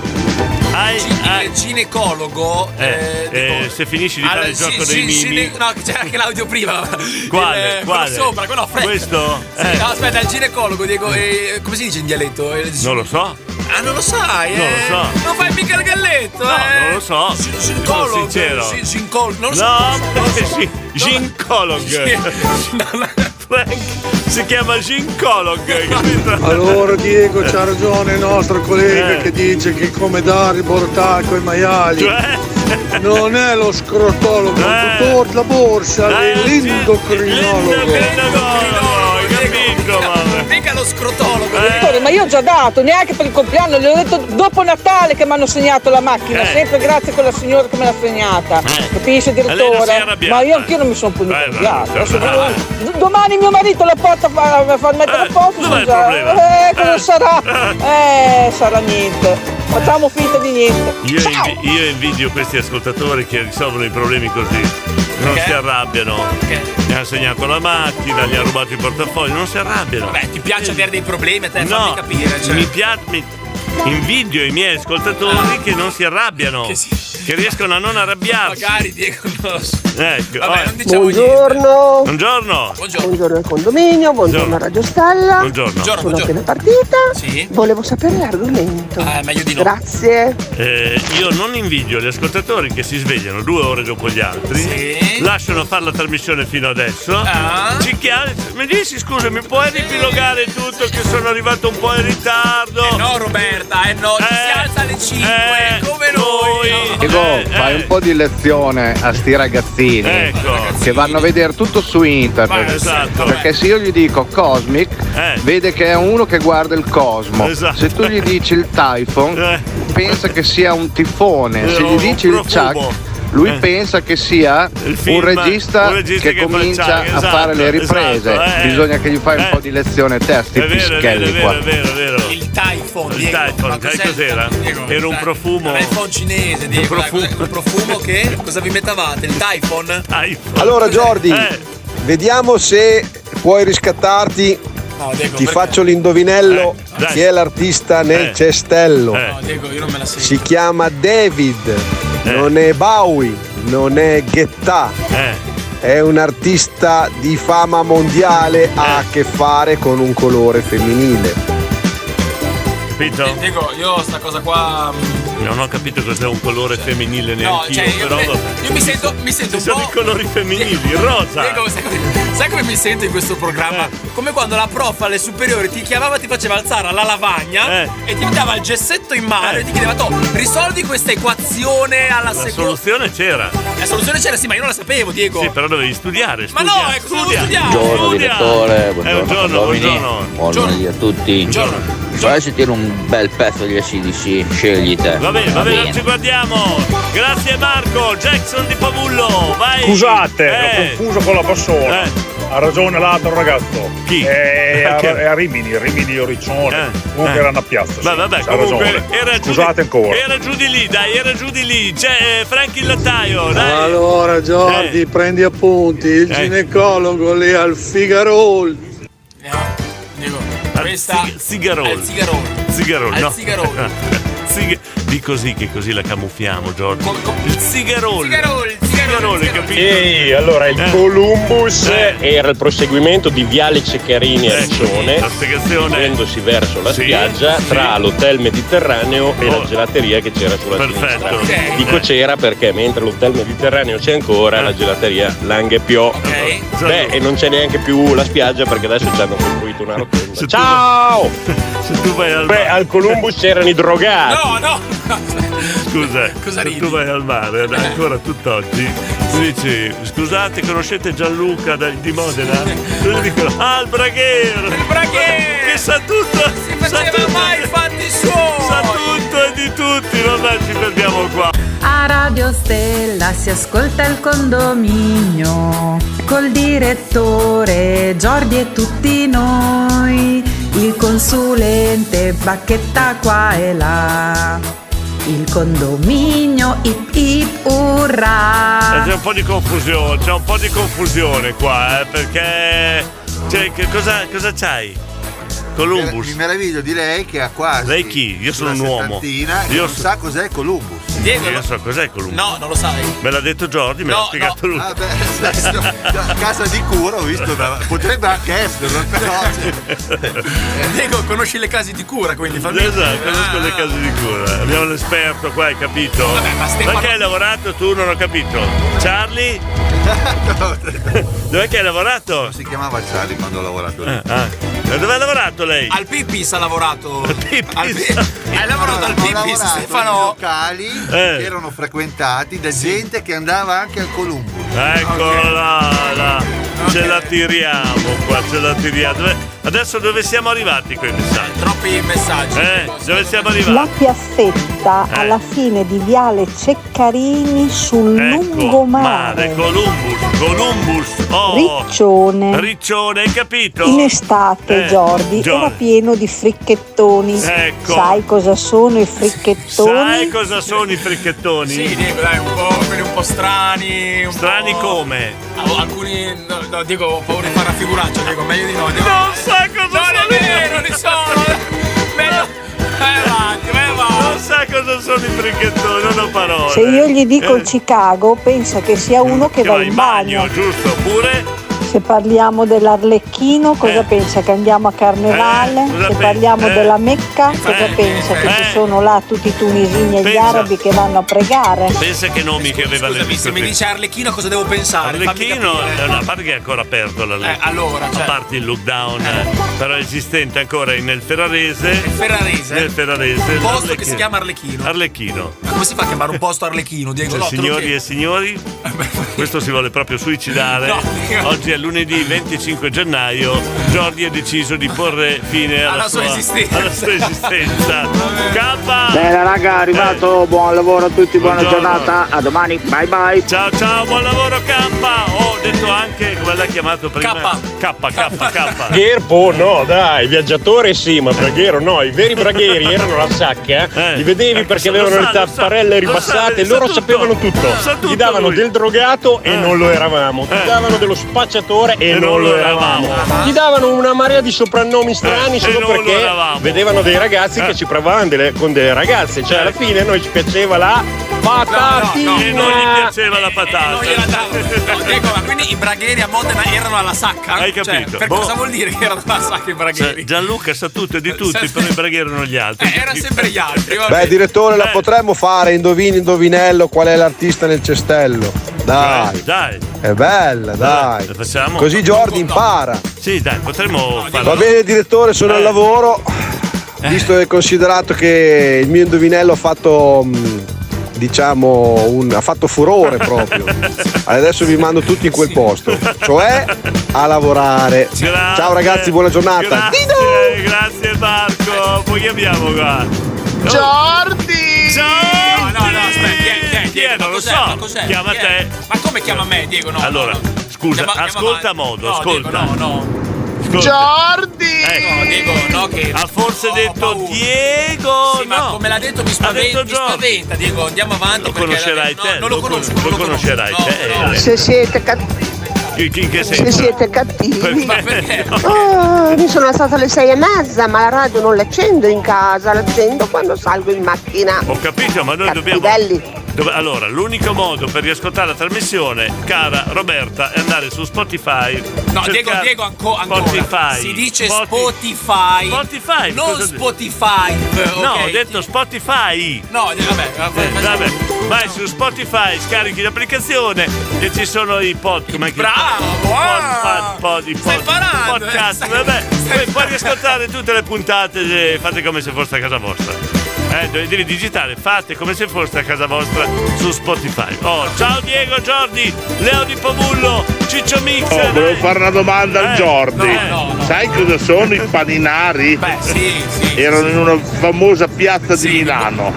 Speaker 2: Il ginecologo.
Speaker 1: Eh, eh, se finisci di fare il
Speaker 2: sì,
Speaker 1: gioco
Speaker 2: sì,
Speaker 1: dei
Speaker 2: sì,
Speaker 1: mimi.
Speaker 2: ne- no, c'era anche l'audio prima. Eh,
Speaker 1: Quale?
Speaker 2: quello
Speaker 1: Quale?
Speaker 2: sopra, quello a fretta.
Speaker 1: Questo?
Speaker 2: Sì,
Speaker 1: Eh.
Speaker 2: no, aspetta, il ginecologo, Diego. eh, come si dice in dialetto? Eh,
Speaker 1: Non lo so.
Speaker 2: Ah, non lo sai,
Speaker 1: Non
Speaker 2: eh?
Speaker 1: lo so.
Speaker 2: Non fai mica il galletto,
Speaker 1: No,
Speaker 2: eh?
Speaker 1: non lo so. Sono
Speaker 2: Ginecologo.
Speaker 1: sincero.
Speaker 2: gi- gincol- non lo so.
Speaker 1: No,
Speaker 2: non lo so.
Speaker 1: sì, gincologo. Frank si chiama gincologo, capito?
Speaker 19: Allora Diego c'ha ragione il nostro collega
Speaker 1: Eh.
Speaker 19: che dice che come dare bortacco con i maiali
Speaker 1: Cioè.
Speaker 19: non è lo
Speaker 1: Eh.
Speaker 19: scrotologo, ma tutto la borsa, è l'indocrinologo.
Speaker 1: Hai capito, mamma?
Speaker 2: Mica lo scrotologo.
Speaker 23: Dottore, ma io ho già dato, neanche per il compleanno, le ho detto dopo Natale che mi hanno segnato la macchina,
Speaker 1: Eh.
Speaker 23: sempre grazie a quella signora che me l'ha segnata.
Speaker 1: Lei
Speaker 23: Capisce,
Speaker 1: non si è
Speaker 23: direttore?
Speaker 1: arrabbiata.
Speaker 23: Ma io anch'io non mi sono più
Speaker 1: Vai, vai,
Speaker 23: arrabbiata.
Speaker 1: vai,
Speaker 23: Adesso
Speaker 1: vai,
Speaker 23: proprio- D- Domani mio marito la porta a fa- a far mettere a posto.
Speaker 1: Eh, dov'è il
Speaker 23: sono già-
Speaker 1: problema?
Speaker 23: Eh, cosa sarà? Eh, sarà niente. Facciamo finta di niente.
Speaker 1: Io, invi- io invidio questi ascoltatori che risolvono i problemi così. Non si arrabbiano. Gli hanno segnato la macchina, gli hanno rubato il portafoglio, non si arrabbiano.
Speaker 2: Beh, ti piace avere dei problemi, a te fammi capire. Cioè.
Speaker 1: Mi piace. Invidio i miei
Speaker 2: Ah.
Speaker 1: ascoltatori che non si arrabbiano. Che, riescono a non arrabbiarsi.
Speaker 2: Magari Diego non diciamo lo so.
Speaker 1: Ecco, vabbè, non
Speaker 18: Buongiorno.
Speaker 1: Buongiorno.
Speaker 18: Buongiorno. al condominio, buongiorno, a Radio Stella.
Speaker 1: Buongiorno.
Speaker 18: Sono
Speaker 1: Buongiorno,
Speaker 18: appena partita. Volevo sapere l'argomento. Grazie.
Speaker 1: Eh, io non invidio gli ascoltatori che si svegliano due ore dopo gli altri, lasciano fare la trasmissione fino adesso,
Speaker 2: Ah. eh?
Speaker 1: ci chiamano, mi dici scusa, mi puoi ripilogare tutto che sono arrivato un po' in ritardo? Eh
Speaker 2: no Roberta, eh no, ci si alza alle 5, come noi.
Speaker 13: Diego, fai un po' di lezione a sti ragazzini che vanno a vedere tutto su internet.
Speaker 1: Ecco. Ma esatto. Eh.
Speaker 13: Perché se io gli dico Cosmic, vede che è uno che guarda il cosmo.
Speaker 1: Esatto. Eh.
Speaker 13: Se tu gli dici il typhon, pensa che sia un tifone. Se
Speaker 1: un
Speaker 13: gli dici il
Speaker 1: profumo.
Speaker 13: chuck. Lui
Speaker 1: Eh.
Speaker 13: pensa che sia
Speaker 1: film,
Speaker 13: un, regista
Speaker 1: un regista
Speaker 13: che,
Speaker 1: che fa il
Speaker 13: comincia
Speaker 1: Chuck,
Speaker 13: a
Speaker 1: esatto,
Speaker 13: fare le riprese.
Speaker 1: esatto, eh.
Speaker 13: Bisogna che gli fai un po' di lezione testi
Speaker 1: È vero, è vero,
Speaker 13: pischelli
Speaker 1: è
Speaker 13: qua.
Speaker 1: vero, è vero, è vero.
Speaker 2: Il Typhone,
Speaker 1: Il Typhone, sai cos'era? Era
Speaker 2: Eh,
Speaker 1: un profumo.
Speaker 2: Un iPhone cinese, Diego, dai, cos'è? un profumo che cosa vi mettavate? Il Typhone? Eh,
Speaker 28: Allora Jordi, vediamo se puoi riscattarti.
Speaker 2: No, Diego,
Speaker 28: Ti
Speaker 2: perché?
Speaker 28: faccio l'indovinello
Speaker 2: Eh, dai.
Speaker 28: chi è l'artista nel
Speaker 2: Eh.
Speaker 28: cestello.
Speaker 2: No, Diego, io non me la sento. Eh.
Speaker 28: Si chiama David, non è Bowie, non è Ghetà.
Speaker 2: Eh.
Speaker 28: È un artista di fama mondiale,
Speaker 2: Eh.
Speaker 28: ha a che fare con un colore femminile.
Speaker 1: Capito?
Speaker 2: Eh, Diego, io sta cosa qua.
Speaker 1: Non ho capito cos'è un colore femminile
Speaker 2: No,
Speaker 1: neanche
Speaker 2: cioè, io,
Speaker 1: però
Speaker 2: me-
Speaker 1: vabbè.
Speaker 2: io mi sento, mi sento un po'.
Speaker 1: sono i colori femminili, il
Speaker 2: Diego,
Speaker 1: rosa. Eh.
Speaker 2: Diego, sai, come, sai come mi sento in questo programma? Come quando la prof alle superiori ti chiamava, ti faceva alzare alla
Speaker 1: Eh.
Speaker 2: lavagna e ti dava il gessetto in mano e ti chiedeva, "Toh, risolvi questa equazione alla
Speaker 1: La
Speaker 2: seconda.
Speaker 1: soluzione c'era.
Speaker 2: La soluzione c'era, sì, ma io non la sapevo, Diego.
Speaker 1: Sì, però dovevi studiare.
Speaker 2: Ma
Speaker 1: studia,
Speaker 2: no, è cosa devo
Speaker 1: studia.
Speaker 2: studiare?
Speaker 15: Buongiorno direttore, buongiorno,
Speaker 1: Eh, buongiorno,
Speaker 15: condomini.
Speaker 1: buongiorno.
Speaker 15: Buongiorno a tutti.
Speaker 1: Buongiorno.
Speaker 15: Vorrei sentire un bel pezzo degli ACDC, scegli te.
Speaker 1: Va bene, va bene, non ci guardiamo. Grazie Marco, Jackson di Pavullo, vai.
Speaker 12: Scusate,
Speaker 1: Eh,
Speaker 12: l'ho confuso con la persona. Ha ragione l'altro ragazzo. Eh, Chi? È a, è a Rimini, Rimini o Riccione. Comunque
Speaker 1: eh.
Speaker 12: era una piazza.
Speaker 1: Ma
Speaker 12: sì,
Speaker 1: vabbè,
Speaker 12: c'ha
Speaker 1: comunque
Speaker 12: ragione.
Speaker 1: era giù
Speaker 12: Scusate ancora.
Speaker 1: Era giù di lì, dai, era giù di lì. C'è eh, Frank il lattaio, dai.
Speaker 19: Allora Jordi, prendi appunti, il
Speaker 1: Eh.
Speaker 19: ginecologo lì al Figaro.
Speaker 2: Questa
Speaker 1: Sigarone. Sigarone. Sigarone,
Speaker 2: Al
Speaker 1: no.
Speaker 2: Sigarone.
Speaker 1: Sig- di così che così la camuffiamo, Giorgio. Il Sigarone.
Speaker 2: Sigarone,
Speaker 1: Sigarone, capito?
Speaker 6: Ehi, allora il
Speaker 1: Eh.
Speaker 6: Columbus era il proseguimento di Viale Ceccherini
Speaker 1: Eh,
Speaker 6: a Riccione, muovendosi verso la spiaggia tra l'hotel Mediterraneo e la gelateria che c'era sulla sinistra.
Speaker 1: Oh. Ok.
Speaker 6: Dico
Speaker 1: Eh.
Speaker 6: c'era perché mentre l'hotel Mediterraneo c'è ancora, la gelateria Langhe Piò. Beh, e non c'è neanche più la spiaggia perché adesso ci hanno costruito una rotonda. Ciao!
Speaker 1: Se tu vai al
Speaker 6: Beh, al Columbus c'erano i drogati.
Speaker 2: No, no,
Speaker 1: Ah,
Speaker 2: Eh.
Speaker 1: Scusa, se tu vai al mare dai, ancora tutt'oggi, tu dici scusate, conoscete Gianluca da- di Modena? Loro dicono ah il Bragher! Il
Speaker 2: Bragher!
Speaker 1: Che sa tutto! Si
Speaker 2: faceva mai fatti suoi!
Speaker 1: Sa tutto e di tutti, vabbè ci perdiamo qua!
Speaker 5: A Radio Stella si ascolta il condominio col direttore Giordi e tutti noi, il consulente Bacchetta qua e là. Il condominio ip ip
Speaker 1: Eh, c'è
Speaker 5: urra.
Speaker 1: un po' di confusione, c'è un po' di confusione qua, eh, perché. Cioè, che cosa, cosa c'hai? Columbus.
Speaker 36: Mi meraviglio di lei che ha quasi.
Speaker 1: Lei chi? Io sono un uomo.
Speaker 36: settantina e
Speaker 1: Io
Speaker 36: non
Speaker 1: so-
Speaker 36: sa cos'è Columbus.
Speaker 1: Diego, io so cos'è Columbus.
Speaker 36: No,
Speaker 2: non lo sai.
Speaker 1: Me l'ha detto Jordi, me l'ha
Speaker 36: No,
Speaker 1: spiegato lui.
Speaker 36: Ah, beh, adesso, da casa di cura ho visto, da- potrebbe anche esserlo, però.
Speaker 2: Diego, conosci le case di cura, quindi fammi. Ah.
Speaker 1: Esatto, conosco le case di cura. Abbiamo l'esperto qua, hai capito?
Speaker 2: Vabbè, ma Stefano-
Speaker 1: Dov'è che hai lavorato tu? Non ho capito. Charlie? Dov'è che hai lavorato? Eh, ah. Non
Speaker 36: si chiamava Charlie quando ho lavorato lì.
Speaker 1: Ma Dove ha lavorato lei?
Speaker 2: Al Pippis ha lavorato. Al Pippis? Hai lavorato al
Speaker 36: Ho
Speaker 2: Pippis,
Speaker 36: lavorato
Speaker 2: Stefano.
Speaker 36: in locali
Speaker 1: Eh.
Speaker 36: che erano frequentati da gente che andava anche al Columbus.
Speaker 1: Eccola là, là. Ce la tiriamo qua, ce la tiriamo. Dove- Adesso dove siamo arrivati con i messaggi?
Speaker 2: Troppi messaggi.
Speaker 1: Eh, dove siamo
Speaker 14: La
Speaker 1: arrivati?
Speaker 14: piazzetta
Speaker 1: Eh.
Speaker 14: alla fine di Viale Ceccarini sul
Speaker 1: Ecco, Mare,
Speaker 14: lungomare.
Speaker 1: Columbus, Columbus, oh!
Speaker 14: Riccione.
Speaker 1: Riccione, hai capito?
Speaker 14: In estate,
Speaker 1: Eh,
Speaker 14: Jordi,
Speaker 1: Jordi.
Speaker 14: era pieno di fricchettoni.
Speaker 1: Ecco.
Speaker 14: Sai cosa sono i fricchettoni?
Speaker 1: Sai cosa sono i fricchettoni?
Speaker 2: Sì, Diego, dai, un po', quelli un po' strani. strani
Speaker 1: come?
Speaker 2: Alcuni. No, no, Diego, ho paura di fare una figuraccia, Diego, meglio di no. Diego.
Speaker 1: Non sa cosa
Speaker 2: sono! Non è vero, li sono! Meglio. Vai avanti, vai avanti!
Speaker 1: Non sa cosa sono imbricato, non ho parole.
Speaker 14: Se io gli dico
Speaker 1: Eh.
Speaker 14: Chicago, pensa che sia
Speaker 1: Mm,
Speaker 14: uno che, va in bagno.
Speaker 1: giusto? Oppure?
Speaker 14: Se parliamo dell'Arlecchino, cosa pensa? Che andiamo a Carnevale?
Speaker 1: Eh. cosa
Speaker 14: Se
Speaker 1: pensa?
Speaker 14: parliamo
Speaker 1: Eh.
Speaker 14: della Mecca, cosa pensa? Che ci sono là tutti i tunisini e gli
Speaker 1: Pensa.
Speaker 14: arabi che vanno a pregare?
Speaker 1: Pensa che nomi che aveva le
Speaker 2: Scusami, se mi dice Arlecchino cosa devo pensare? Eh,
Speaker 1: Arlecchino, eh, no, a parte che è ancora aperto la legge.
Speaker 2: allora, cioè-
Speaker 1: A parte il lockdown, eh, però è esistente ancora nel Ferrarese.
Speaker 2: Ferrarese?
Speaker 1: Nel Ferrarese.
Speaker 2: Un posto che
Speaker 1: l'Arlecchino.
Speaker 2: si chiama Arlecchino.
Speaker 1: Arlecchino.
Speaker 2: Ma come si fa a chiamare un posto Arlecchino, Diego? No, te lo
Speaker 1: Cioè,
Speaker 2: Eh,
Speaker 1: Signori e signori, questo si vuole proprio suicidare. Oggi è lunedì 25 gennaio. Jordi ha deciso di porre fine alla,
Speaker 2: Alla sua esistenza.
Speaker 1: alla sua esistenza. K.
Speaker 8: Bene raga, è arrivato, buon lavoro a tutti, buona
Speaker 1: Buongiorno.
Speaker 8: giornata, a domani, bye bye.
Speaker 1: Ciao ciao, buon lavoro K. Ho detto anche come l'ha chiamato prima. K. K. K.
Speaker 6: Gherbo no, dai, viaggiatore sì, ma braghero no, i veri bragheri erano la sacca, eh. li vedevi perché
Speaker 1: Eh. lo
Speaker 6: avevano
Speaker 1: sa,
Speaker 6: le
Speaker 1: lo sa,
Speaker 6: tapparelle
Speaker 1: lo sa,
Speaker 6: ribassate,
Speaker 1: sa
Speaker 6: loro
Speaker 1: tutto,
Speaker 6: sapevano tutto,
Speaker 1: sa tutto
Speaker 6: gli davano
Speaker 1: lui.
Speaker 6: del drogato e
Speaker 1: Eh.
Speaker 6: non lo eravamo, gli
Speaker 1: Eh.
Speaker 6: davano dello spacciatore e, non lo eravamo,
Speaker 1: eravamo. Ah, Eh,
Speaker 6: gli davano una marea di soprannomi strani
Speaker 1: e
Speaker 6: solo
Speaker 1: non lo
Speaker 6: perché
Speaker 1: eravamo.
Speaker 6: vedevano dei ragazzi
Speaker 1: Eh.
Speaker 6: che ci provavano delle- con delle ragazze, cioè alla fine noi ci piaceva la patatina.
Speaker 1: E non gli piaceva la patata.
Speaker 2: Diego, ma quindi i bragheri a Modena erano alla sacca? Hai
Speaker 1: capito.
Speaker 2: per
Speaker 1: Boh.
Speaker 2: cosa vuol dire che erano alla sacca i bragheri?
Speaker 1: Cioè, Gianluca sa tutto e di tutti, però i braghi erano gli altri.
Speaker 2: Era sempre gli altri. vabbè.
Speaker 28: Beh, direttore,
Speaker 2: Eh.
Speaker 28: la potremmo fare, indovini, indovinello, qual è l'artista nel cestello. Dai.
Speaker 1: Dai.
Speaker 28: È bella, dai.
Speaker 1: La facciamo?
Speaker 28: Così Jordi impara.
Speaker 1: Sì, dai, potremmo farlo.
Speaker 28: Va bene direttore, sono
Speaker 1: Eh.
Speaker 28: al lavoro. Visto e considerato che il mio indovinello ha fatto mh, diciamo un, ha fatto furore proprio. Adesso vi mando tutti in quel posto, cioè a lavorare.
Speaker 1: Grazie.
Speaker 28: Ciao ragazzi, buona giornata.
Speaker 1: Grazie, grazie Marco. Poi chi abbiamo qua?
Speaker 2: Jordi!
Speaker 1: No,
Speaker 2: no, no, aspetta, chi è? Chi è? Diego,
Speaker 1: non lo
Speaker 2: cos'è?
Speaker 1: so.
Speaker 2: Ma cos'è?
Speaker 1: Chiama
Speaker 2: Chi è?
Speaker 1: te.
Speaker 2: Ma come chiama me, Diego? No,
Speaker 1: allora,
Speaker 2: no, no.
Speaker 1: scusa,
Speaker 2: Chiama- chiama
Speaker 1: ascolta
Speaker 2: Marco.
Speaker 1: modo,
Speaker 2: No, Diego,
Speaker 1: ascolta.
Speaker 2: no, no.
Speaker 1: Jordi!
Speaker 2: No, Diego, no, che.
Speaker 1: Ecco. Ha forse detto Diego!
Speaker 2: Sì, ma come l'ha detto mi spaventa, mi spaventa, Diego, andiamo avanti.
Speaker 1: Lo
Speaker 2: perché
Speaker 1: conoscerai
Speaker 2: la-
Speaker 1: te.
Speaker 2: No, non lo conosco,
Speaker 1: Lo conoscerai te. eh.
Speaker 18: Se siete cattivi.
Speaker 1: Chi- chi- In che senso?
Speaker 18: Se siete cattivi.
Speaker 1: Ma perché?
Speaker 18: Oh, mi sono alzata alle sei e mezza, ma la radio non l'accendo in casa, l'accendo quando salgo in macchina.
Speaker 1: Ho capito, ma noi dobbiamo.
Speaker 18: Cattivelli.
Speaker 1: Dov- allora, l'unico modo per riascoltare la trasmissione, cara Roberta, è andare su Spotify.
Speaker 2: No, Diego,
Speaker 1: cercare
Speaker 2: Diego anco- ancora.
Speaker 1: Spotify.
Speaker 2: Si dice Spotify. Spotify. Non
Speaker 1: cosa-
Speaker 2: Spotify.
Speaker 1: No,
Speaker 2: ok?
Speaker 1: ho detto Spotify.
Speaker 2: No, eh, vabbè, vabbè,
Speaker 1: Eh, vabbè, vai su Spotify, scarichi l'applicazione e ci sono i pod, come
Speaker 2: Bravo, ah.
Speaker 1: pod, pod, pod, i pod,
Speaker 2: eh?
Speaker 1: podcast, vabbè, puoi, puoi riascoltare tutte le puntate, eh, fate come se fosse a casa vostra. Eh, dovete dire digitale, fate come se fosse a casa vostra su Spotify. Oh, ciao Diego Giordi, Leo di Pomullo, Ciccio Mix.
Speaker 33: Oh, volevo fare una domanda al Jordi.
Speaker 1: Eh, no,
Speaker 33: Sai cosa sono i paninari? Beh,
Speaker 2: sì, sì.
Speaker 33: Erano in una famosa piazza di Milano.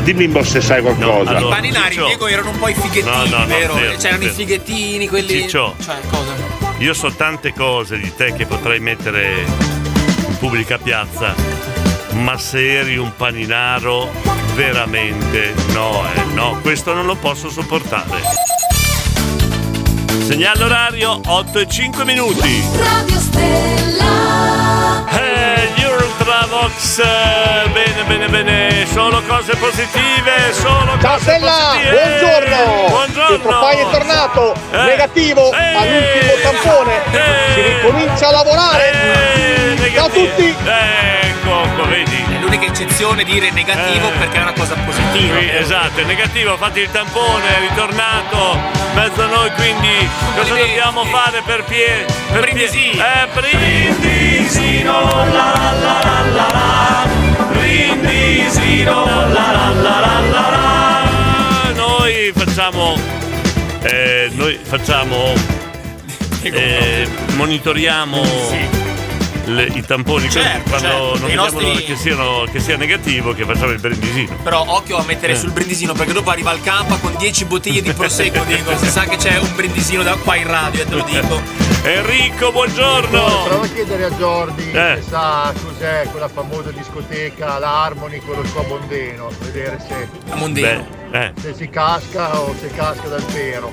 Speaker 33: Dimmi un po' se sai qualcosa.
Speaker 2: I paninari, Diego, erano un po' i fighettini,
Speaker 33: No, no, no,
Speaker 2: vero?
Speaker 33: zero,
Speaker 2: C'erano
Speaker 1: zero.
Speaker 2: i fighettini, quelli.
Speaker 1: Ciccio.
Speaker 2: Cioè, cosa?
Speaker 1: Io so tante cose di te che potrei mettere in pubblica piazza, ma se eri un paninaro, veramente no, eh, no, questo non lo posso sopportare. Segnale orario 8 e 5 minuti.
Speaker 16: Radio Stella.
Speaker 1: Eh, gli Ultravox, eh, bene, bene, bene, solo cose positive, solo
Speaker 11: Ciao
Speaker 1: cose
Speaker 11: Stella,
Speaker 1: positive.
Speaker 11: eh. buongiorno! Il
Speaker 1: Buongiorno!
Speaker 11: profile è tornato,
Speaker 1: Eh.
Speaker 11: negativo all'ultimo tampone, si ricomincia a lavorare!
Speaker 1: Eh,
Speaker 11: Ciao a tutti!
Speaker 1: Ecco, ecco, vedi. Eh.
Speaker 2: È l'unica eccezione dire negativo perché è una cosa positiva.
Speaker 1: Sì, esatto, è negativo, fate il tampone, è ritornato, in mezzo a noi quindi cosa dobbiamo fare per Pie? Per Brindisi! eh, Brindisino la la la la la Brindisino la la la la la la Noi facciamo eh, noi facciamo eh, monitoriamo le- i tamponi
Speaker 2: Certo,
Speaker 1: quando
Speaker 2: certo,
Speaker 1: non
Speaker 2: i
Speaker 1: vediamo
Speaker 2: nostri-
Speaker 1: l'ora che, siano- che sia negativo che facciamo il brindisino
Speaker 2: Però occhio a mettere
Speaker 1: Eh.
Speaker 2: sul brindisino perché dopo arriva al campo con 10 bottiglie di prosecco, Diego. Si sa che c'è un brindisino da qua in radio, eh, te lo dico.
Speaker 1: Enrico,
Speaker 37: Provo
Speaker 1: buongiorno!
Speaker 37: a chiedere a Jordi
Speaker 1: Certo. Eh.
Speaker 37: se sa cos'è quella famosa discoteca, l'Harmony con lo suo Mondeno, a vedere se,
Speaker 1: Mondino. Beh, eh.
Speaker 37: se si casca o se casca dal vero.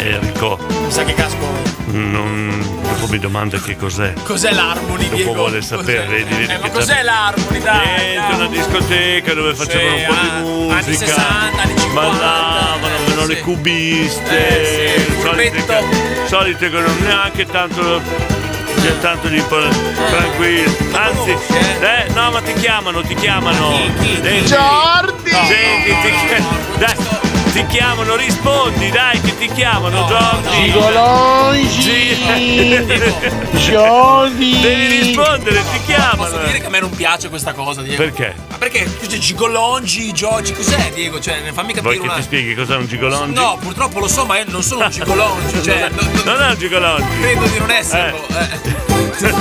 Speaker 1: Erco.
Speaker 2: Sa che casco.
Speaker 1: eh, Non... Dopo mi domanda che cos'è.
Speaker 2: Cos'è l'Harmony,
Speaker 1: Dopo
Speaker 2: Diego?
Speaker 1: vuole sapere, vedi, vedi
Speaker 2: Eh, ma
Speaker 1: che
Speaker 2: cos'è
Speaker 1: c'è-
Speaker 2: l'Harmony, dai?
Speaker 1: Niente, una discoteca dove facevano un po' di musica.
Speaker 2: anni 60, anni 50.
Speaker 1: Ballavano, avevano le cubiste. solite, ca- solite che non neanche tanto. C'è tanto di po- tranquillo. Anzi, eh, no, ma ti chiamano, ti chiamano. Senti,
Speaker 11: Giordi!
Speaker 1: Senti, ti, chi- dai, ti chiamano, rispondi, dai, che ti chiamano, Giordi! Sì.
Speaker 2: Giordi!
Speaker 1: Devi rispondere, ti chiamano!
Speaker 2: Posso dire che a me non piace questa cosa, Diego?
Speaker 1: Perché?
Speaker 2: Ma perché? Tu dici Gigolongi, Giorgi, cos'è, Diego? Cioè, ne fammi capire
Speaker 1: Vuoi che
Speaker 2: una...
Speaker 1: ti spieghi cos'è un gigolongi?
Speaker 2: No, purtroppo lo so, ma io non sono un gigolongi, cioè... no-
Speaker 1: non è un gigolongi.
Speaker 2: Credo di non esserlo. eh.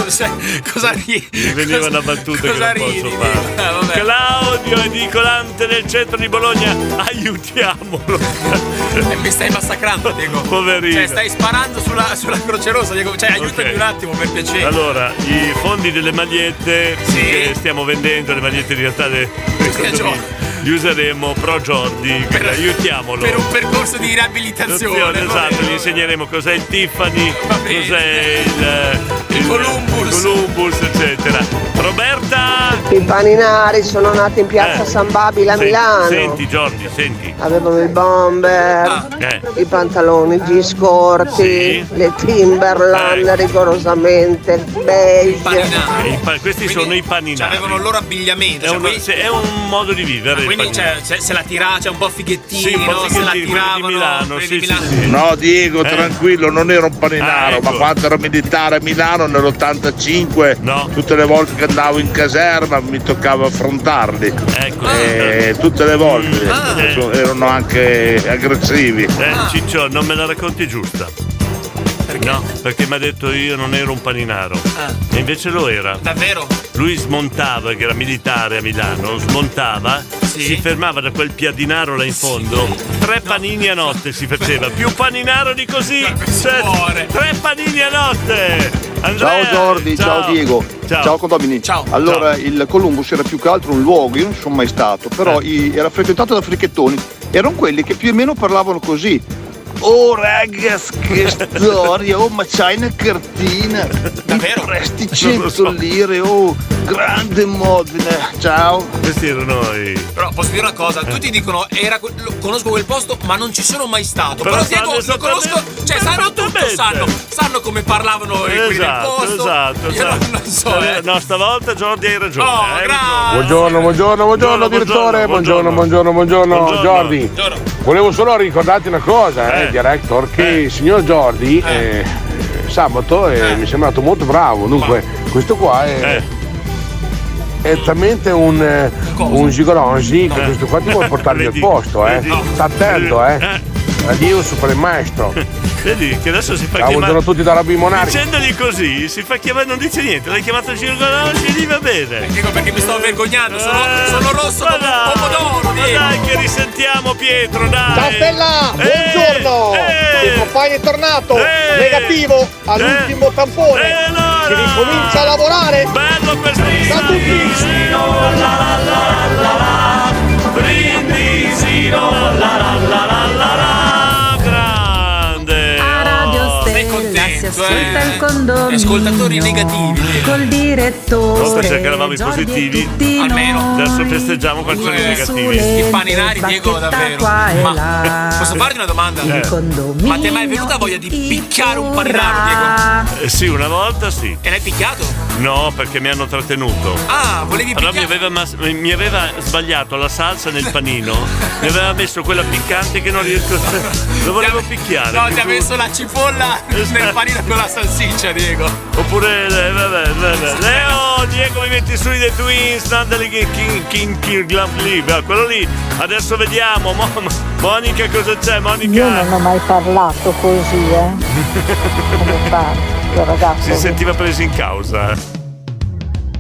Speaker 2: Sai, cosa ri-
Speaker 1: Mi veniva una battuta
Speaker 2: cosa
Speaker 1: che non
Speaker 2: ridi,
Speaker 1: posso fare.
Speaker 2: Eh, vabbè.
Speaker 1: Claudio edicolante nel centro di Bologna, aiutiamolo.
Speaker 2: E Eh, mi stai massacrando, Diego.
Speaker 1: Poverino.
Speaker 2: Cioè, stai sparando sulla, sulla Croce Rossa, Diego. Cioè, aiutami
Speaker 1: Ok.
Speaker 2: un attimo, per piacere.
Speaker 1: Allora, i fondi delle magliette che stiamo vendendo, le magliette in realtà le, li useremo pro Jordi, quindi aiutiamolo.
Speaker 2: Per un percorso di riabilitazione. va
Speaker 1: esatto, gli insegneremo cos'è il Tiffany, cos'è il, Columbus. Columbus, eccetera. Roberta!
Speaker 18: I paninari sono nati in piazza
Speaker 1: Eh.
Speaker 18: San Babila a
Speaker 1: Sen-
Speaker 18: Milano.
Speaker 1: Senti Giorgi, senti.
Speaker 18: Avevano i bomber,
Speaker 1: Eh.
Speaker 18: i pantaloni, gli scorti, le Timberland
Speaker 1: Eh.
Speaker 18: rigorosamente, beige.
Speaker 1: I pa- questi sono i paninari.
Speaker 2: avevano il loro abbigliamento.
Speaker 1: È,
Speaker 2: cioè,
Speaker 1: una-
Speaker 2: quindi-
Speaker 1: se- è un modo di vivere. il
Speaker 2: Quindi
Speaker 1: paninaro.
Speaker 2: cioè, se, se la tirava, cioè un po' fighettini,
Speaker 1: Sì, un po'
Speaker 2: no? se
Speaker 1: fighettini,
Speaker 2: la tiravano.
Speaker 1: quelli di Milano,
Speaker 2: quelli
Speaker 1: sì,
Speaker 2: di Milano.
Speaker 33: No Diego,
Speaker 1: Eh?
Speaker 33: tranquillo, non ero un paninaro,
Speaker 1: Ah,
Speaker 33: ma
Speaker 1: ecco.
Speaker 33: quando ero militare a Milano nell'85, tutte le volte che andavo in caserma mi toccava affrontarli.
Speaker 1: Ecco.
Speaker 33: E tutte le volte so- erano anche aggressivi.
Speaker 1: Mm. Ah, Eh, Ciccio, non me la racconti giusta. No, perché mi ha detto io non ero un paninaro. E invece lo era.
Speaker 2: Ah. Davvero?
Speaker 1: Lui smontava, che era militare a Milano, smontava, si fermava da quel piadinaro là in fondo. Tre panini a notte si faceva. Più paninaro di così! Cioè, tre panini a notte! Andrea,
Speaker 25: ciao Jordi, ciao, Diego, ciao, Condomini. Allora, il Columbus era più che altro un luogo, io non ci sono mai stato, però i- era frequentato da fricchettoni, erano quelli che più o meno parlavano così. Oh ragas, che storia, oh ma c'hai una cartina, davvero? Presti 100 lire, oh grande Modena, ciao.
Speaker 1: Questi erano noi.
Speaker 2: Però posso dire una cosa,
Speaker 1: Eh.
Speaker 2: tutti dicono era que- lo- conosco quel posto ma non ci sono mai stato.
Speaker 1: Però
Speaker 2: Però, Diego lo conosco, cioè sanno tutto, sanno, sanno come parlavano i quelli del
Speaker 1: Esatto,
Speaker 2: posto.
Speaker 1: esatto,
Speaker 2: Io
Speaker 1: esatto.
Speaker 2: non so, eh.
Speaker 1: No, stavolta Jordi hai ragione.
Speaker 2: Oh,
Speaker 1: hai
Speaker 2: grazie.
Speaker 1: ragione.
Speaker 26: Buongiorno, buongiorno, buongiorno direttore, buongiorno, buongiorno, buongiorno,
Speaker 1: Buongiorno.
Speaker 26: Jordi. Volevo solo ricordarti una cosa, eh,
Speaker 1: Eh.
Speaker 26: director, che il signor Jordi eh, sabato eh, mi è sembrato molto bravo, dunque questo qua è... È talmente un, eh, un gigolongi
Speaker 1: Eh.
Speaker 26: che questo qua ti vuole portare al posto, eh. Sta attento, eh. Addio, super maestro.
Speaker 1: Vedi che adesso si fa
Speaker 26: Ciao,
Speaker 1: chiamare.
Speaker 26: buongiorno a tutti da Rabbi Monari.
Speaker 1: Dicendogli così si fa chiamare, non dice niente, l'hai chiamato Circologgi e lì va bene. Eh,
Speaker 2: Dico perché mi sto vergognando, sono, sono rosso
Speaker 1: ma
Speaker 2: come un
Speaker 1: dai,
Speaker 2: pomodoro.
Speaker 1: ma
Speaker 2: Diego.
Speaker 1: dai, che risentiamo Pietro, dai! Eh,
Speaker 11: Ciao Stella, buongiorno! Il profile è tornato, negativo
Speaker 1: Eh.
Speaker 11: all'ultimo tampone, si ricomincia a lavorare!
Speaker 1: Bello questo!
Speaker 11: Ciao a
Speaker 5: A Radio Stella si ascolta il condominio. Ascoltatori negativi. Col direttore.
Speaker 1: No, perché eravamo i
Speaker 5: Giordi e
Speaker 1: positivi,
Speaker 5: tutti noi.
Speaker 1: adesso festeggiamo quando sono i negativi.
Speaker 2: I paninari, Diego, davvero. Ma posso farti una domanda?
Speaker 1: Eh. Il
Speaker 2: Ma ti è mai venuta voglia di picchiare un paninaro, Diego?
Speaker 1: Eh, sì, una volta sì.
Speaker 2: E l'hai picchiato?
Speaker 1: No, perché mi hanno trattenuto.
Speaker 2: Ah, volevi
Speaker 1: Allora mi aveva, mas- mi aveva sbagliato la salsa nel panino, mi aveva messo quella piccante che non riesco. Lo volevo picchiare.
Speaker 2: No,
Speaker 1: ti
Speaker 2: ti ha
Speaker 1: giuro.
Speaker 2: messo la cipolla nel panino con la salsiccia, Diego.
Speaker 1: Oppure, eh, vabbè, vabbè. Leo, Diego, mi metti su i The Twins, Natalie King, King, King, King Glam lì, beh, quello lì. Adesso vediamo, Mo- Mo- Monica cosa c'è,
Speaker 14: Io
Speaker 1: Monica?
Speaker 14: non ho mai parlato così, eh. Come fa il ragazzo?
Speaker 1: Si sentiva presa in causa.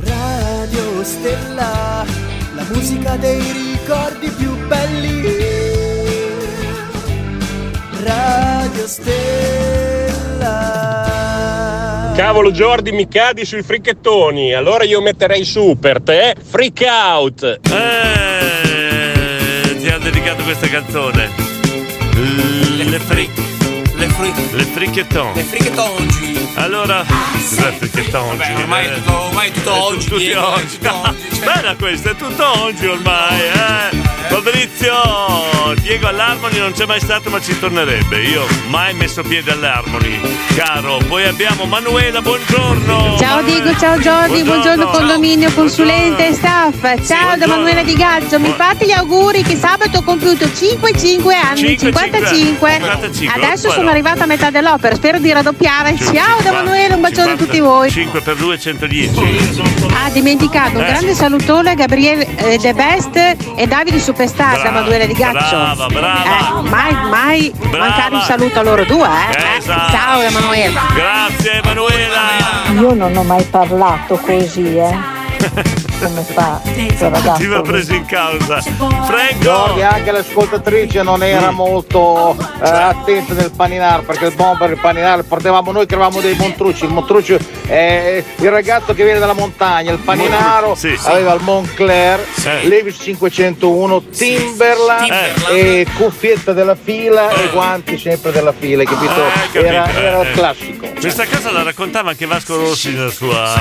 Speaker 27: Radio Stella, la musica dei ricordi più belli. Radio Stella.
Speaker 6: Cavolo Jordi mi cadi sui fricchettoni, allora io metterei su per te Freak Out.
Speaker 1: Eh, ti ha dedicato questa canzone. Le freak, le
Speaker 2: fri-
Speaker 1: Le fricchettone.
Speaker 2: le fricchetongi.
Speaker 1: Allora, cos'è fricchettone?
Speaker 2: Vabbè, ormai è tutto, ormai è tutto oggi.
Speaker 1: Tutti
Speaker 2: vieni,
Speaker 1: oggi.
Speaker 2: cioè.
Speaker 1: Bella questa, è tutto oggi ormai. eh. Fabrizio, Diego all'Armoni non c'è mai stato ma ci tornerebbe. Io mai messo piede all'Armoni. Caro, poi abbiamo Manuela, buongiorno.
Speaker 5: Ciao Diego, ciao Jordi, buongiorno, condominio, consulente e staff. Ciao da
Speaker 1: buongiorno.
Speaker 5: Manuela Di Gaggio, mi fate gli auguri che sabato ho compiuto 55 anni, 55.
Speaker 1: 55,
Speaker 5: Adesso
Speaker 1: però.
Speaker 5: sono arrivata a metà dell'opera, spero di raddoppiare. Ciao Eh, da Manuela, un bacione a tutti voi.
Speaker 1: 5 per 2 110.
Speaker 5: Ah, dimenticato, un
Speaker 1: Eh.
Speaker 5: grande salutone a Gabriele eh, De Best e Davide Superstar da
Speaker 1: Brava,
Speaker 5: Manuela Di Gaggio.
Speaker 1: brava, brava.
Speaker 5: Eh, mai, mai mancare un saluto a loro due, eh. Eh,
Speaker 1: Esatto.
Speaker 5: Ciao da Manuela.
Speaker 1: Grazie Emanuela.
Speaker 14: Io non ho mai parlato così, eh. Come fa
Speaker 7: Cioè,
Speaker 14: questo
Speaker 1: Ti va
Speaker 14: ragazzo?
Speaker 1: preso in causa. Mm.
Speaker 7: Jordi, anche l'ascoltatrice non era molto eh,
Speaker 1: Cioè.
Speaker 7: attenta nel paninar perché il bomber il paninar portavamo noi che eravamo dei montrucci il montruccio è il ragazzo che viene dalla montagna il paninaro
Speaker 1: Sì, sì.
Speaker 7: aveva il Montclair Levis 501 Timberland, e cuffietta della fila e guanti sempre della fila hai capito? era,
Speaker 1: Eh. Ah, capito,
Speaker 7: era
Speaker 1: eh,
Speaker 7: il
Speaker 1: eh.
Speaker 7: classico
Speaker 1: Questa cosa la raccontava anche Vasco Rossi nella sua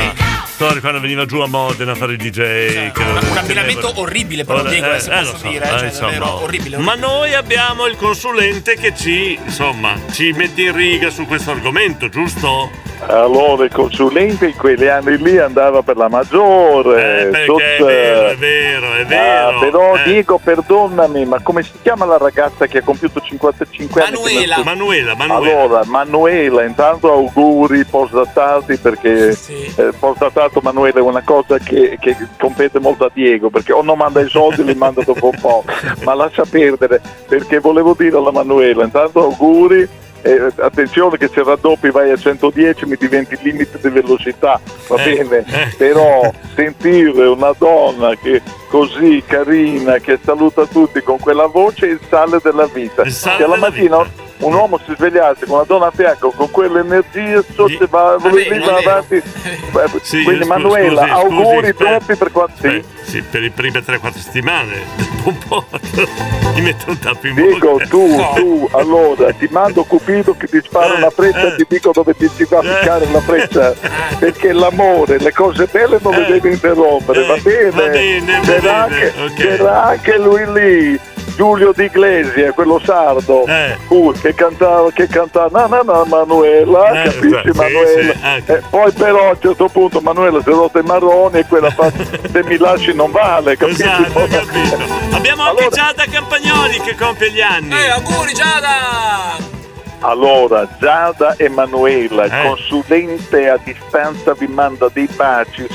Speaker 1: storia quando veniva giù a Modena a fare il DJ. che lo-
Speaker 2: Un abbinamento orribile, però
Speaker 1: Ora,
Speaker 2: Diego,
Speaker 1: eh,
Speaker 2: eh, se
Speaker 1: eh,
Speaker 2: posso
Speaker 1: lo so,
Speaker 2: dire,
Speaker 1: eh,
Speaker 2: cioè,
Speaker 1: insomma.
Speaker 2: davvero orribile.
Speaker 1: Ma noi abbiamo il consulente che ci, insomma, ci mette in riga su questo argomento, giusto?
Speaker 29: Allora, il consulente in quegli anni lì andava per la maggiore.
Speaker 1: Eh, perché
Speaker 29: tut-
Speaker 1: è vero, è vero, è vero. Eh.
Speaker 29: Ah, però Diego, perdonami, ma come si chiama la ragazza che ha compiuto 55 anni?
Speaker 1: Manuela, Manuela.
Speaker 29: Allora, Manuela, intanto auguri postdatati perché eh, postdatato Manuela è una cosa che, che compete molto a Diego perché o non manda i soldi li manda dopo un po', ma lascia perdere perché volevo dire alla Manuela, intanto auguri. eh, attenzione che se raddoppi vai a 110 mi diventi il limite di velocità, va
Speaker 38: Eh,
Speaker 29: bene?
Speaker 38: eh.
Speaker 29: Però sentire una donna che così carina, che saluta tutti con quella voce è il sale della vita.
Speaker 1: sale
Speaker 29: Che alla
Speaker 1: della
Speaker 29: mattina un uomo si svegliasse con una donna a fianco con quell'energia so se va,
Speaker 1: bene,
Speaker 29: va
Speaker 1: Eh è vero.
Speaker 29: avanti. Eh,
Speaker 1: Sì,
Speaker 29: Quindi
Speaker 1: scusi,
Speaker 29: Manuela,
Speaker 1: scusi,
Speaker 29: auguri
Speaker 1: scusi, per-
Speaker 29: tutti per quanto.
Speaker 1: Beh, sì, per le prime 3-4 settimane. Dopo un po' mi metto un tappo in
Speaker 29: Dico
Speaker 1: bocca.
Speaker 29: tu, tu, allora ti mando Cupido che ti spara
Speaker 1: Eh,
Speaker 29: una freccia e ti dico dove ti, ti va a ficcare la freccia
Speaker 1: Eh.
Speaker 29: perché l'amore, le cose belle non le devi interrompere, va bene?
Speaker 1: Eh, va bene, va
Speaker 29: c'era,
Speaker 1: bene,
Speaker 29: anche,
Speaker 1: ok.
Speaker 29: c'era anche lui lì, Giulio Di Iglesia, quello sardo,
Speaker 1: Eh.
Speaker 29: uh, che cantava, che cantava, na na na Manuela,
Speaker 1: Eh,
Speaker 29: capisci
Speaker 1: sì, sì,
Speaker 29: Manuela?
Speaker 1: anche.
Speaker 29: Eh, poi però a un certo punto Manuela si è rotta i marroni e quella fa, se mi lasci non vale, capisci?
Speaker 1: Esatto, Abbiamo anche Giada Campagnoli che compie gli anni. Eh,
Speaker 2: auguri Giada!
Speaker 29: Allora, Giada Emanuela, consulente a distanza, vi manda dei baci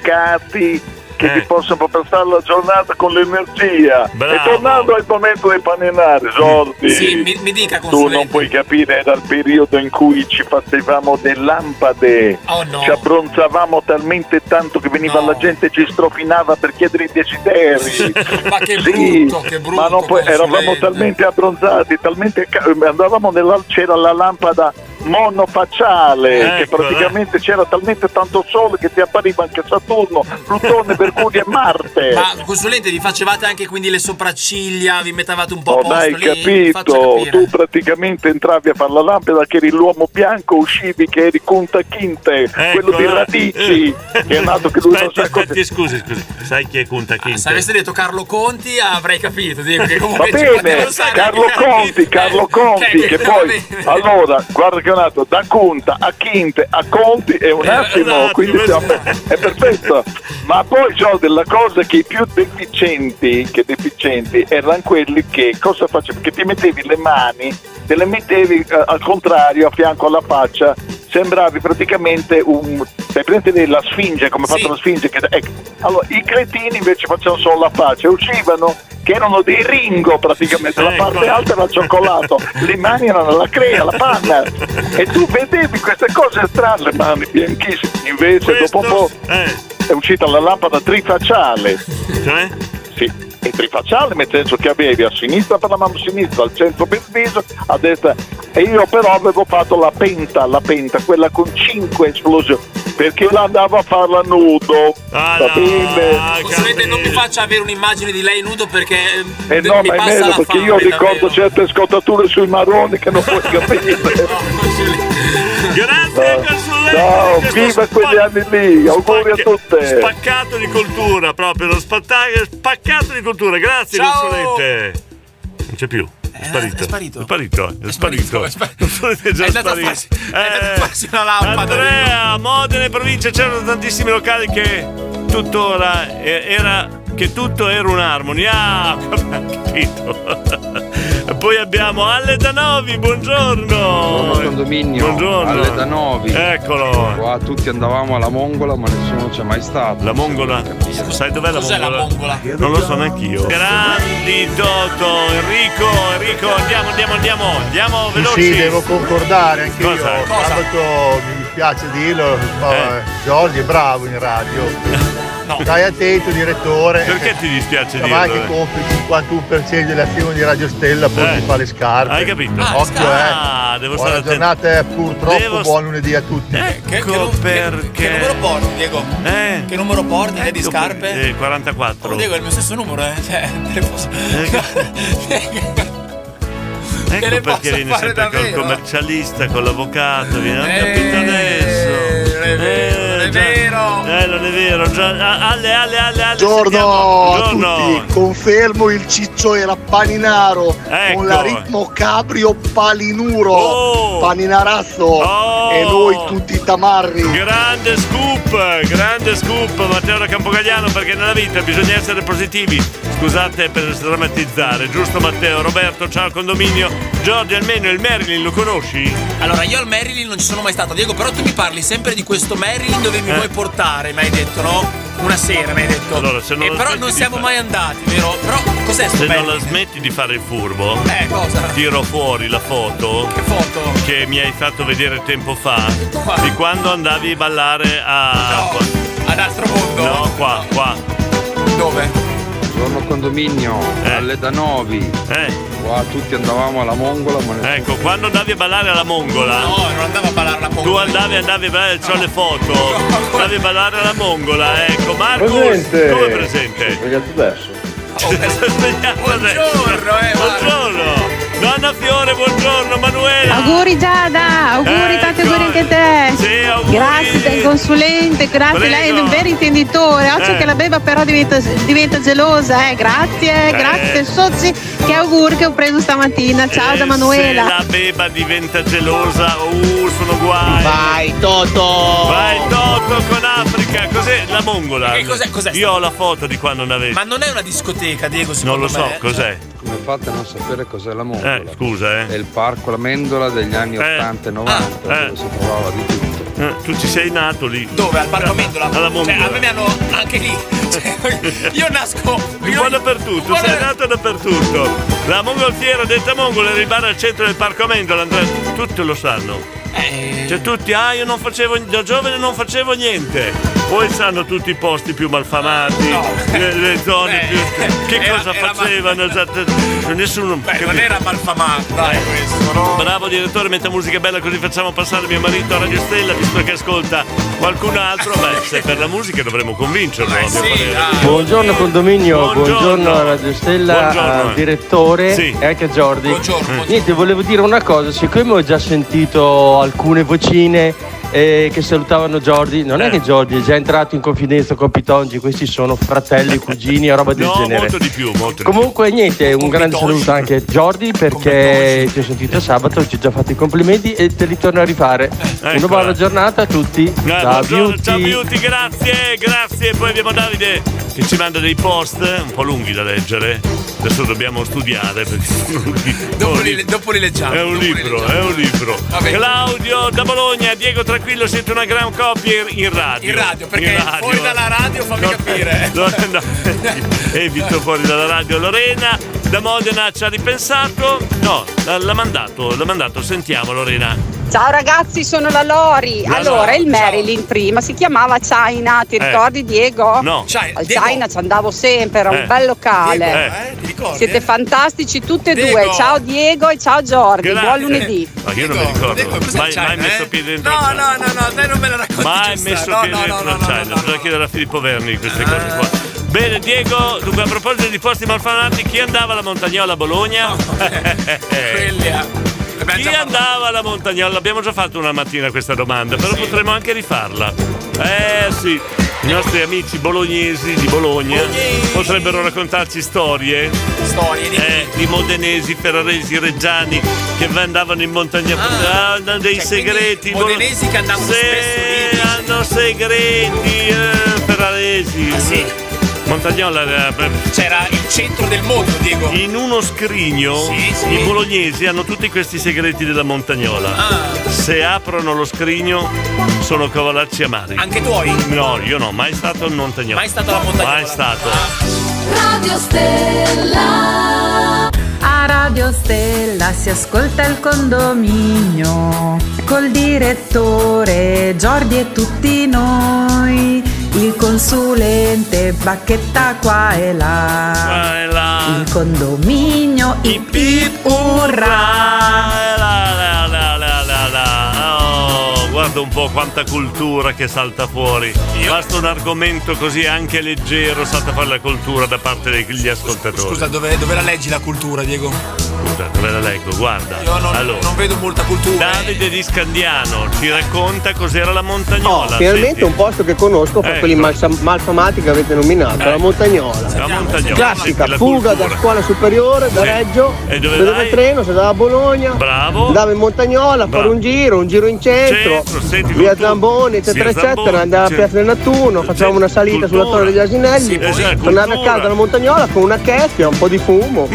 Speaker 29: schioccati che vi possono proprio stare la giornata con l'energia.
Speaker 1: Bravo.
Speaker 29: E tornando al momento dei paninari, Jordi,
Speaker 2: Sì, mi, mi dica
Speaker 29: tu
Speaker 2: consulente.
Speaker 29: non puoi capire, era il periodo in cui ci facevamo delle lampade,
Speaker 2: Oh, no.
Speaker 29: ci abbronzavamo talmente tanto che veniva la gente e ci strofinava per chiedere i desideri.
Speaker 2: Ma che
Speaker 29: Sì,
Speaker 2: brutto, che brutto.
Speaker 29: ma non puoi- eravamo talmente abbronzati, talmente ca- andavamo nella c'era la lampada monofacciale che
Speaker 1: Ecco,
Speaker 29: praticamente c'era talmente tanto sole che ti appariva anche Saturno, Plutone, Mercurio e Marte.
Speaker 2: Ma consulente, vi facevate anche quindi le sopracciglia, vi mettavate un po' a
Speaker 29: Non
Speaker 2: posto
Speaker 29: hai
Speaker 2: lì? Mi faccia
Speaker 29: Oh,
Speaker 2: capire.
Speaker 29: capito, tu praticamente entravi a fare la lampada che eri l'uomo bianco, uscivi che eri Kunta Kinte,
Speaker 2: Ecco,
Speaker 29: quello di
Speaker 1: eh.
Speaker 29: Radici, che è nato che lui non sa cosa
Speaker 1: Aspetti, scusi, scusi. Sai chi è Kunta Kinte?
Speaker 2: Se avessi detto Carlo Conti avrei capito, Diego, che
Speaker 29: Va
Speaker 2: comunque ci
Speaker 29: bene,
Speaker 2: potevano stare
Speaker 29: Carlo
Speaker 2: anche-
Speaker 29: Conti, Carlo
Speaker 2: Cioè, Eh,
Speaker 29: Conti, che poi allora guarda che un attimo, da Conta a Quinte a Conti è un attimo, quindi siamo- è perfetto. Ma poi Jordi, la cosa che i più deficienti, che deficienti erano quelli che cosa facevano? Che ti mettevi le mani, te le mettevi eh, al contrario a fianco alla faccia, sembravi praticamente un. Sai, prendete la sfinge come ha fatto la sfinge? Che, ecco. Allora, i cretini invece facevano solo la faccia, e uscivano che erano dei ringo praticamente, la parte alta era il cioccolato, le mani erano la crea, la panna e tu vedevi queste cose strane, le mani bianchissime, invece dopo un po'
Speaker 2: eh.
Speaker 29: è uscita la lampada trifacciale.
Speaker 2: Cioè?
Speaker 29: Sì, e trifacciale nel senso che avevi a sinistra per la mano sinistra, al centro per il viso, a destra. E io però avevo fatto la penta, la penta, quella con 5 esplosioni. perché la andava a farla nudo.
Speaker 2: Ah,
Speaker 29: va bene?
Speaker 2: Consulente, non mi faccia avere un'immagine di lei nudo perché eh,
Speaker 29: E
Speaker 2: mi
Speaker 29: no, ma è
Speaker 2: passa
Speaker 29: meglio
Speaker 2: la
Speaker 29: perché
Speaker 2: fame,
Speaker 29: io ricordo
Speaker 2: davvero.
Speaker 29: certe scottature sui marroni che non puoi capire.
Speaker 1: Grazie consulente.
Speaker 29: Ciao,
Speaker 1: Questo
Speaker 29: viva quegli anni lì, auguri a tutte.
Speaker 1: Spaccato di cultura, proprio lo spattacolo, spaccato di cultura. Grazie
Speaker 29: Ciao.
Speaker 1: consulente. Non c'è più. È sparito. È sparito. È sparito. eh. È sparito. È già sparito. Eh. Andrea, Modena e provincia c'erano tantissimi locali che tuttora eh, era che tutto era un'armonia. Ah, come ha capito. Poi abbiamo Alle Danovi, buongiorno. Buongiorno
Speaker 12: condominio.
Speaker 1: Buongiorno.
Speaker 12: Alle Danovi.
Speaker 1: Eccolo.
Speaker 12: Qua tutti andavamo alla Mongola, ma nessuno c'è mai stato.
Speaker 1: La Mongola? Sai dov'è la
Speaker 12: Cos'è la
Speaker 1: Mongola? Non lo so neanch'io. Grandi Toto, Enrico, Enrico, andiamo, andiamo, andiamo, andiamo Oh, veloci.
Speaker 37: Sì, devo concordare anche
Speaker 1: Cosa?
Speaker 37: io.
Speaker 1: Cosa?
Speaker 37: Sabato mi dispiace dirlo, ma
Speaker 1: Eh.
Speaker 37: Giorgi è bravo in radio. Stai attento, direttore.
Speaker 1: Perché ti dispiace
Speaker 37: Ma vai che
Speaker 1: dirlo? eh?
Speaker 37: compri il 51% dell'azione di Radio Stella, poi
Speaker 1: Eh.
Speaker 37: ti fa le scarpe.
Speaker 1: Hai capito?
Speaker 37: Occhio,
Speaker 1: Ah,
Speaker 37: eh.
Speaker 1: devo
Speaker 37: Buona
Speaker 1: stare attento.
Speaker 37: giornata, eh, purtroppo
Speaker 1: Devo-
Speaker 37: buon lunedì a tutti.
Speaker 1: Ecco perché.
Speaker 2: Che numero porti, Diego?
Speaker 1: Eh?
Speaker 2: Che numero porti? te di scarpe?
Speaker 1: Eh, 44.
Speaker 2: Oh, Diego, è il mio stesso numero, eh. Cioè, te le posso.
Speaker 1: Ecco
Speaker 2: le posso
Speaker 1: perché viene
Speaker 2: fare
Speaker 1: sempre col
Speaker 2: davvero?
Speaker 1: commercialista, con l'avvocato, viene ho capito adesso. Eh, Non è
Speaker 2: vero,
Speaker 1: non è vero. Eh, non è vero. Già, ah, alle, alle, alle, alle.
Speaker 30: Buongiorno a
Speaker 1: sentiamo. Buongiorno.
Speaker 30: tutti, confermo il ciccio era paninaro
Speaker 1: Ecco. Oh.
Speaker 30: con la ritmo cabrio palinuro, paninarazzo e noi tutti tamarri.
Speaker 1: Grande scoop, grande scoop Matteo da Campogagliano perché nella vita bisogna essere positivi. Scusate per drammatizzare, giusto Matteo? Roberto, ciao condominio. Giorgio almeno il Marilyn lo conosci?
Speaker 2: Allora, io al Marilyn non ci sono mai stato, Diego, però tu mi parli sempre di questo Marilyn dove mi
Speaker 1: Eh.
Speaker 2: vuoi portare, mi hai detto, no? Una sera, mi hai detto.
Speaker 1: Allora, se non
Speaker 2: e
Speaker 1: lo
Speaker 2: però
Speaker 1: smetti
Speaker 2: non
Speaker 1: di
Speaker 2: siamo
Speaker 1: fare-
Speaker 2: mai andati, vero? Però cos'è sto
Speaker 1: Se non
Speaker 2: Marilyn?
Speaker 1: la smetti di fare il furbo,
Speaker 2: Eh, cosa?
Speaker 1: tiro fuori la foto che, mi hai fatto vedere tempo fa di quando andavi a ballare a.
Speaker 2: ad altro mondo?
Speaker 1: No, qua, qua.
Speaker 2: Dove?
Speaker 12: Buongiorno condominio,
Speaker 1: Eh.
Speaker 12: alle Danovi. Qua tutti andavamo alla Mongola, ma nessuno
Speaker 1: Ecco, quando andavi a ballare alla Mongola.
Speaker 2: No, non andavo a ballare alla Mongola.
Speaker 1: Tu andavi, andavi a ballare, c'ho le foto. Andavi a ballare alla Mongola, ecco. Marcus,
Speaker 39: Presente.
Speaker 1: come presente?
Speaker 39: svegliato adesso.
Speaker 2: Oh,
Speaker 1: Buongiorno, eh, buongiorno. Donna Fiore, buongiorno, Manuela.
Speaker 5: Auguri Giada,
Speaker 1: Ecco.
Speaker 5: auguri, tanti auguri anche a te. Grazie del consulente, grazie, lei è un vero intenditore. Oggi
Speaker 1: Eh.
Speaker 5: che la beva però diventa, diventa gelosa, eh. Grazie,
Speaker 1: Eh.
Speaker 5: grazie Sozzi. Che auguri che ho preso stamattina. Ciao
Speaker 1: Eh, Se
Speaker 5: da Manuela.
Speaker 1: la beba diventa gelosa, uh, sono guai. Vai Toto! Vai Toto con Africa, cos'è la Mongola?
Speaker 2: Che cos'è- cos'è
Speaker 1: Io ho la foto di quando ne avevi.
Speaker 2: Ma non è una discoteca, Diego,
Speaker 1: non
Speaker 2: secondo
Speaker 1: lo
Speaker 2: me. eh?
Speaker 1: so, cos'è?
Speaker 12: Come fate a non sapere cos'è la Mongola?
Speaker 1: Eh, scusa, eh.
Speaker 12: È il parco La Mendola degli anni 80
Speaker 2: Ah.
Speaker 12: e 90, dove si trovava di tutto.
Speaker 1: Eh, tu ci sei nato lì.
Speaker 2: Dove? Al Parco Mendola?
Speaker 1: Alla Mongola.
Speaker 2: Cioè, a me mi hanno anche lì. Cioè, io nasco.
Speaker 1: Un po' dappertutto, sei nato dappertutto. La mongolfiera detta mongola ribara al centro del parco Mendola, Andrea, tutti lo sanno.
Speaker 11: Eh.
Speaker 1: Cioè tutti, ah io non facevo, da giovane non facevo niente. Poi sanno tutti i posti più malfamati, le, le zone più... Che cosa facevano esattamente? Nessuno...
Speaker 2: Non
Speaker 1: capito.
Speaker 2: era malfamato, dai, questo, no?
Speaker 1: Bravo direttore, metta musica bella così facciamo passare mio marito a Radio Stella, visto che ascolta qualcun altro. Beh, se è per la musica dovremmo convincerlo, a mio parere.
Speaker 39: Buongiorno condominio, buongiorno, a Radio Stella,
Speaker 1: Buongiorno.
Speaker 39: al direttore
Speaker 1: Sì.
Speaker 39: e anche a Jordi.
Speaker 1: Buongiorno, buongiorno.
Speaker 39: Niente, volevo dire una cosa, siccome ho già sentito alcune vocine eh, che salutavano Jordi, non
Speaker 1: Eh.
Speaker 39: è che Jordi è già entrato in confidenza con Pitongi, questi sono fratelli, cugini o roba del
Speaker 1: No,
Speaker 39: genere.
Speaker 1: molto di più, molto di più.
Speaker 39: Comunque niente, un grande saluto anche a Jordi perché ti ho sentito sabato, ti ho già fatto i complimenti e te li torno a rifare. Una buona giornata a tutti. Ciao,
Speaker 1: Eh, buongiorno, ciao
Speaker 39: beauty.
Speaker 1: Beauty, grazie, grazie. Poi abbiamo Davide che ci manda dei post un po' lunghi da leggere. Adesso dobbiamo studiare perché sono lunghi.
Speaker 2: Dopo li, dopo li leggiamo.
Speaker 1: È un libro, è un libro.
Speaker 2: Vabbè.
Speaker 1: Claudio da Bologna, Diego tranquillo, siete una gran coppia in- in radio.
Speaker 2: In radio, perché fuori dalla radio fammi capire.
Speaker 1: No, no, evito fuori dalla radio Lorena. da Modena ci ha ripensato. No, l'ha, l'ha mandato, l'ha mandato, sentiamo Lorena.
Speaker 28: Ciao ragazzi, sono la Lori.
Speaker 1: La
Speaker 28: allora,
Speaker 1: Lori,
Speaker 28: il Marilyn prima si chiamava China, ti
Speaker 1: Eh.
Speaker 28: ricordi Diego?
Speaker 1: No. Chai-
Speaker 28: Al
Speaker 1: Diego.
Speaker 28: China ci andavo sempre, era
Speaker 1: Eh.
Speaker 28: un bel locale.
Speaker 1: Diego, eh, ti ricordi,
Speaker 28: Siete
Speaker 1: eh?
Speaker 28: fantastici tutti e
Speaker 1: Diego.
Speaker 28: due. Ciao Diego e ciao Giorgi. Buon lunedì.
Speaker 1: Ma io non mi ricordo. mai, mai messo piede dentro.
Speaker 28: eh? No,
Speaker 1: il China.
Speaker 28: no, no, dai, non me la racconti.
Speaker 1: Mai messo piede dentro il China. Bisogna chiedere a Filippo Verni queste cose qua. Bene, Diego, dunque a proposito di posti malfanati, chi andava alla Montagnola a Bologna?
Speaker 2: Oh, eh.
Speaker 1: Chi andava alla Montagnola? Abbiamo già fatto una mattina questa domanda, però potremmo anche rifarla. Eh sì, i nostri amici bolognesi di Bologna potrebbero raccontarci storie.
Speaker 2: Storie di,
Speaker 1: eh, di modenesi, ferraresi, reggiani che andavano in montagna. Ah, hanno dei segreti.
Speaker 2: Cioè, modenesi che andavano
Speaker 1: Se hanno segreti, eh, ferraresi. Montagnola era
Speaker 2: Ah, C'era il centro del mondo, Diego.
Speaker 1: In uno scrigno
Speaker 2: Sì, sì.
Speaker 1: i bolognesi hanno tutti questi segreti della montagnola.
Speaker 2: Ah.
Speaker 1: Se aprono lo scrigno sono cavolacci amari.
Speaker 2: Anche tuoi?
Speaker 1: No, io no, mai stato in montagnola. Mai stato alla montagnola. Mai stato.
Speaker 5: Radio Stella. A Radio Stella si ascolta il condominio col direttore Giordi e tutti noi, il consulente Bacchetta qua e là.
Speaker 1: Qua e là.
Speaker 5: Il condominio ip ip urrà.
Speaker 1: La, la, la, la, la. Oh, guarda un po' quanta cultura che salta fuori. Basta un argomento così anche leggero, salta fuori la cultura da parte degli ascoltatori.
Speaker 2: Scusa, dove, dove la leggi la cultura, Diego?
Speaker 1: Scusa, dove la leggo? Guarda.
Speaker 2: Io non,
Speaker 1: allora,
Speaker 2: non vedo molta cultura. eh.
Speaker 1: Davide di Scandiano ci racconta cos'era la montagnola.
Speaker 19: Finalmente
Speaker 1: senti.
Speaker 19: un posto che conosco fra
Speaker 1: Ecco.
Speaker 19: quelli malsa- malfamati che avete nominato, la montagnola.
Speaker 1: La montagnola.
Speaker 19: Classica
Speaker 1: La
Speaker 19: fuga
Speaker 1: cultura.
Speaker 19: da scuola superiore, da
Speaker 1: Sì.
Speaker 19: Reggio,
Speaker 1: E dove
Speaker 19: prendeva
Speaker 1: vai?
Speaker 19: il treno, si andava a Bologna,
Speaker 1: Bravo.
Speaker 19: andava in montagnola a fare
Speaker 1: Bravo.
Speaker 19: un giro, un giro in centro,
Speaker 1: Centro, senti,
Speaker 19: via
Speaker 1: cultura.
Speaker 19: Zamboni, eccetera,
Speaker 1: Via Zamboni,
Speaker 19: eccetera, andava a
Speaker 1: centro.
Speaker 19: Piazza del Nettuno, facevamo una salita sulla
Speaker 1: Cultura.
Speaker 19: torre degli
Speaker 1: Sì,
Speaker 19: Asinelli,
Speaker 1: esatto,
Speaker 19: tornava a
Speaker 1: cultura.
Speaker 19: casa alla montagnola con una checchia, un po' di fumo,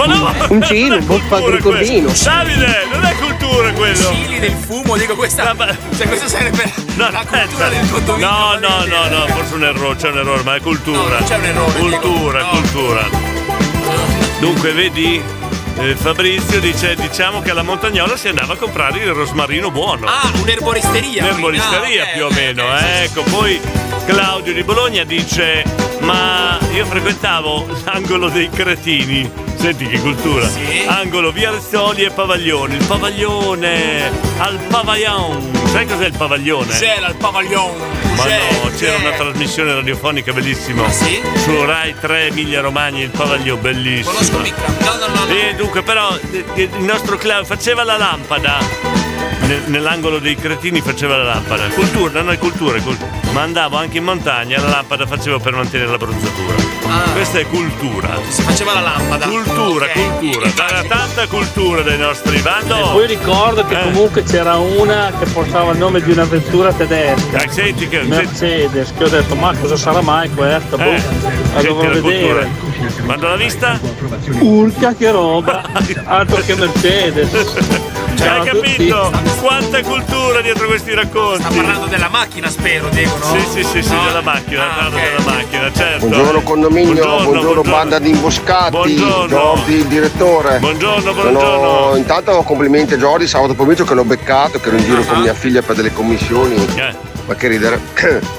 Speaker 19: un cino, un po' di cordino.
Speaker 1: Davide, non è cultura quello.
Speaker 2: Cili del fumo, Diego, questa. Cioè, questo serve per la cultura del condominio.
Speaker 1: No, no, no, no, forse un errore, c'è un errore, ma è cultura.
Speaker 2: c'è un errore,
Speaker 1: Cultura, cultura. Dunque, vedi, eh, Fabrizio dice, diciamo che alla Montagnola si andava a comprare il rosmarino buono.
Speaker 2: Ah, un'erboristeria. ah,
Speaker 1: L'erboristeria più o meno, ecco. Poi Claudio di Bologna dice: Ma io frequentavo l'angolo dei cretini. Senti che cultura! Angolo via Rizzoli e Pavaglione. Il pavaglione! Al pavaglion! Sai cos'è il pavaglione?
Speaker 2: C'era il pavaglione.
Speaker 1: Ma no, c'era una trasmissione radiofonica
Speaker 2: Ah,
Speaker 1: bellissima. Su Rai 3 Emilia Romagna, il pavaglione, bellissimo. E dunque, però, eh, eh, il nostro Claudio faceva la lampada. Ne- Nell'angolo dei cretini faceva la lampada. Cultura, non è cultura, è cultura. Ma andavo anche in montagna, la lampada facevo per mantenere la bronzatura. Questa è cultura. Si
Speaker 2: Ah. faceva la lampada.
Speaker 1: Cultura, cultura. C'era tanta cultura dai nostri bando.
Speaker 8: E poi ricordo
Speaker 1: Eh.
Speaker 8: che comunque c'era una che portava il nome di un'avventura tedesca.
Speaker 1: Dai, senti che-
Speaker 8: Mercedes, che ho detto ma cosa sarà mai questa? Boh,
Speaker 1: Eh,
Speaker 8: la
Speaker 1: senti
Speaker 8: dovrò
Speaker 1: la
Speaker 8: vedere.
Speaker 1: cultura. Quando l'ha vista?
Speaker 8: Urca che roba! Altro che Mercedes! Ciao
Speaker 1: Cioè, Hai
Speaker 8: a tutti.
Speaker 1: capito? Quanta cultura dietro questi racconti. Sta parlando
Speaker 2: della macchina, spero, Diego, no? Ah,
Speaker 1: Sì, sì, sì, sì, della macchina, parlo della macchina, certo.
Speaker 23: Buongiorno condominio, buongiorno, banda di imboscati, Jordi direttore.
Speaker 1: Buongiorno,
Speaker 23: buongiorno. Intanto complimenti a Jordi, sabato pomeriggio che l'ho beccato, che ero in giro
Speaker 1: Ah,
Speaker 23: con mia figlia per delle commissioni.
Speaker 1: Eh,
Speaker 23: Ma che ridere.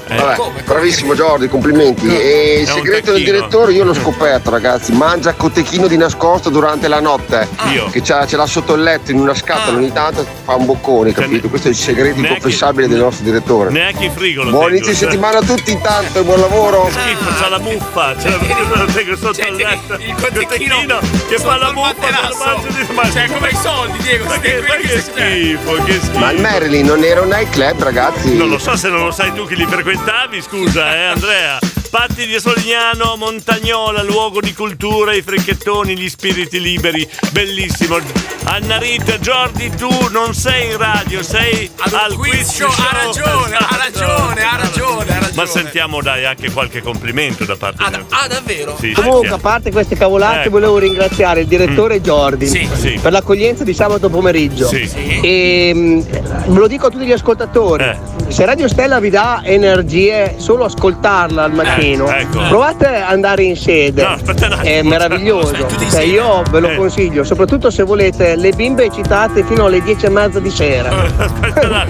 Speaker 23: Vabbè, bravissimo Jordi, complimenti. E il
Speaker 1: Eh, È un
Speaker 23: segreto del
Speaker 1: tacchino.
Speaker 23: direttore io l'ho scoperto, ragazzi. Mangia cotechino di nascosto durante la notte.
Speaker 1: Ah. Io? Ah.
Speaker 23: Che c'ha- ce l'ha sotto il letto in una scatola, ogni tanto fa un boccone, capito? Questo è il segreto
Speaker 1: Cioè, neanche-
Speaker 23: inconfessabile del nostro direttore.
Speaker 1: Neanche in frigolo.
Speaker 23: Buon
Speaker 1: tengo,
Speaker 23: inizio
Speaker 1: cioè.
Speaker 23: settimana a tutti intanto e buon lavoro.
Speaker 1: Schifo, c'ha la muffa, c'è
Speaker 2: Cioè,
Speaker 1: la muffa, lo tengo sotto il letto. Il cotechino che fa la muffa sul mangio di ma Cioè,
Speaker 2: come i soldi, Diego,
Speaker 1: ma che, ma che schifo, che schifo.
Speaker 23: Ma il Marilyn non era un nightclub, ragazzi.
Speaker 1: Non lo so se non lo sai tu che li frequentavi, scusa, eh, Andrea. Patti di Solignano, Montagnola, luogo di cultura, i fricchettoni, gli spiriti liberi, bellissimo. Anna Rita, Jordi, tu non sei in radio, sei al, quiz, show. Esatto.
Speaker 2: Ha ragione, ha ragione, ha ragione, ha ragione.
Speaker 1: Ma sentiamo dai anche qualche complimento da parte di
Speaker 2: Ah, davvero?
Speaker 1: Sì,
Speaker 19: Comunque, a
Speaker 1: sentiamo.
Speaker 19: parte queste cavolate,
Speaker 1: Ecco. Mm.
Speaker 19: volevo ringraziare il direttore Jordi
Speaker 1: Sì.
Speaker 19: per l'accoglienza di sabato pomeriggio.
Speaker 1: Sì. Sì. Eh.
Speaker 19: E, mm, ve lo dico a tutti gli ascoltatori: se Radio Stella vi dà energie solo ascoltarla al mattino,
Speaker 1: ecco.
Speaker 19: provate ad andare in sede.
Speaker 1: No, aspetta un attimo. Eh.
Speaker 19: È meraviglioso. Cioè, io ve lo consiglio, soprattutto se volete le bimbe citate fino alle 10 e mezza di sera.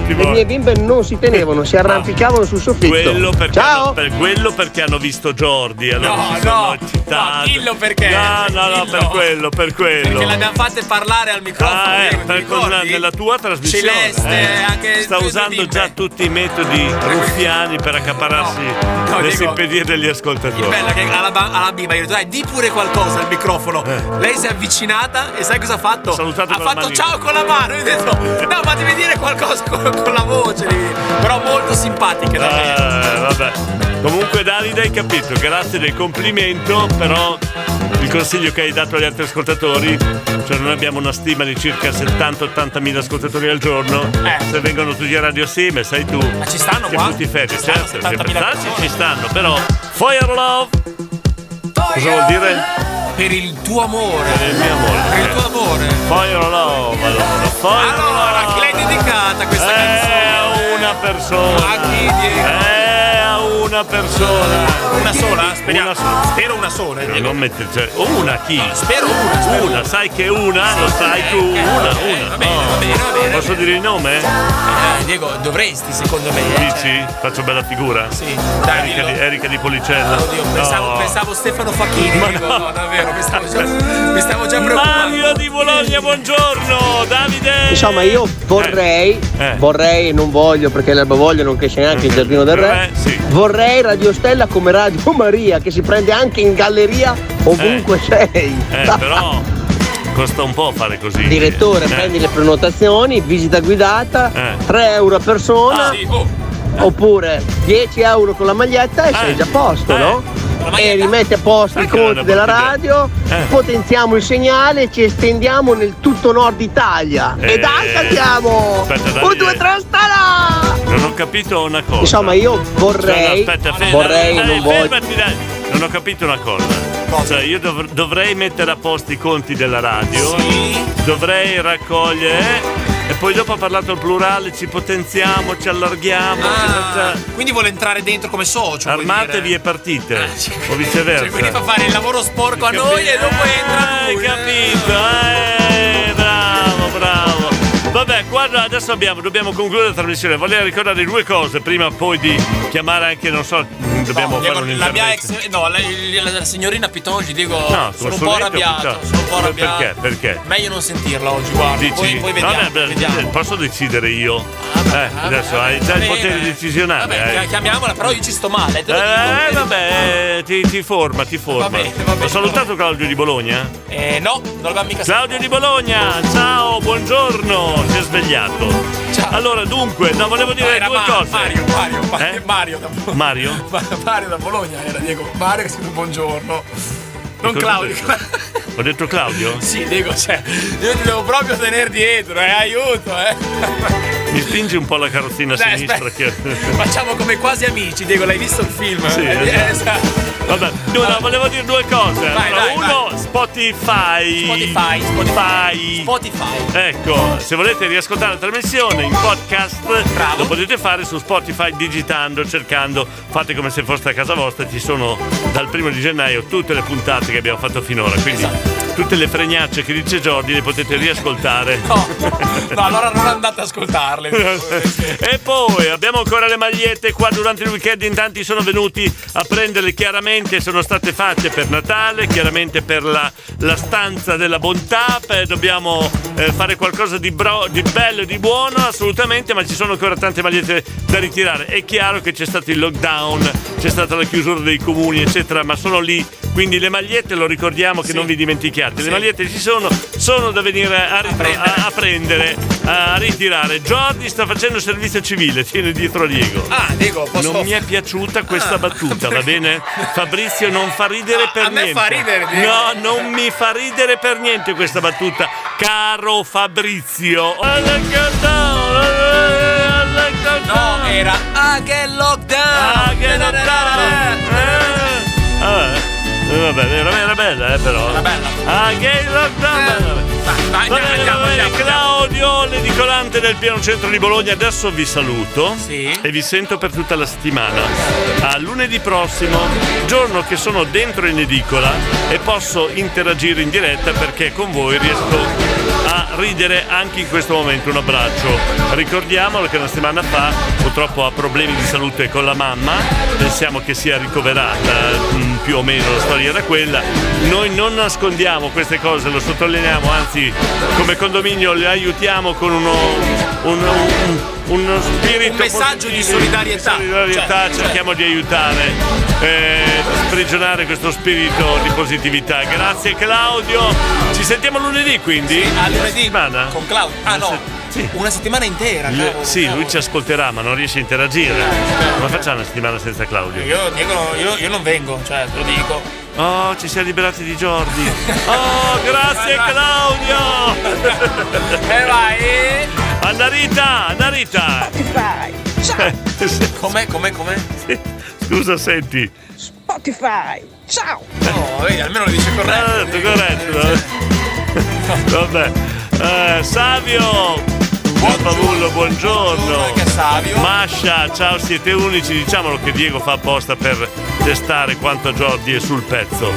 Speaker 19: Le mie bimbe non si tenevano, si arrampicavano sul soffitto.
Speaker 1: Quello perché, hanno, per quello perché hanno visto Jordi. Allora
Speaker 2: No,
Speaker 1: si sono
Speaker 2: no,
Speaker 1: eccitati.
Speaker 2: dillo perché.
Speaker 1: No, no, no, per
Speaker 2: Dillo.
Speaker 1: quello, per quello.
Speaker 2: Perché l'abbiamo fatta parlare al microfono.
Speaker 1: Ah, eh,
Speaker 2: Diego, ti
Speaker 1: per
Speaker 2: ricordi?
Speaker 1: cosa- nella tua trasmissione
Speaker 2: Celeste,
Speaker 1: eh.
Speaker 2: anche
Speaker 1: sta usando già tutti i metodi ruffiani per accaparrarsi le
Speaker 2: Diego.
Speaker 1: simpatie degli ascoltatori.
Speaker 2: Bella che alla, ba- alla bimba gli ho detto, dai, di pure qualcosa al microfono. Lei si è avvicinata e sai cosa ha fatto? ha
Speaker 1: Eh. con la
Speaker 2: fatto
Speaker 1: manina.
Speaker 2: ciao con la mano. Io ho detto, no, ma devi dire qualcosa con, con la voce. devi- Però molto simpatica. davvero.
Speaker 1: Eh, vabbè. Comunque Davide hai capito, grazie del complimento, però il consiglio che hai dato agli altri ascoltatori, cioè noi abbiamo una stima di circa 70-80 mila ascoltatori al giorno, se vengono tutti a Radio Sime, sai tu, ma ci stanno
Speaker 2: qua?
Speaker 1: tutti fermi, certo, ci stanno, ci stanno, però Fire Love, cosa vuol dire?
Speaker 2: Per il tuo amore.
Speaker 1: Per il mio amore. Per il tuo amore. Fire Love, allora, Fire
Speaker 2: Allora, a chi l'hai dedicata questa canzone?
Speaker 1: a una persona.
Speaker 2: A chi Diego?
Speaker 1: È a una persona.
Speaker 2: Una sola? Speriamo. Spero una sola.
Speaker 1: No, non mette, cioè, una chi?
Speaker 2: spero una, spero
Speaker 1: una. Sai che una, lo sai tu, una, una. Posso dire il nome?
Speaker 2: Eh, Diego, dovresti, secondo me. eh, cioè,
Speaker 1: Dici? Faccio bella figura? Sì,
Speaker 2: dai,
Speaker 1: Erika, di, Erika di Policella.
Speaker 2: Oddio, pensavo,
Speaker 1: No.
Speaker 2: pensavo Stefano Facchini. Diego, no. davvero, mi stavo già, mi stavo già preoccupando.
Speaker 1: Mario di Bologna, buongiorno! Davide!
Speaker 19: Insomma,
Speaker 1: Eh.
Speaker 19: io vorrei, vorrei e non voglio perché l'erbavoglio non cresce neanche il giardino del re.
Speaker 1: Mm. Eh, sì.
Speaker 19: Vorrei Radio Stella come Radio Maria che si prende anche in galleria ovunque sei.
Speaker 1: Eh, però costa un po' fare così.
Speaker 19: Direttore,
Speaker 1: Eh.
Speaker 19: prendi le prenotazioni, visita guidata,
Speaker 1: Eh.
Speaker 19: 3 euro a persona.
Speaker 1: Ah, sì,
Speaker 19: Oppure 10 euro con la
Speaker 1: Eh.
Speaker 19: maglietta e sei già a posto, no? E rimetti a posto i conti della radio,
Speaker 1: Eh.
Speaker 19: potenziamo il segnale, ci estendiamo nel tutto nord Italia. E
Speaker 1: Eh,
Speaker 19: dai, cantiamo!
Speaker 1: aspetta, Davide.
Speaker 19: Un, due, tre, stala!
Speaker 1: Non ho capito una cosa.
Speaker 19: Insomma, io vorrei-
Speaker 1: Scusa, aspetta, fermati,
Speaker 19: vorrei,
Speaker 1: dai,
Speaker 19: non voglio-
Speaker 1: fermati, dai. Non ho capito una cosa. Cioè, io dov- dovrei mettere a posto i conti della radio. Dovrei raccogliere. E poi dopo ha parlato il plurale, ci potenziamo, ci allarghiamo.
Speaker 2: Quindi vuole entrare dentro come socio. vuol
Speaker 1: Armatevi
Speaker 2: Ah, dire. Ah,
Speaker 1: e partite. O
Speaker 2: Cioè, quindi fa
Speaker 1: viceversa.
Speaker 2: fare il lavoro sporco a
Speaker 1: Capito?
Speaker 2: noi e dopo entra. Hai
Speaker 1: capito? Eh, bravo, bravo. Vabbè, guarda, adesso abbiamo- dobbiamo concludere la trasmissione. Volevo ricordare due cose prima poi di chiamare anche, non so, dobbiamo
Speaker 2: No,
Speaker 1: fare un
Speaker 2: Diego, la mia
Speaker 1: intervento.
Speaker 2: ex. No, la, la- la signorina Pitongi, Diego.
Speaker 1: No,
Speaker 2: sono un po'
Speaker 1: consulente,
Speaker 2: arrabbiato.
Speaker 1: puttana.
Speaker 2: Sono un po' arrabbiato.
Speaker 1: Perché? Perché?
Speaker 2: Meglio non sentirla oggi, guarda.
Speaker 1: Dici?
Speaker 2: Poi, poi
Speaker 1: No,
Speaker 2: vediamo.
Speaker 1: beh,
Speaker 2: vediamo. Ah,
Speaker 1: Posso decidere io? eh, adesso hai già il
Speaker 2: Vabbè,
Speaker 1: potere
Speaker 2: beh.
Speaker 1: decisionale.
Speaker 2: Vabbè,
Speaker 1: eh.
Speaker 2: chiamiamola, però io ci sto male, te lo
Speaker 1: Eh,
Speaker 2: dico.
Speaker 1: vabbè, ti, ti forma, ti forma. Ho salutato Claudio di Bologna?
Speaker 2: Eh, no, non l'abbiamo mica
Speaker 1: Claudio di Bologna, ciao, buongiorno, si è svegliato. Allora, dunque, no, volevo dire
Speaker 2: era
Speaker 1: due
Speaker 2: Mario,
Speaker 1: cose. Eh?
Speaker 2: Mario, Mario, Mario, Mario da Bologna.
Speaker 1: Mario?
Speaker 2: Ma- Mario da Bologna era Diego. Mario che scrive buongiorno. Non
Speaker 1: Cosa
Speaker 2: Claudio.
Speaker 1: ho Ho detto Claudio?
Speaker 2: Sì, Diego, cioè, io ti devo proprio tenere dietro, eh, aiuto, eh.
Speaker 1: Mi spingi un po' la carrozzina a
Speaker 2: Dai,
Speaker 1: sinistra. Che...
Speaker 2: Facciamo come quasi amici, Diego, l'hai visto il film?
Speaker 1: Sì,
Speaker 2: Eh,
Speaker 1: esatto.
Speaker 2: eh, sa-
Speaker 1: Vabbè, no, no, volevo dire due cose.
Speaker 2: Vai,
Speaker 1: Allora,
Speaker 2: vai,
Speaker 1: uno, Spotify. Spotify, Spotify. Ecco, se volete riascoltare la trasmissione in podcast, lo potete fare su Spotify digitando, cercando, fate come se foste a casa vostra, ci sono dal primo di gennaio tutte le puntate che abbiamo fatto finora, quindi
Speaker 2: Esatto.
Speaker 1: tutte le fregnacce che dice Jordi le potete riascoltare.
Speaker 2: No, allora non andate ad ascoltarle.
Speaker 1: E poi abbiamo ancora le magliette qua durante il weekend, in tanti sono venuti a prenderle chiaramente, sono state fatte per Natale, chiaramente per la, la stanza della bontà, per- dobbiamo eh, fare qualcosa di, bro- di bello e di buono assolutamente, ma ci sono ancora tante magliette da ritirare. È chiaro che c'è stato il lockdown, c'è stata la chiusura dei comuni, eccetera, ma sono lì, quindi le magliette lo ricordiamo che non vi dimentichiate, le magliette ci sono, sono da venire a, ritro- a- a prendere, a ritirare. Jordi sta facendo servizio civile, tiene dietro a Diego.
Speaker 2: Ah, Diego, posso- Ah.
Speaker 1: Non mi è piaciuta questa battuta, va bene? Fabrizio non fa ridere per
Speaker 2: a me
Speaker 1: niente.
Speaker 2: fa ridere, Diego.
Speaker 1: No, non mi fa ridere per niente questa battuta. Caro Fabrizio.
Speaker 2: No, era Again Lockdown. Again
Speaker 1: Ah, eh, vabbè, eh, era, era bella, eh, però. Era bella. Ah, gay lockdown. Va bene, va bene, Claudio Claudio, l'edicolante del piano centro di Bologna, adesso vi saluto e vi sento per tutta la settimana. A lunedì prossimo, giorno che sono dentro in edicola e posso interagire in diretta perché con voi riesco a ridere anche in questo momento. Un abbraccio. Ricordiamolo che una settimana fa purtroppo ha problemi di salute con la mamma, pensiamo che sia ricoverata, mm, più o meno la storia era quella. Noi non nascondiamo queste cose, lo sottolineiamo, anzi come condominio le aiutiamo con uno, un- un- uno spirito...
Speaker 2: Un messaggio di solidarietà.
Speaker 1: di solidarietà,
Speaker 2: Cioè,
Speaker 1: cerchiamo di aiutare, eh, sprigionare questo spirito di positività. Grazie Claudio, ci sentiamo lunedì quindi?
Speaker 2: a lunedì.
Speaker 1: Settimana?
Speaker 2: Con Claudio. Ah no, una settimana intera.
Speaker 1: L-
Speaker 2: cavolo.
Speaker 1: sì, lui ci ascolterà ma non riesce a interagire. Come facciamo una settimana senza Claudio?
Speaker 2: Io, Diego, io, io non vengo, cioè, te lo dico.
Speaker 1: Oh, ci siamo liberati di Jordi. Oh, grazie Claudio!
Speaker 2: E vai!
Speaker 1: Annarita, Annarita!
Speaker 2: Com'è, com'è, com'è?
Speaker 1: Scusa, senti.
Speaker 2: Spotify, ciao! No, vedi, almeno lo dice
Speaker 1: Eh, Corretto,
Speaker 2: corretto.
Speaker 1: corretto. Vabbè. Eh, Savio! Buon Pavullo, buongiorno. Mascia, ciao, siete unici. Diciamolo che Diego fa apposta per testare quanto Jordi è sul pezzo.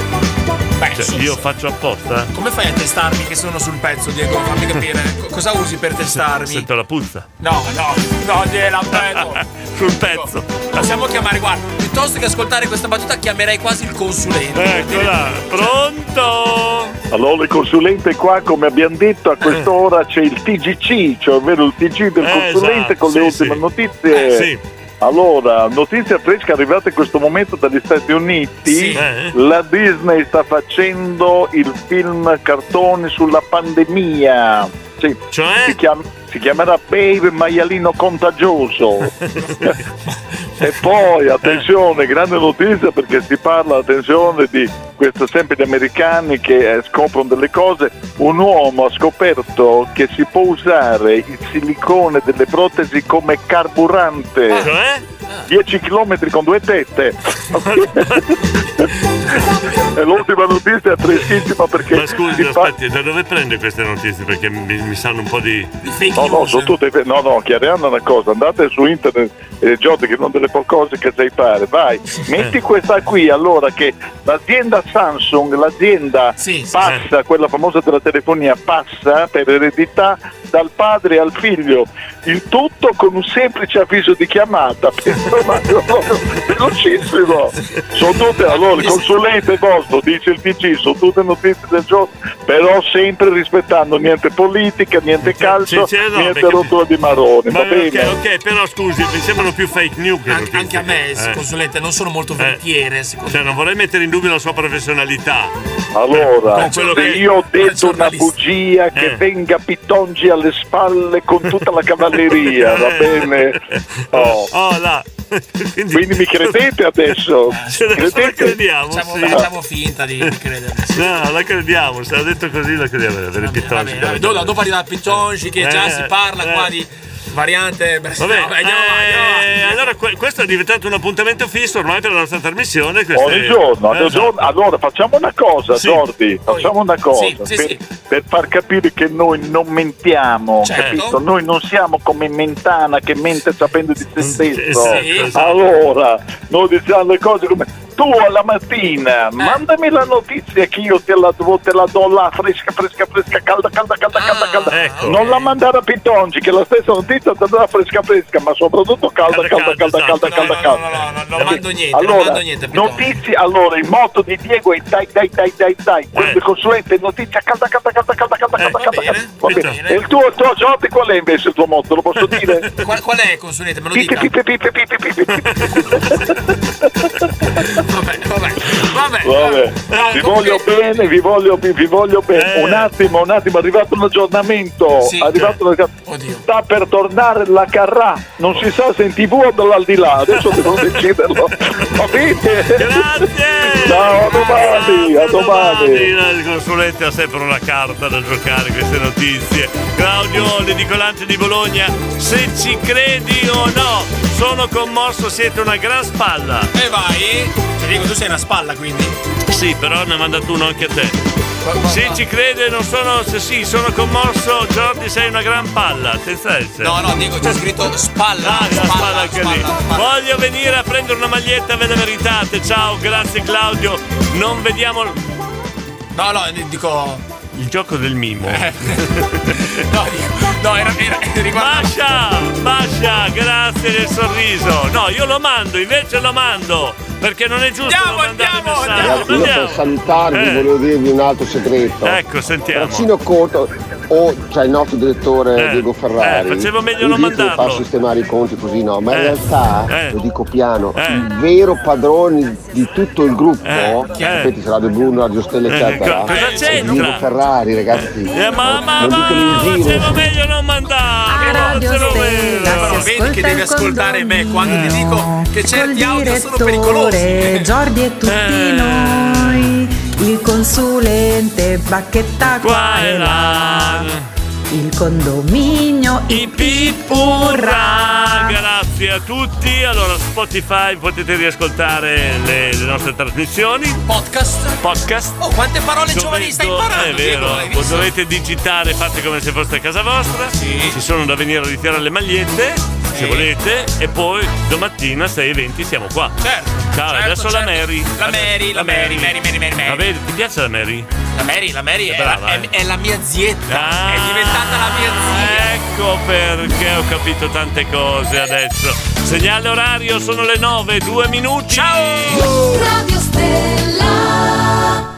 Speaker 1: Cioè,
Speaker 2: sì,
Speaker 1: io
Speaker 2: sì.
Speaker 1: faccio apposta?
Speaker 2: Come fai a testarmi che sono sul pezzo, Diego? Fammi capire. Co- cosa usi per testarmi?
Speaker 1: Sento la puzza.
Speaker 2: No, no, no, gliela prego.
Speaker 1: Sul pezzo.
Speaker 2: Possiamo chiamare, guarda, piuttosto che ascoltare questa battuta chiamerei quasi il consulente.
Speaker 1: Eccola, pronto?
Speaker 29: Allora il consulente qua, come abbiamo detto, a quest'ora c'è il TGC, cioè ovvero il TG del
Speaker 1: Eh,
Speaker 29: consulente
Speaker 1: esatto,
Speaker 29: con le
Speaker 1: sì,
Speaker 29: ultime
Speaker 1: sì.
Speaker 29: notizie.
Speaker 1: Eh, sì.
Speaker 29: Allora, notizia fresca arrivata in questo momento dagli Stati Uniti,
Speaker 1: Sì. Eh.
Speaker 29: la Disney sta facendo il film cartone sulla pandemia. Sì.
Speaker 1: Cioè?
Speaker 29: Si, chiam- si chiamerà Baby Maialino Contagioso. E poi, attenzione, grande notizia perché si parla, attenzione, di questo sempre di americani che eh, scoprono delle cose. Un uomo ha scoperto che si può usare il silicone delle protesi come carburante.
Speaker 1: Ah, cioè?
Speaker 29: 10 km con due tette. e l'ultima notizia è freschissima perché...
Speaker 1: Ma scusi, aspetti, da dove prende queste notizie? Perché mi, mi sanno un po' di.
Speaker 29: No, no, sono tutte fe- no, no, chiariamo una cosa, andate su internet e Giorgio che non delle cose che sai fare, vai, metti questa qui allora che l'azienda Samsung, l'azienda passa, quella famosa della telefonia, passa per eredità dal padre al figlio, il tutto con un semplice avviso di chiamata, Pensate, velocissimo, sono tutte, allora il consulente vostro dice il TG, sono tutte notizie del giorno, però sempre rispettando niente politica, niente calcio,
Speaker 1: Sì, sì, no,
Speaker 29: niente
Speaker 1: perché-
Speaker 29: rottura di maroni,
Speaker 1: Ma
Speaker 29: va bene?
Speaker 1: ok, ok, però scusi, mi sembrano più fake news. Che anche,
Speaker 2: a me, consulente, non sono molto veritiere.
Speaker 1: Cioè, non vorrei mettere in dubbio la sua professionalità.
Speaker 29: Allora,
Speaker 1: Con quello
Speaker 29: se
Speaker 1: che- Eh.
Speaker 29: io ho detto una bugia, che venga Pitongi alle spalle con tutta la cavalleria,
Speaker 1: Eh.
Speaker 29: va bene? Oh. Quindi... mi credete adesso?
Speaker 1: la
Speaker 29: Credete?
Speaker 1: crediamo,
Speaker 2: Facciamo,
Speaker 1: sì.
Speaker 2: facciamo finta di credermi.
Speaker 1: No, la crediamo, se l'ha detto così la crediamo. Per il pittosi.
Speaker 2: Eh, do- Dopo arriva Piccionci che già
Speaker 1: Eh,
Speaker 2: si parla qua di variante. Vabbè,
Speaker 1: Vabbè,
Speaker 2: vabbè, andiamo avanti.
Speaker 1: eh, allora que- questo è diventato un appuntamento fisso ormai per la nostra trasmissione. queste-
Speaker 29: Ogni giorno, ogni
Speaker 1: Eh,
Speaker 29: giorno. allora facciamo una cosa,
Speaker 1: Sì.
Speaker 29: Jordi, facciamo una cosa
Speaker 1: Sì, sì,
Speaker 29: per,
Speaker 1: sì.
Speaker 29: per far capire che noi non mentiamo,
Speaker 1: Certo.
Speaker 29: capito? Noi non siamo come Mentana che mente sapendo di se stesso.
Speaker 1: sì, esatto.
Speaker 29: Allora, noi diciamo le cose come tu alla mattina
Speaker 1: Eh.
Speaker 29: mandami la notizia che io te la, do- te la do là fresca, fresca, fresca, calda, calda, calda,
Speaker 1: Ah,
Speaker 29: calda, calda.
Speaker 1: ecco.
Speaker 29: Non la mandare a Pitongi che la stessa notizia te la dà fresca, fresca, ma soprattutto calda, calda, calda, calda, calda,
Speaker 1: esatto.
Speaker 29: calda.
Speaker 2: Non mando niente, non
Speaker 29: Allora,
Speaker 2: mando niente.
Speaker 29: notizie, allora il motto di Diego è dai dai dai dai dai, questo è consulente, notizia calda calda calda calda calda calda calda calda. Eh. Va bene. E il tuo, il tuo Giotti qual è invece il tuo motto? Lo posso dire?
Speaker 2: Qual, qual è, consulente? Me lo dica. Vabbè,
Speaker 29: Vabbè. Vi voglio bene, vi voglio, vi, vi voglio bene. Un attimo, un attimo, è arrivato un aggiornamento.
Speaker 2: Sì.
Speaker 29: È arrivato un aggiornamento. Sta per tornare la Carrà, non si sa se in tv o dall'aldilà, adesso devo deciderlo. Va bene? Ciao, a domani, a domani.
Speaker 1: Marina, il consulente ha sempre una carta da giocare, queste notizie. Claudio, l'edicolante di Bologna, se ci credi o no, sono commosso, siete una gran spalla.
Speaker 2: E vai. Cioè, Diego, tu sei una spalla quindi.
Speaker 1: Sì, però ne ha mandato uno anche a te. Se ci crede, non sono. Se sì, sono commosso. Jordi, sei una gran palla. Senza essere.
Speaker 2: No, no, Diego, c'è scritto spalla.
Speaker 1: Ah, la spalla anche lì. Voglio venire a prendere una maglietta, ve la meritate. Ciao, grazie Claudio. Non vediamo.
Speaker 2: No, no, dico. Eh.
Speaker 1: Il gioco del mimo.
Speaker 2: No, dico- no, era, era riguardo-
Speaker 1: Bascia, Bascia, grazie del sorriso. No, io lo mando, invece lo mando. Perché non è giusto. non mandare messaggi.
Speaker 25: Ragazzi, io per salutarvi
Speaker 1: Eh.
Speaker 25: volevo dirvi un altro segreto.
Speaker 1: Ecco, sentiamo.
Speaker 25: Francino Corto, o cioè il nostro direttore
Speaker 1: Eh,
Speaker 25: Diego Ferrari,
Speaker 1: eh, facevo meglio non
Speaker 25: mi dice di far
Speaker 1: mandarlo.
Speaker 25: sistemare i conti così no, ma in
Speaker 1: Eh,
Speaker 25: realtà,
Speaker 1: eh,
Speaker 25: lo dico piano,
Speaker 1: eh.
Speaker 25: il vero padrone di tutto il gruppo, sapete se Radio Bruno, Radio Stella
Speaker 1: Eh,
Speaker 25: eccetera,
Speaker 1: cosa
Speaker 25: è
Speaker 1: c'entra?
Speaker 25: Diego Ferrari ragazzi.
Speaker 1: Eh, ma, ma,
Speaker 25: non
Speaker 1: ma,
Speaker 25: ditelo in giro.
Speaker 1: facevo meglio non
Speaker 2: Eh,
Speaker 1: mandare.
Speaker 5: Radio
Speaker 1: facevo
Speaker 5: Stella,
Speaker 1: meglio.
Speaker 5: si
Speaker 1: Però
Speaker 5: ascolta
Speaker 1: vedi che devi
Speaker 5: il
Speaker 1: ascoltare me quando ti dico che certi audio sono Eh.
Speaker 5: Direttore Giordi e tutti noi, il consulente Bacchetta qua, e là, il condominio Ipipurra.
Speaker 1: Grazie a tutti. Allora, Spotify potete riascoltare le, le nostre trasmissioni.
Speaker 2: Podcast.
Speaker 1: Podcast.
Speaker 2: Oh, quante parole giovani stai imparando?
Speaker 1: È
Speaker 2: Diego,
Speaker 1: vero,
Speaker 2: hai visto?
Speaker 1: lo dovete digitare, fate come se foste a casa vostra. Ci sono da venire a ritirare le magliette, se volete, e poi domattina 6.20 siamo qua.
Speaker 2: Certo.
Speaker 1: Ciao, adesso la Mary.
Speaker 2: La Mary, la Mary, Mary, Mary, Mary, Mary.
Speaker 1: Ma vedi, ti piace la Mary?
Speaker 2: La Mary, la Mary è,
Speaker 1: brava, eh. Ah,
Speaker 2: la, è- è la mia zietta. è
Speaker 5: Ah.
Speaker 2: diventata la mia zia.
Speaker 1: Ecco perché ho capito tante cose adesso. Segnale orario, sono le 9, 2 minuti. Ciao!
Speaker 8: Radio Stella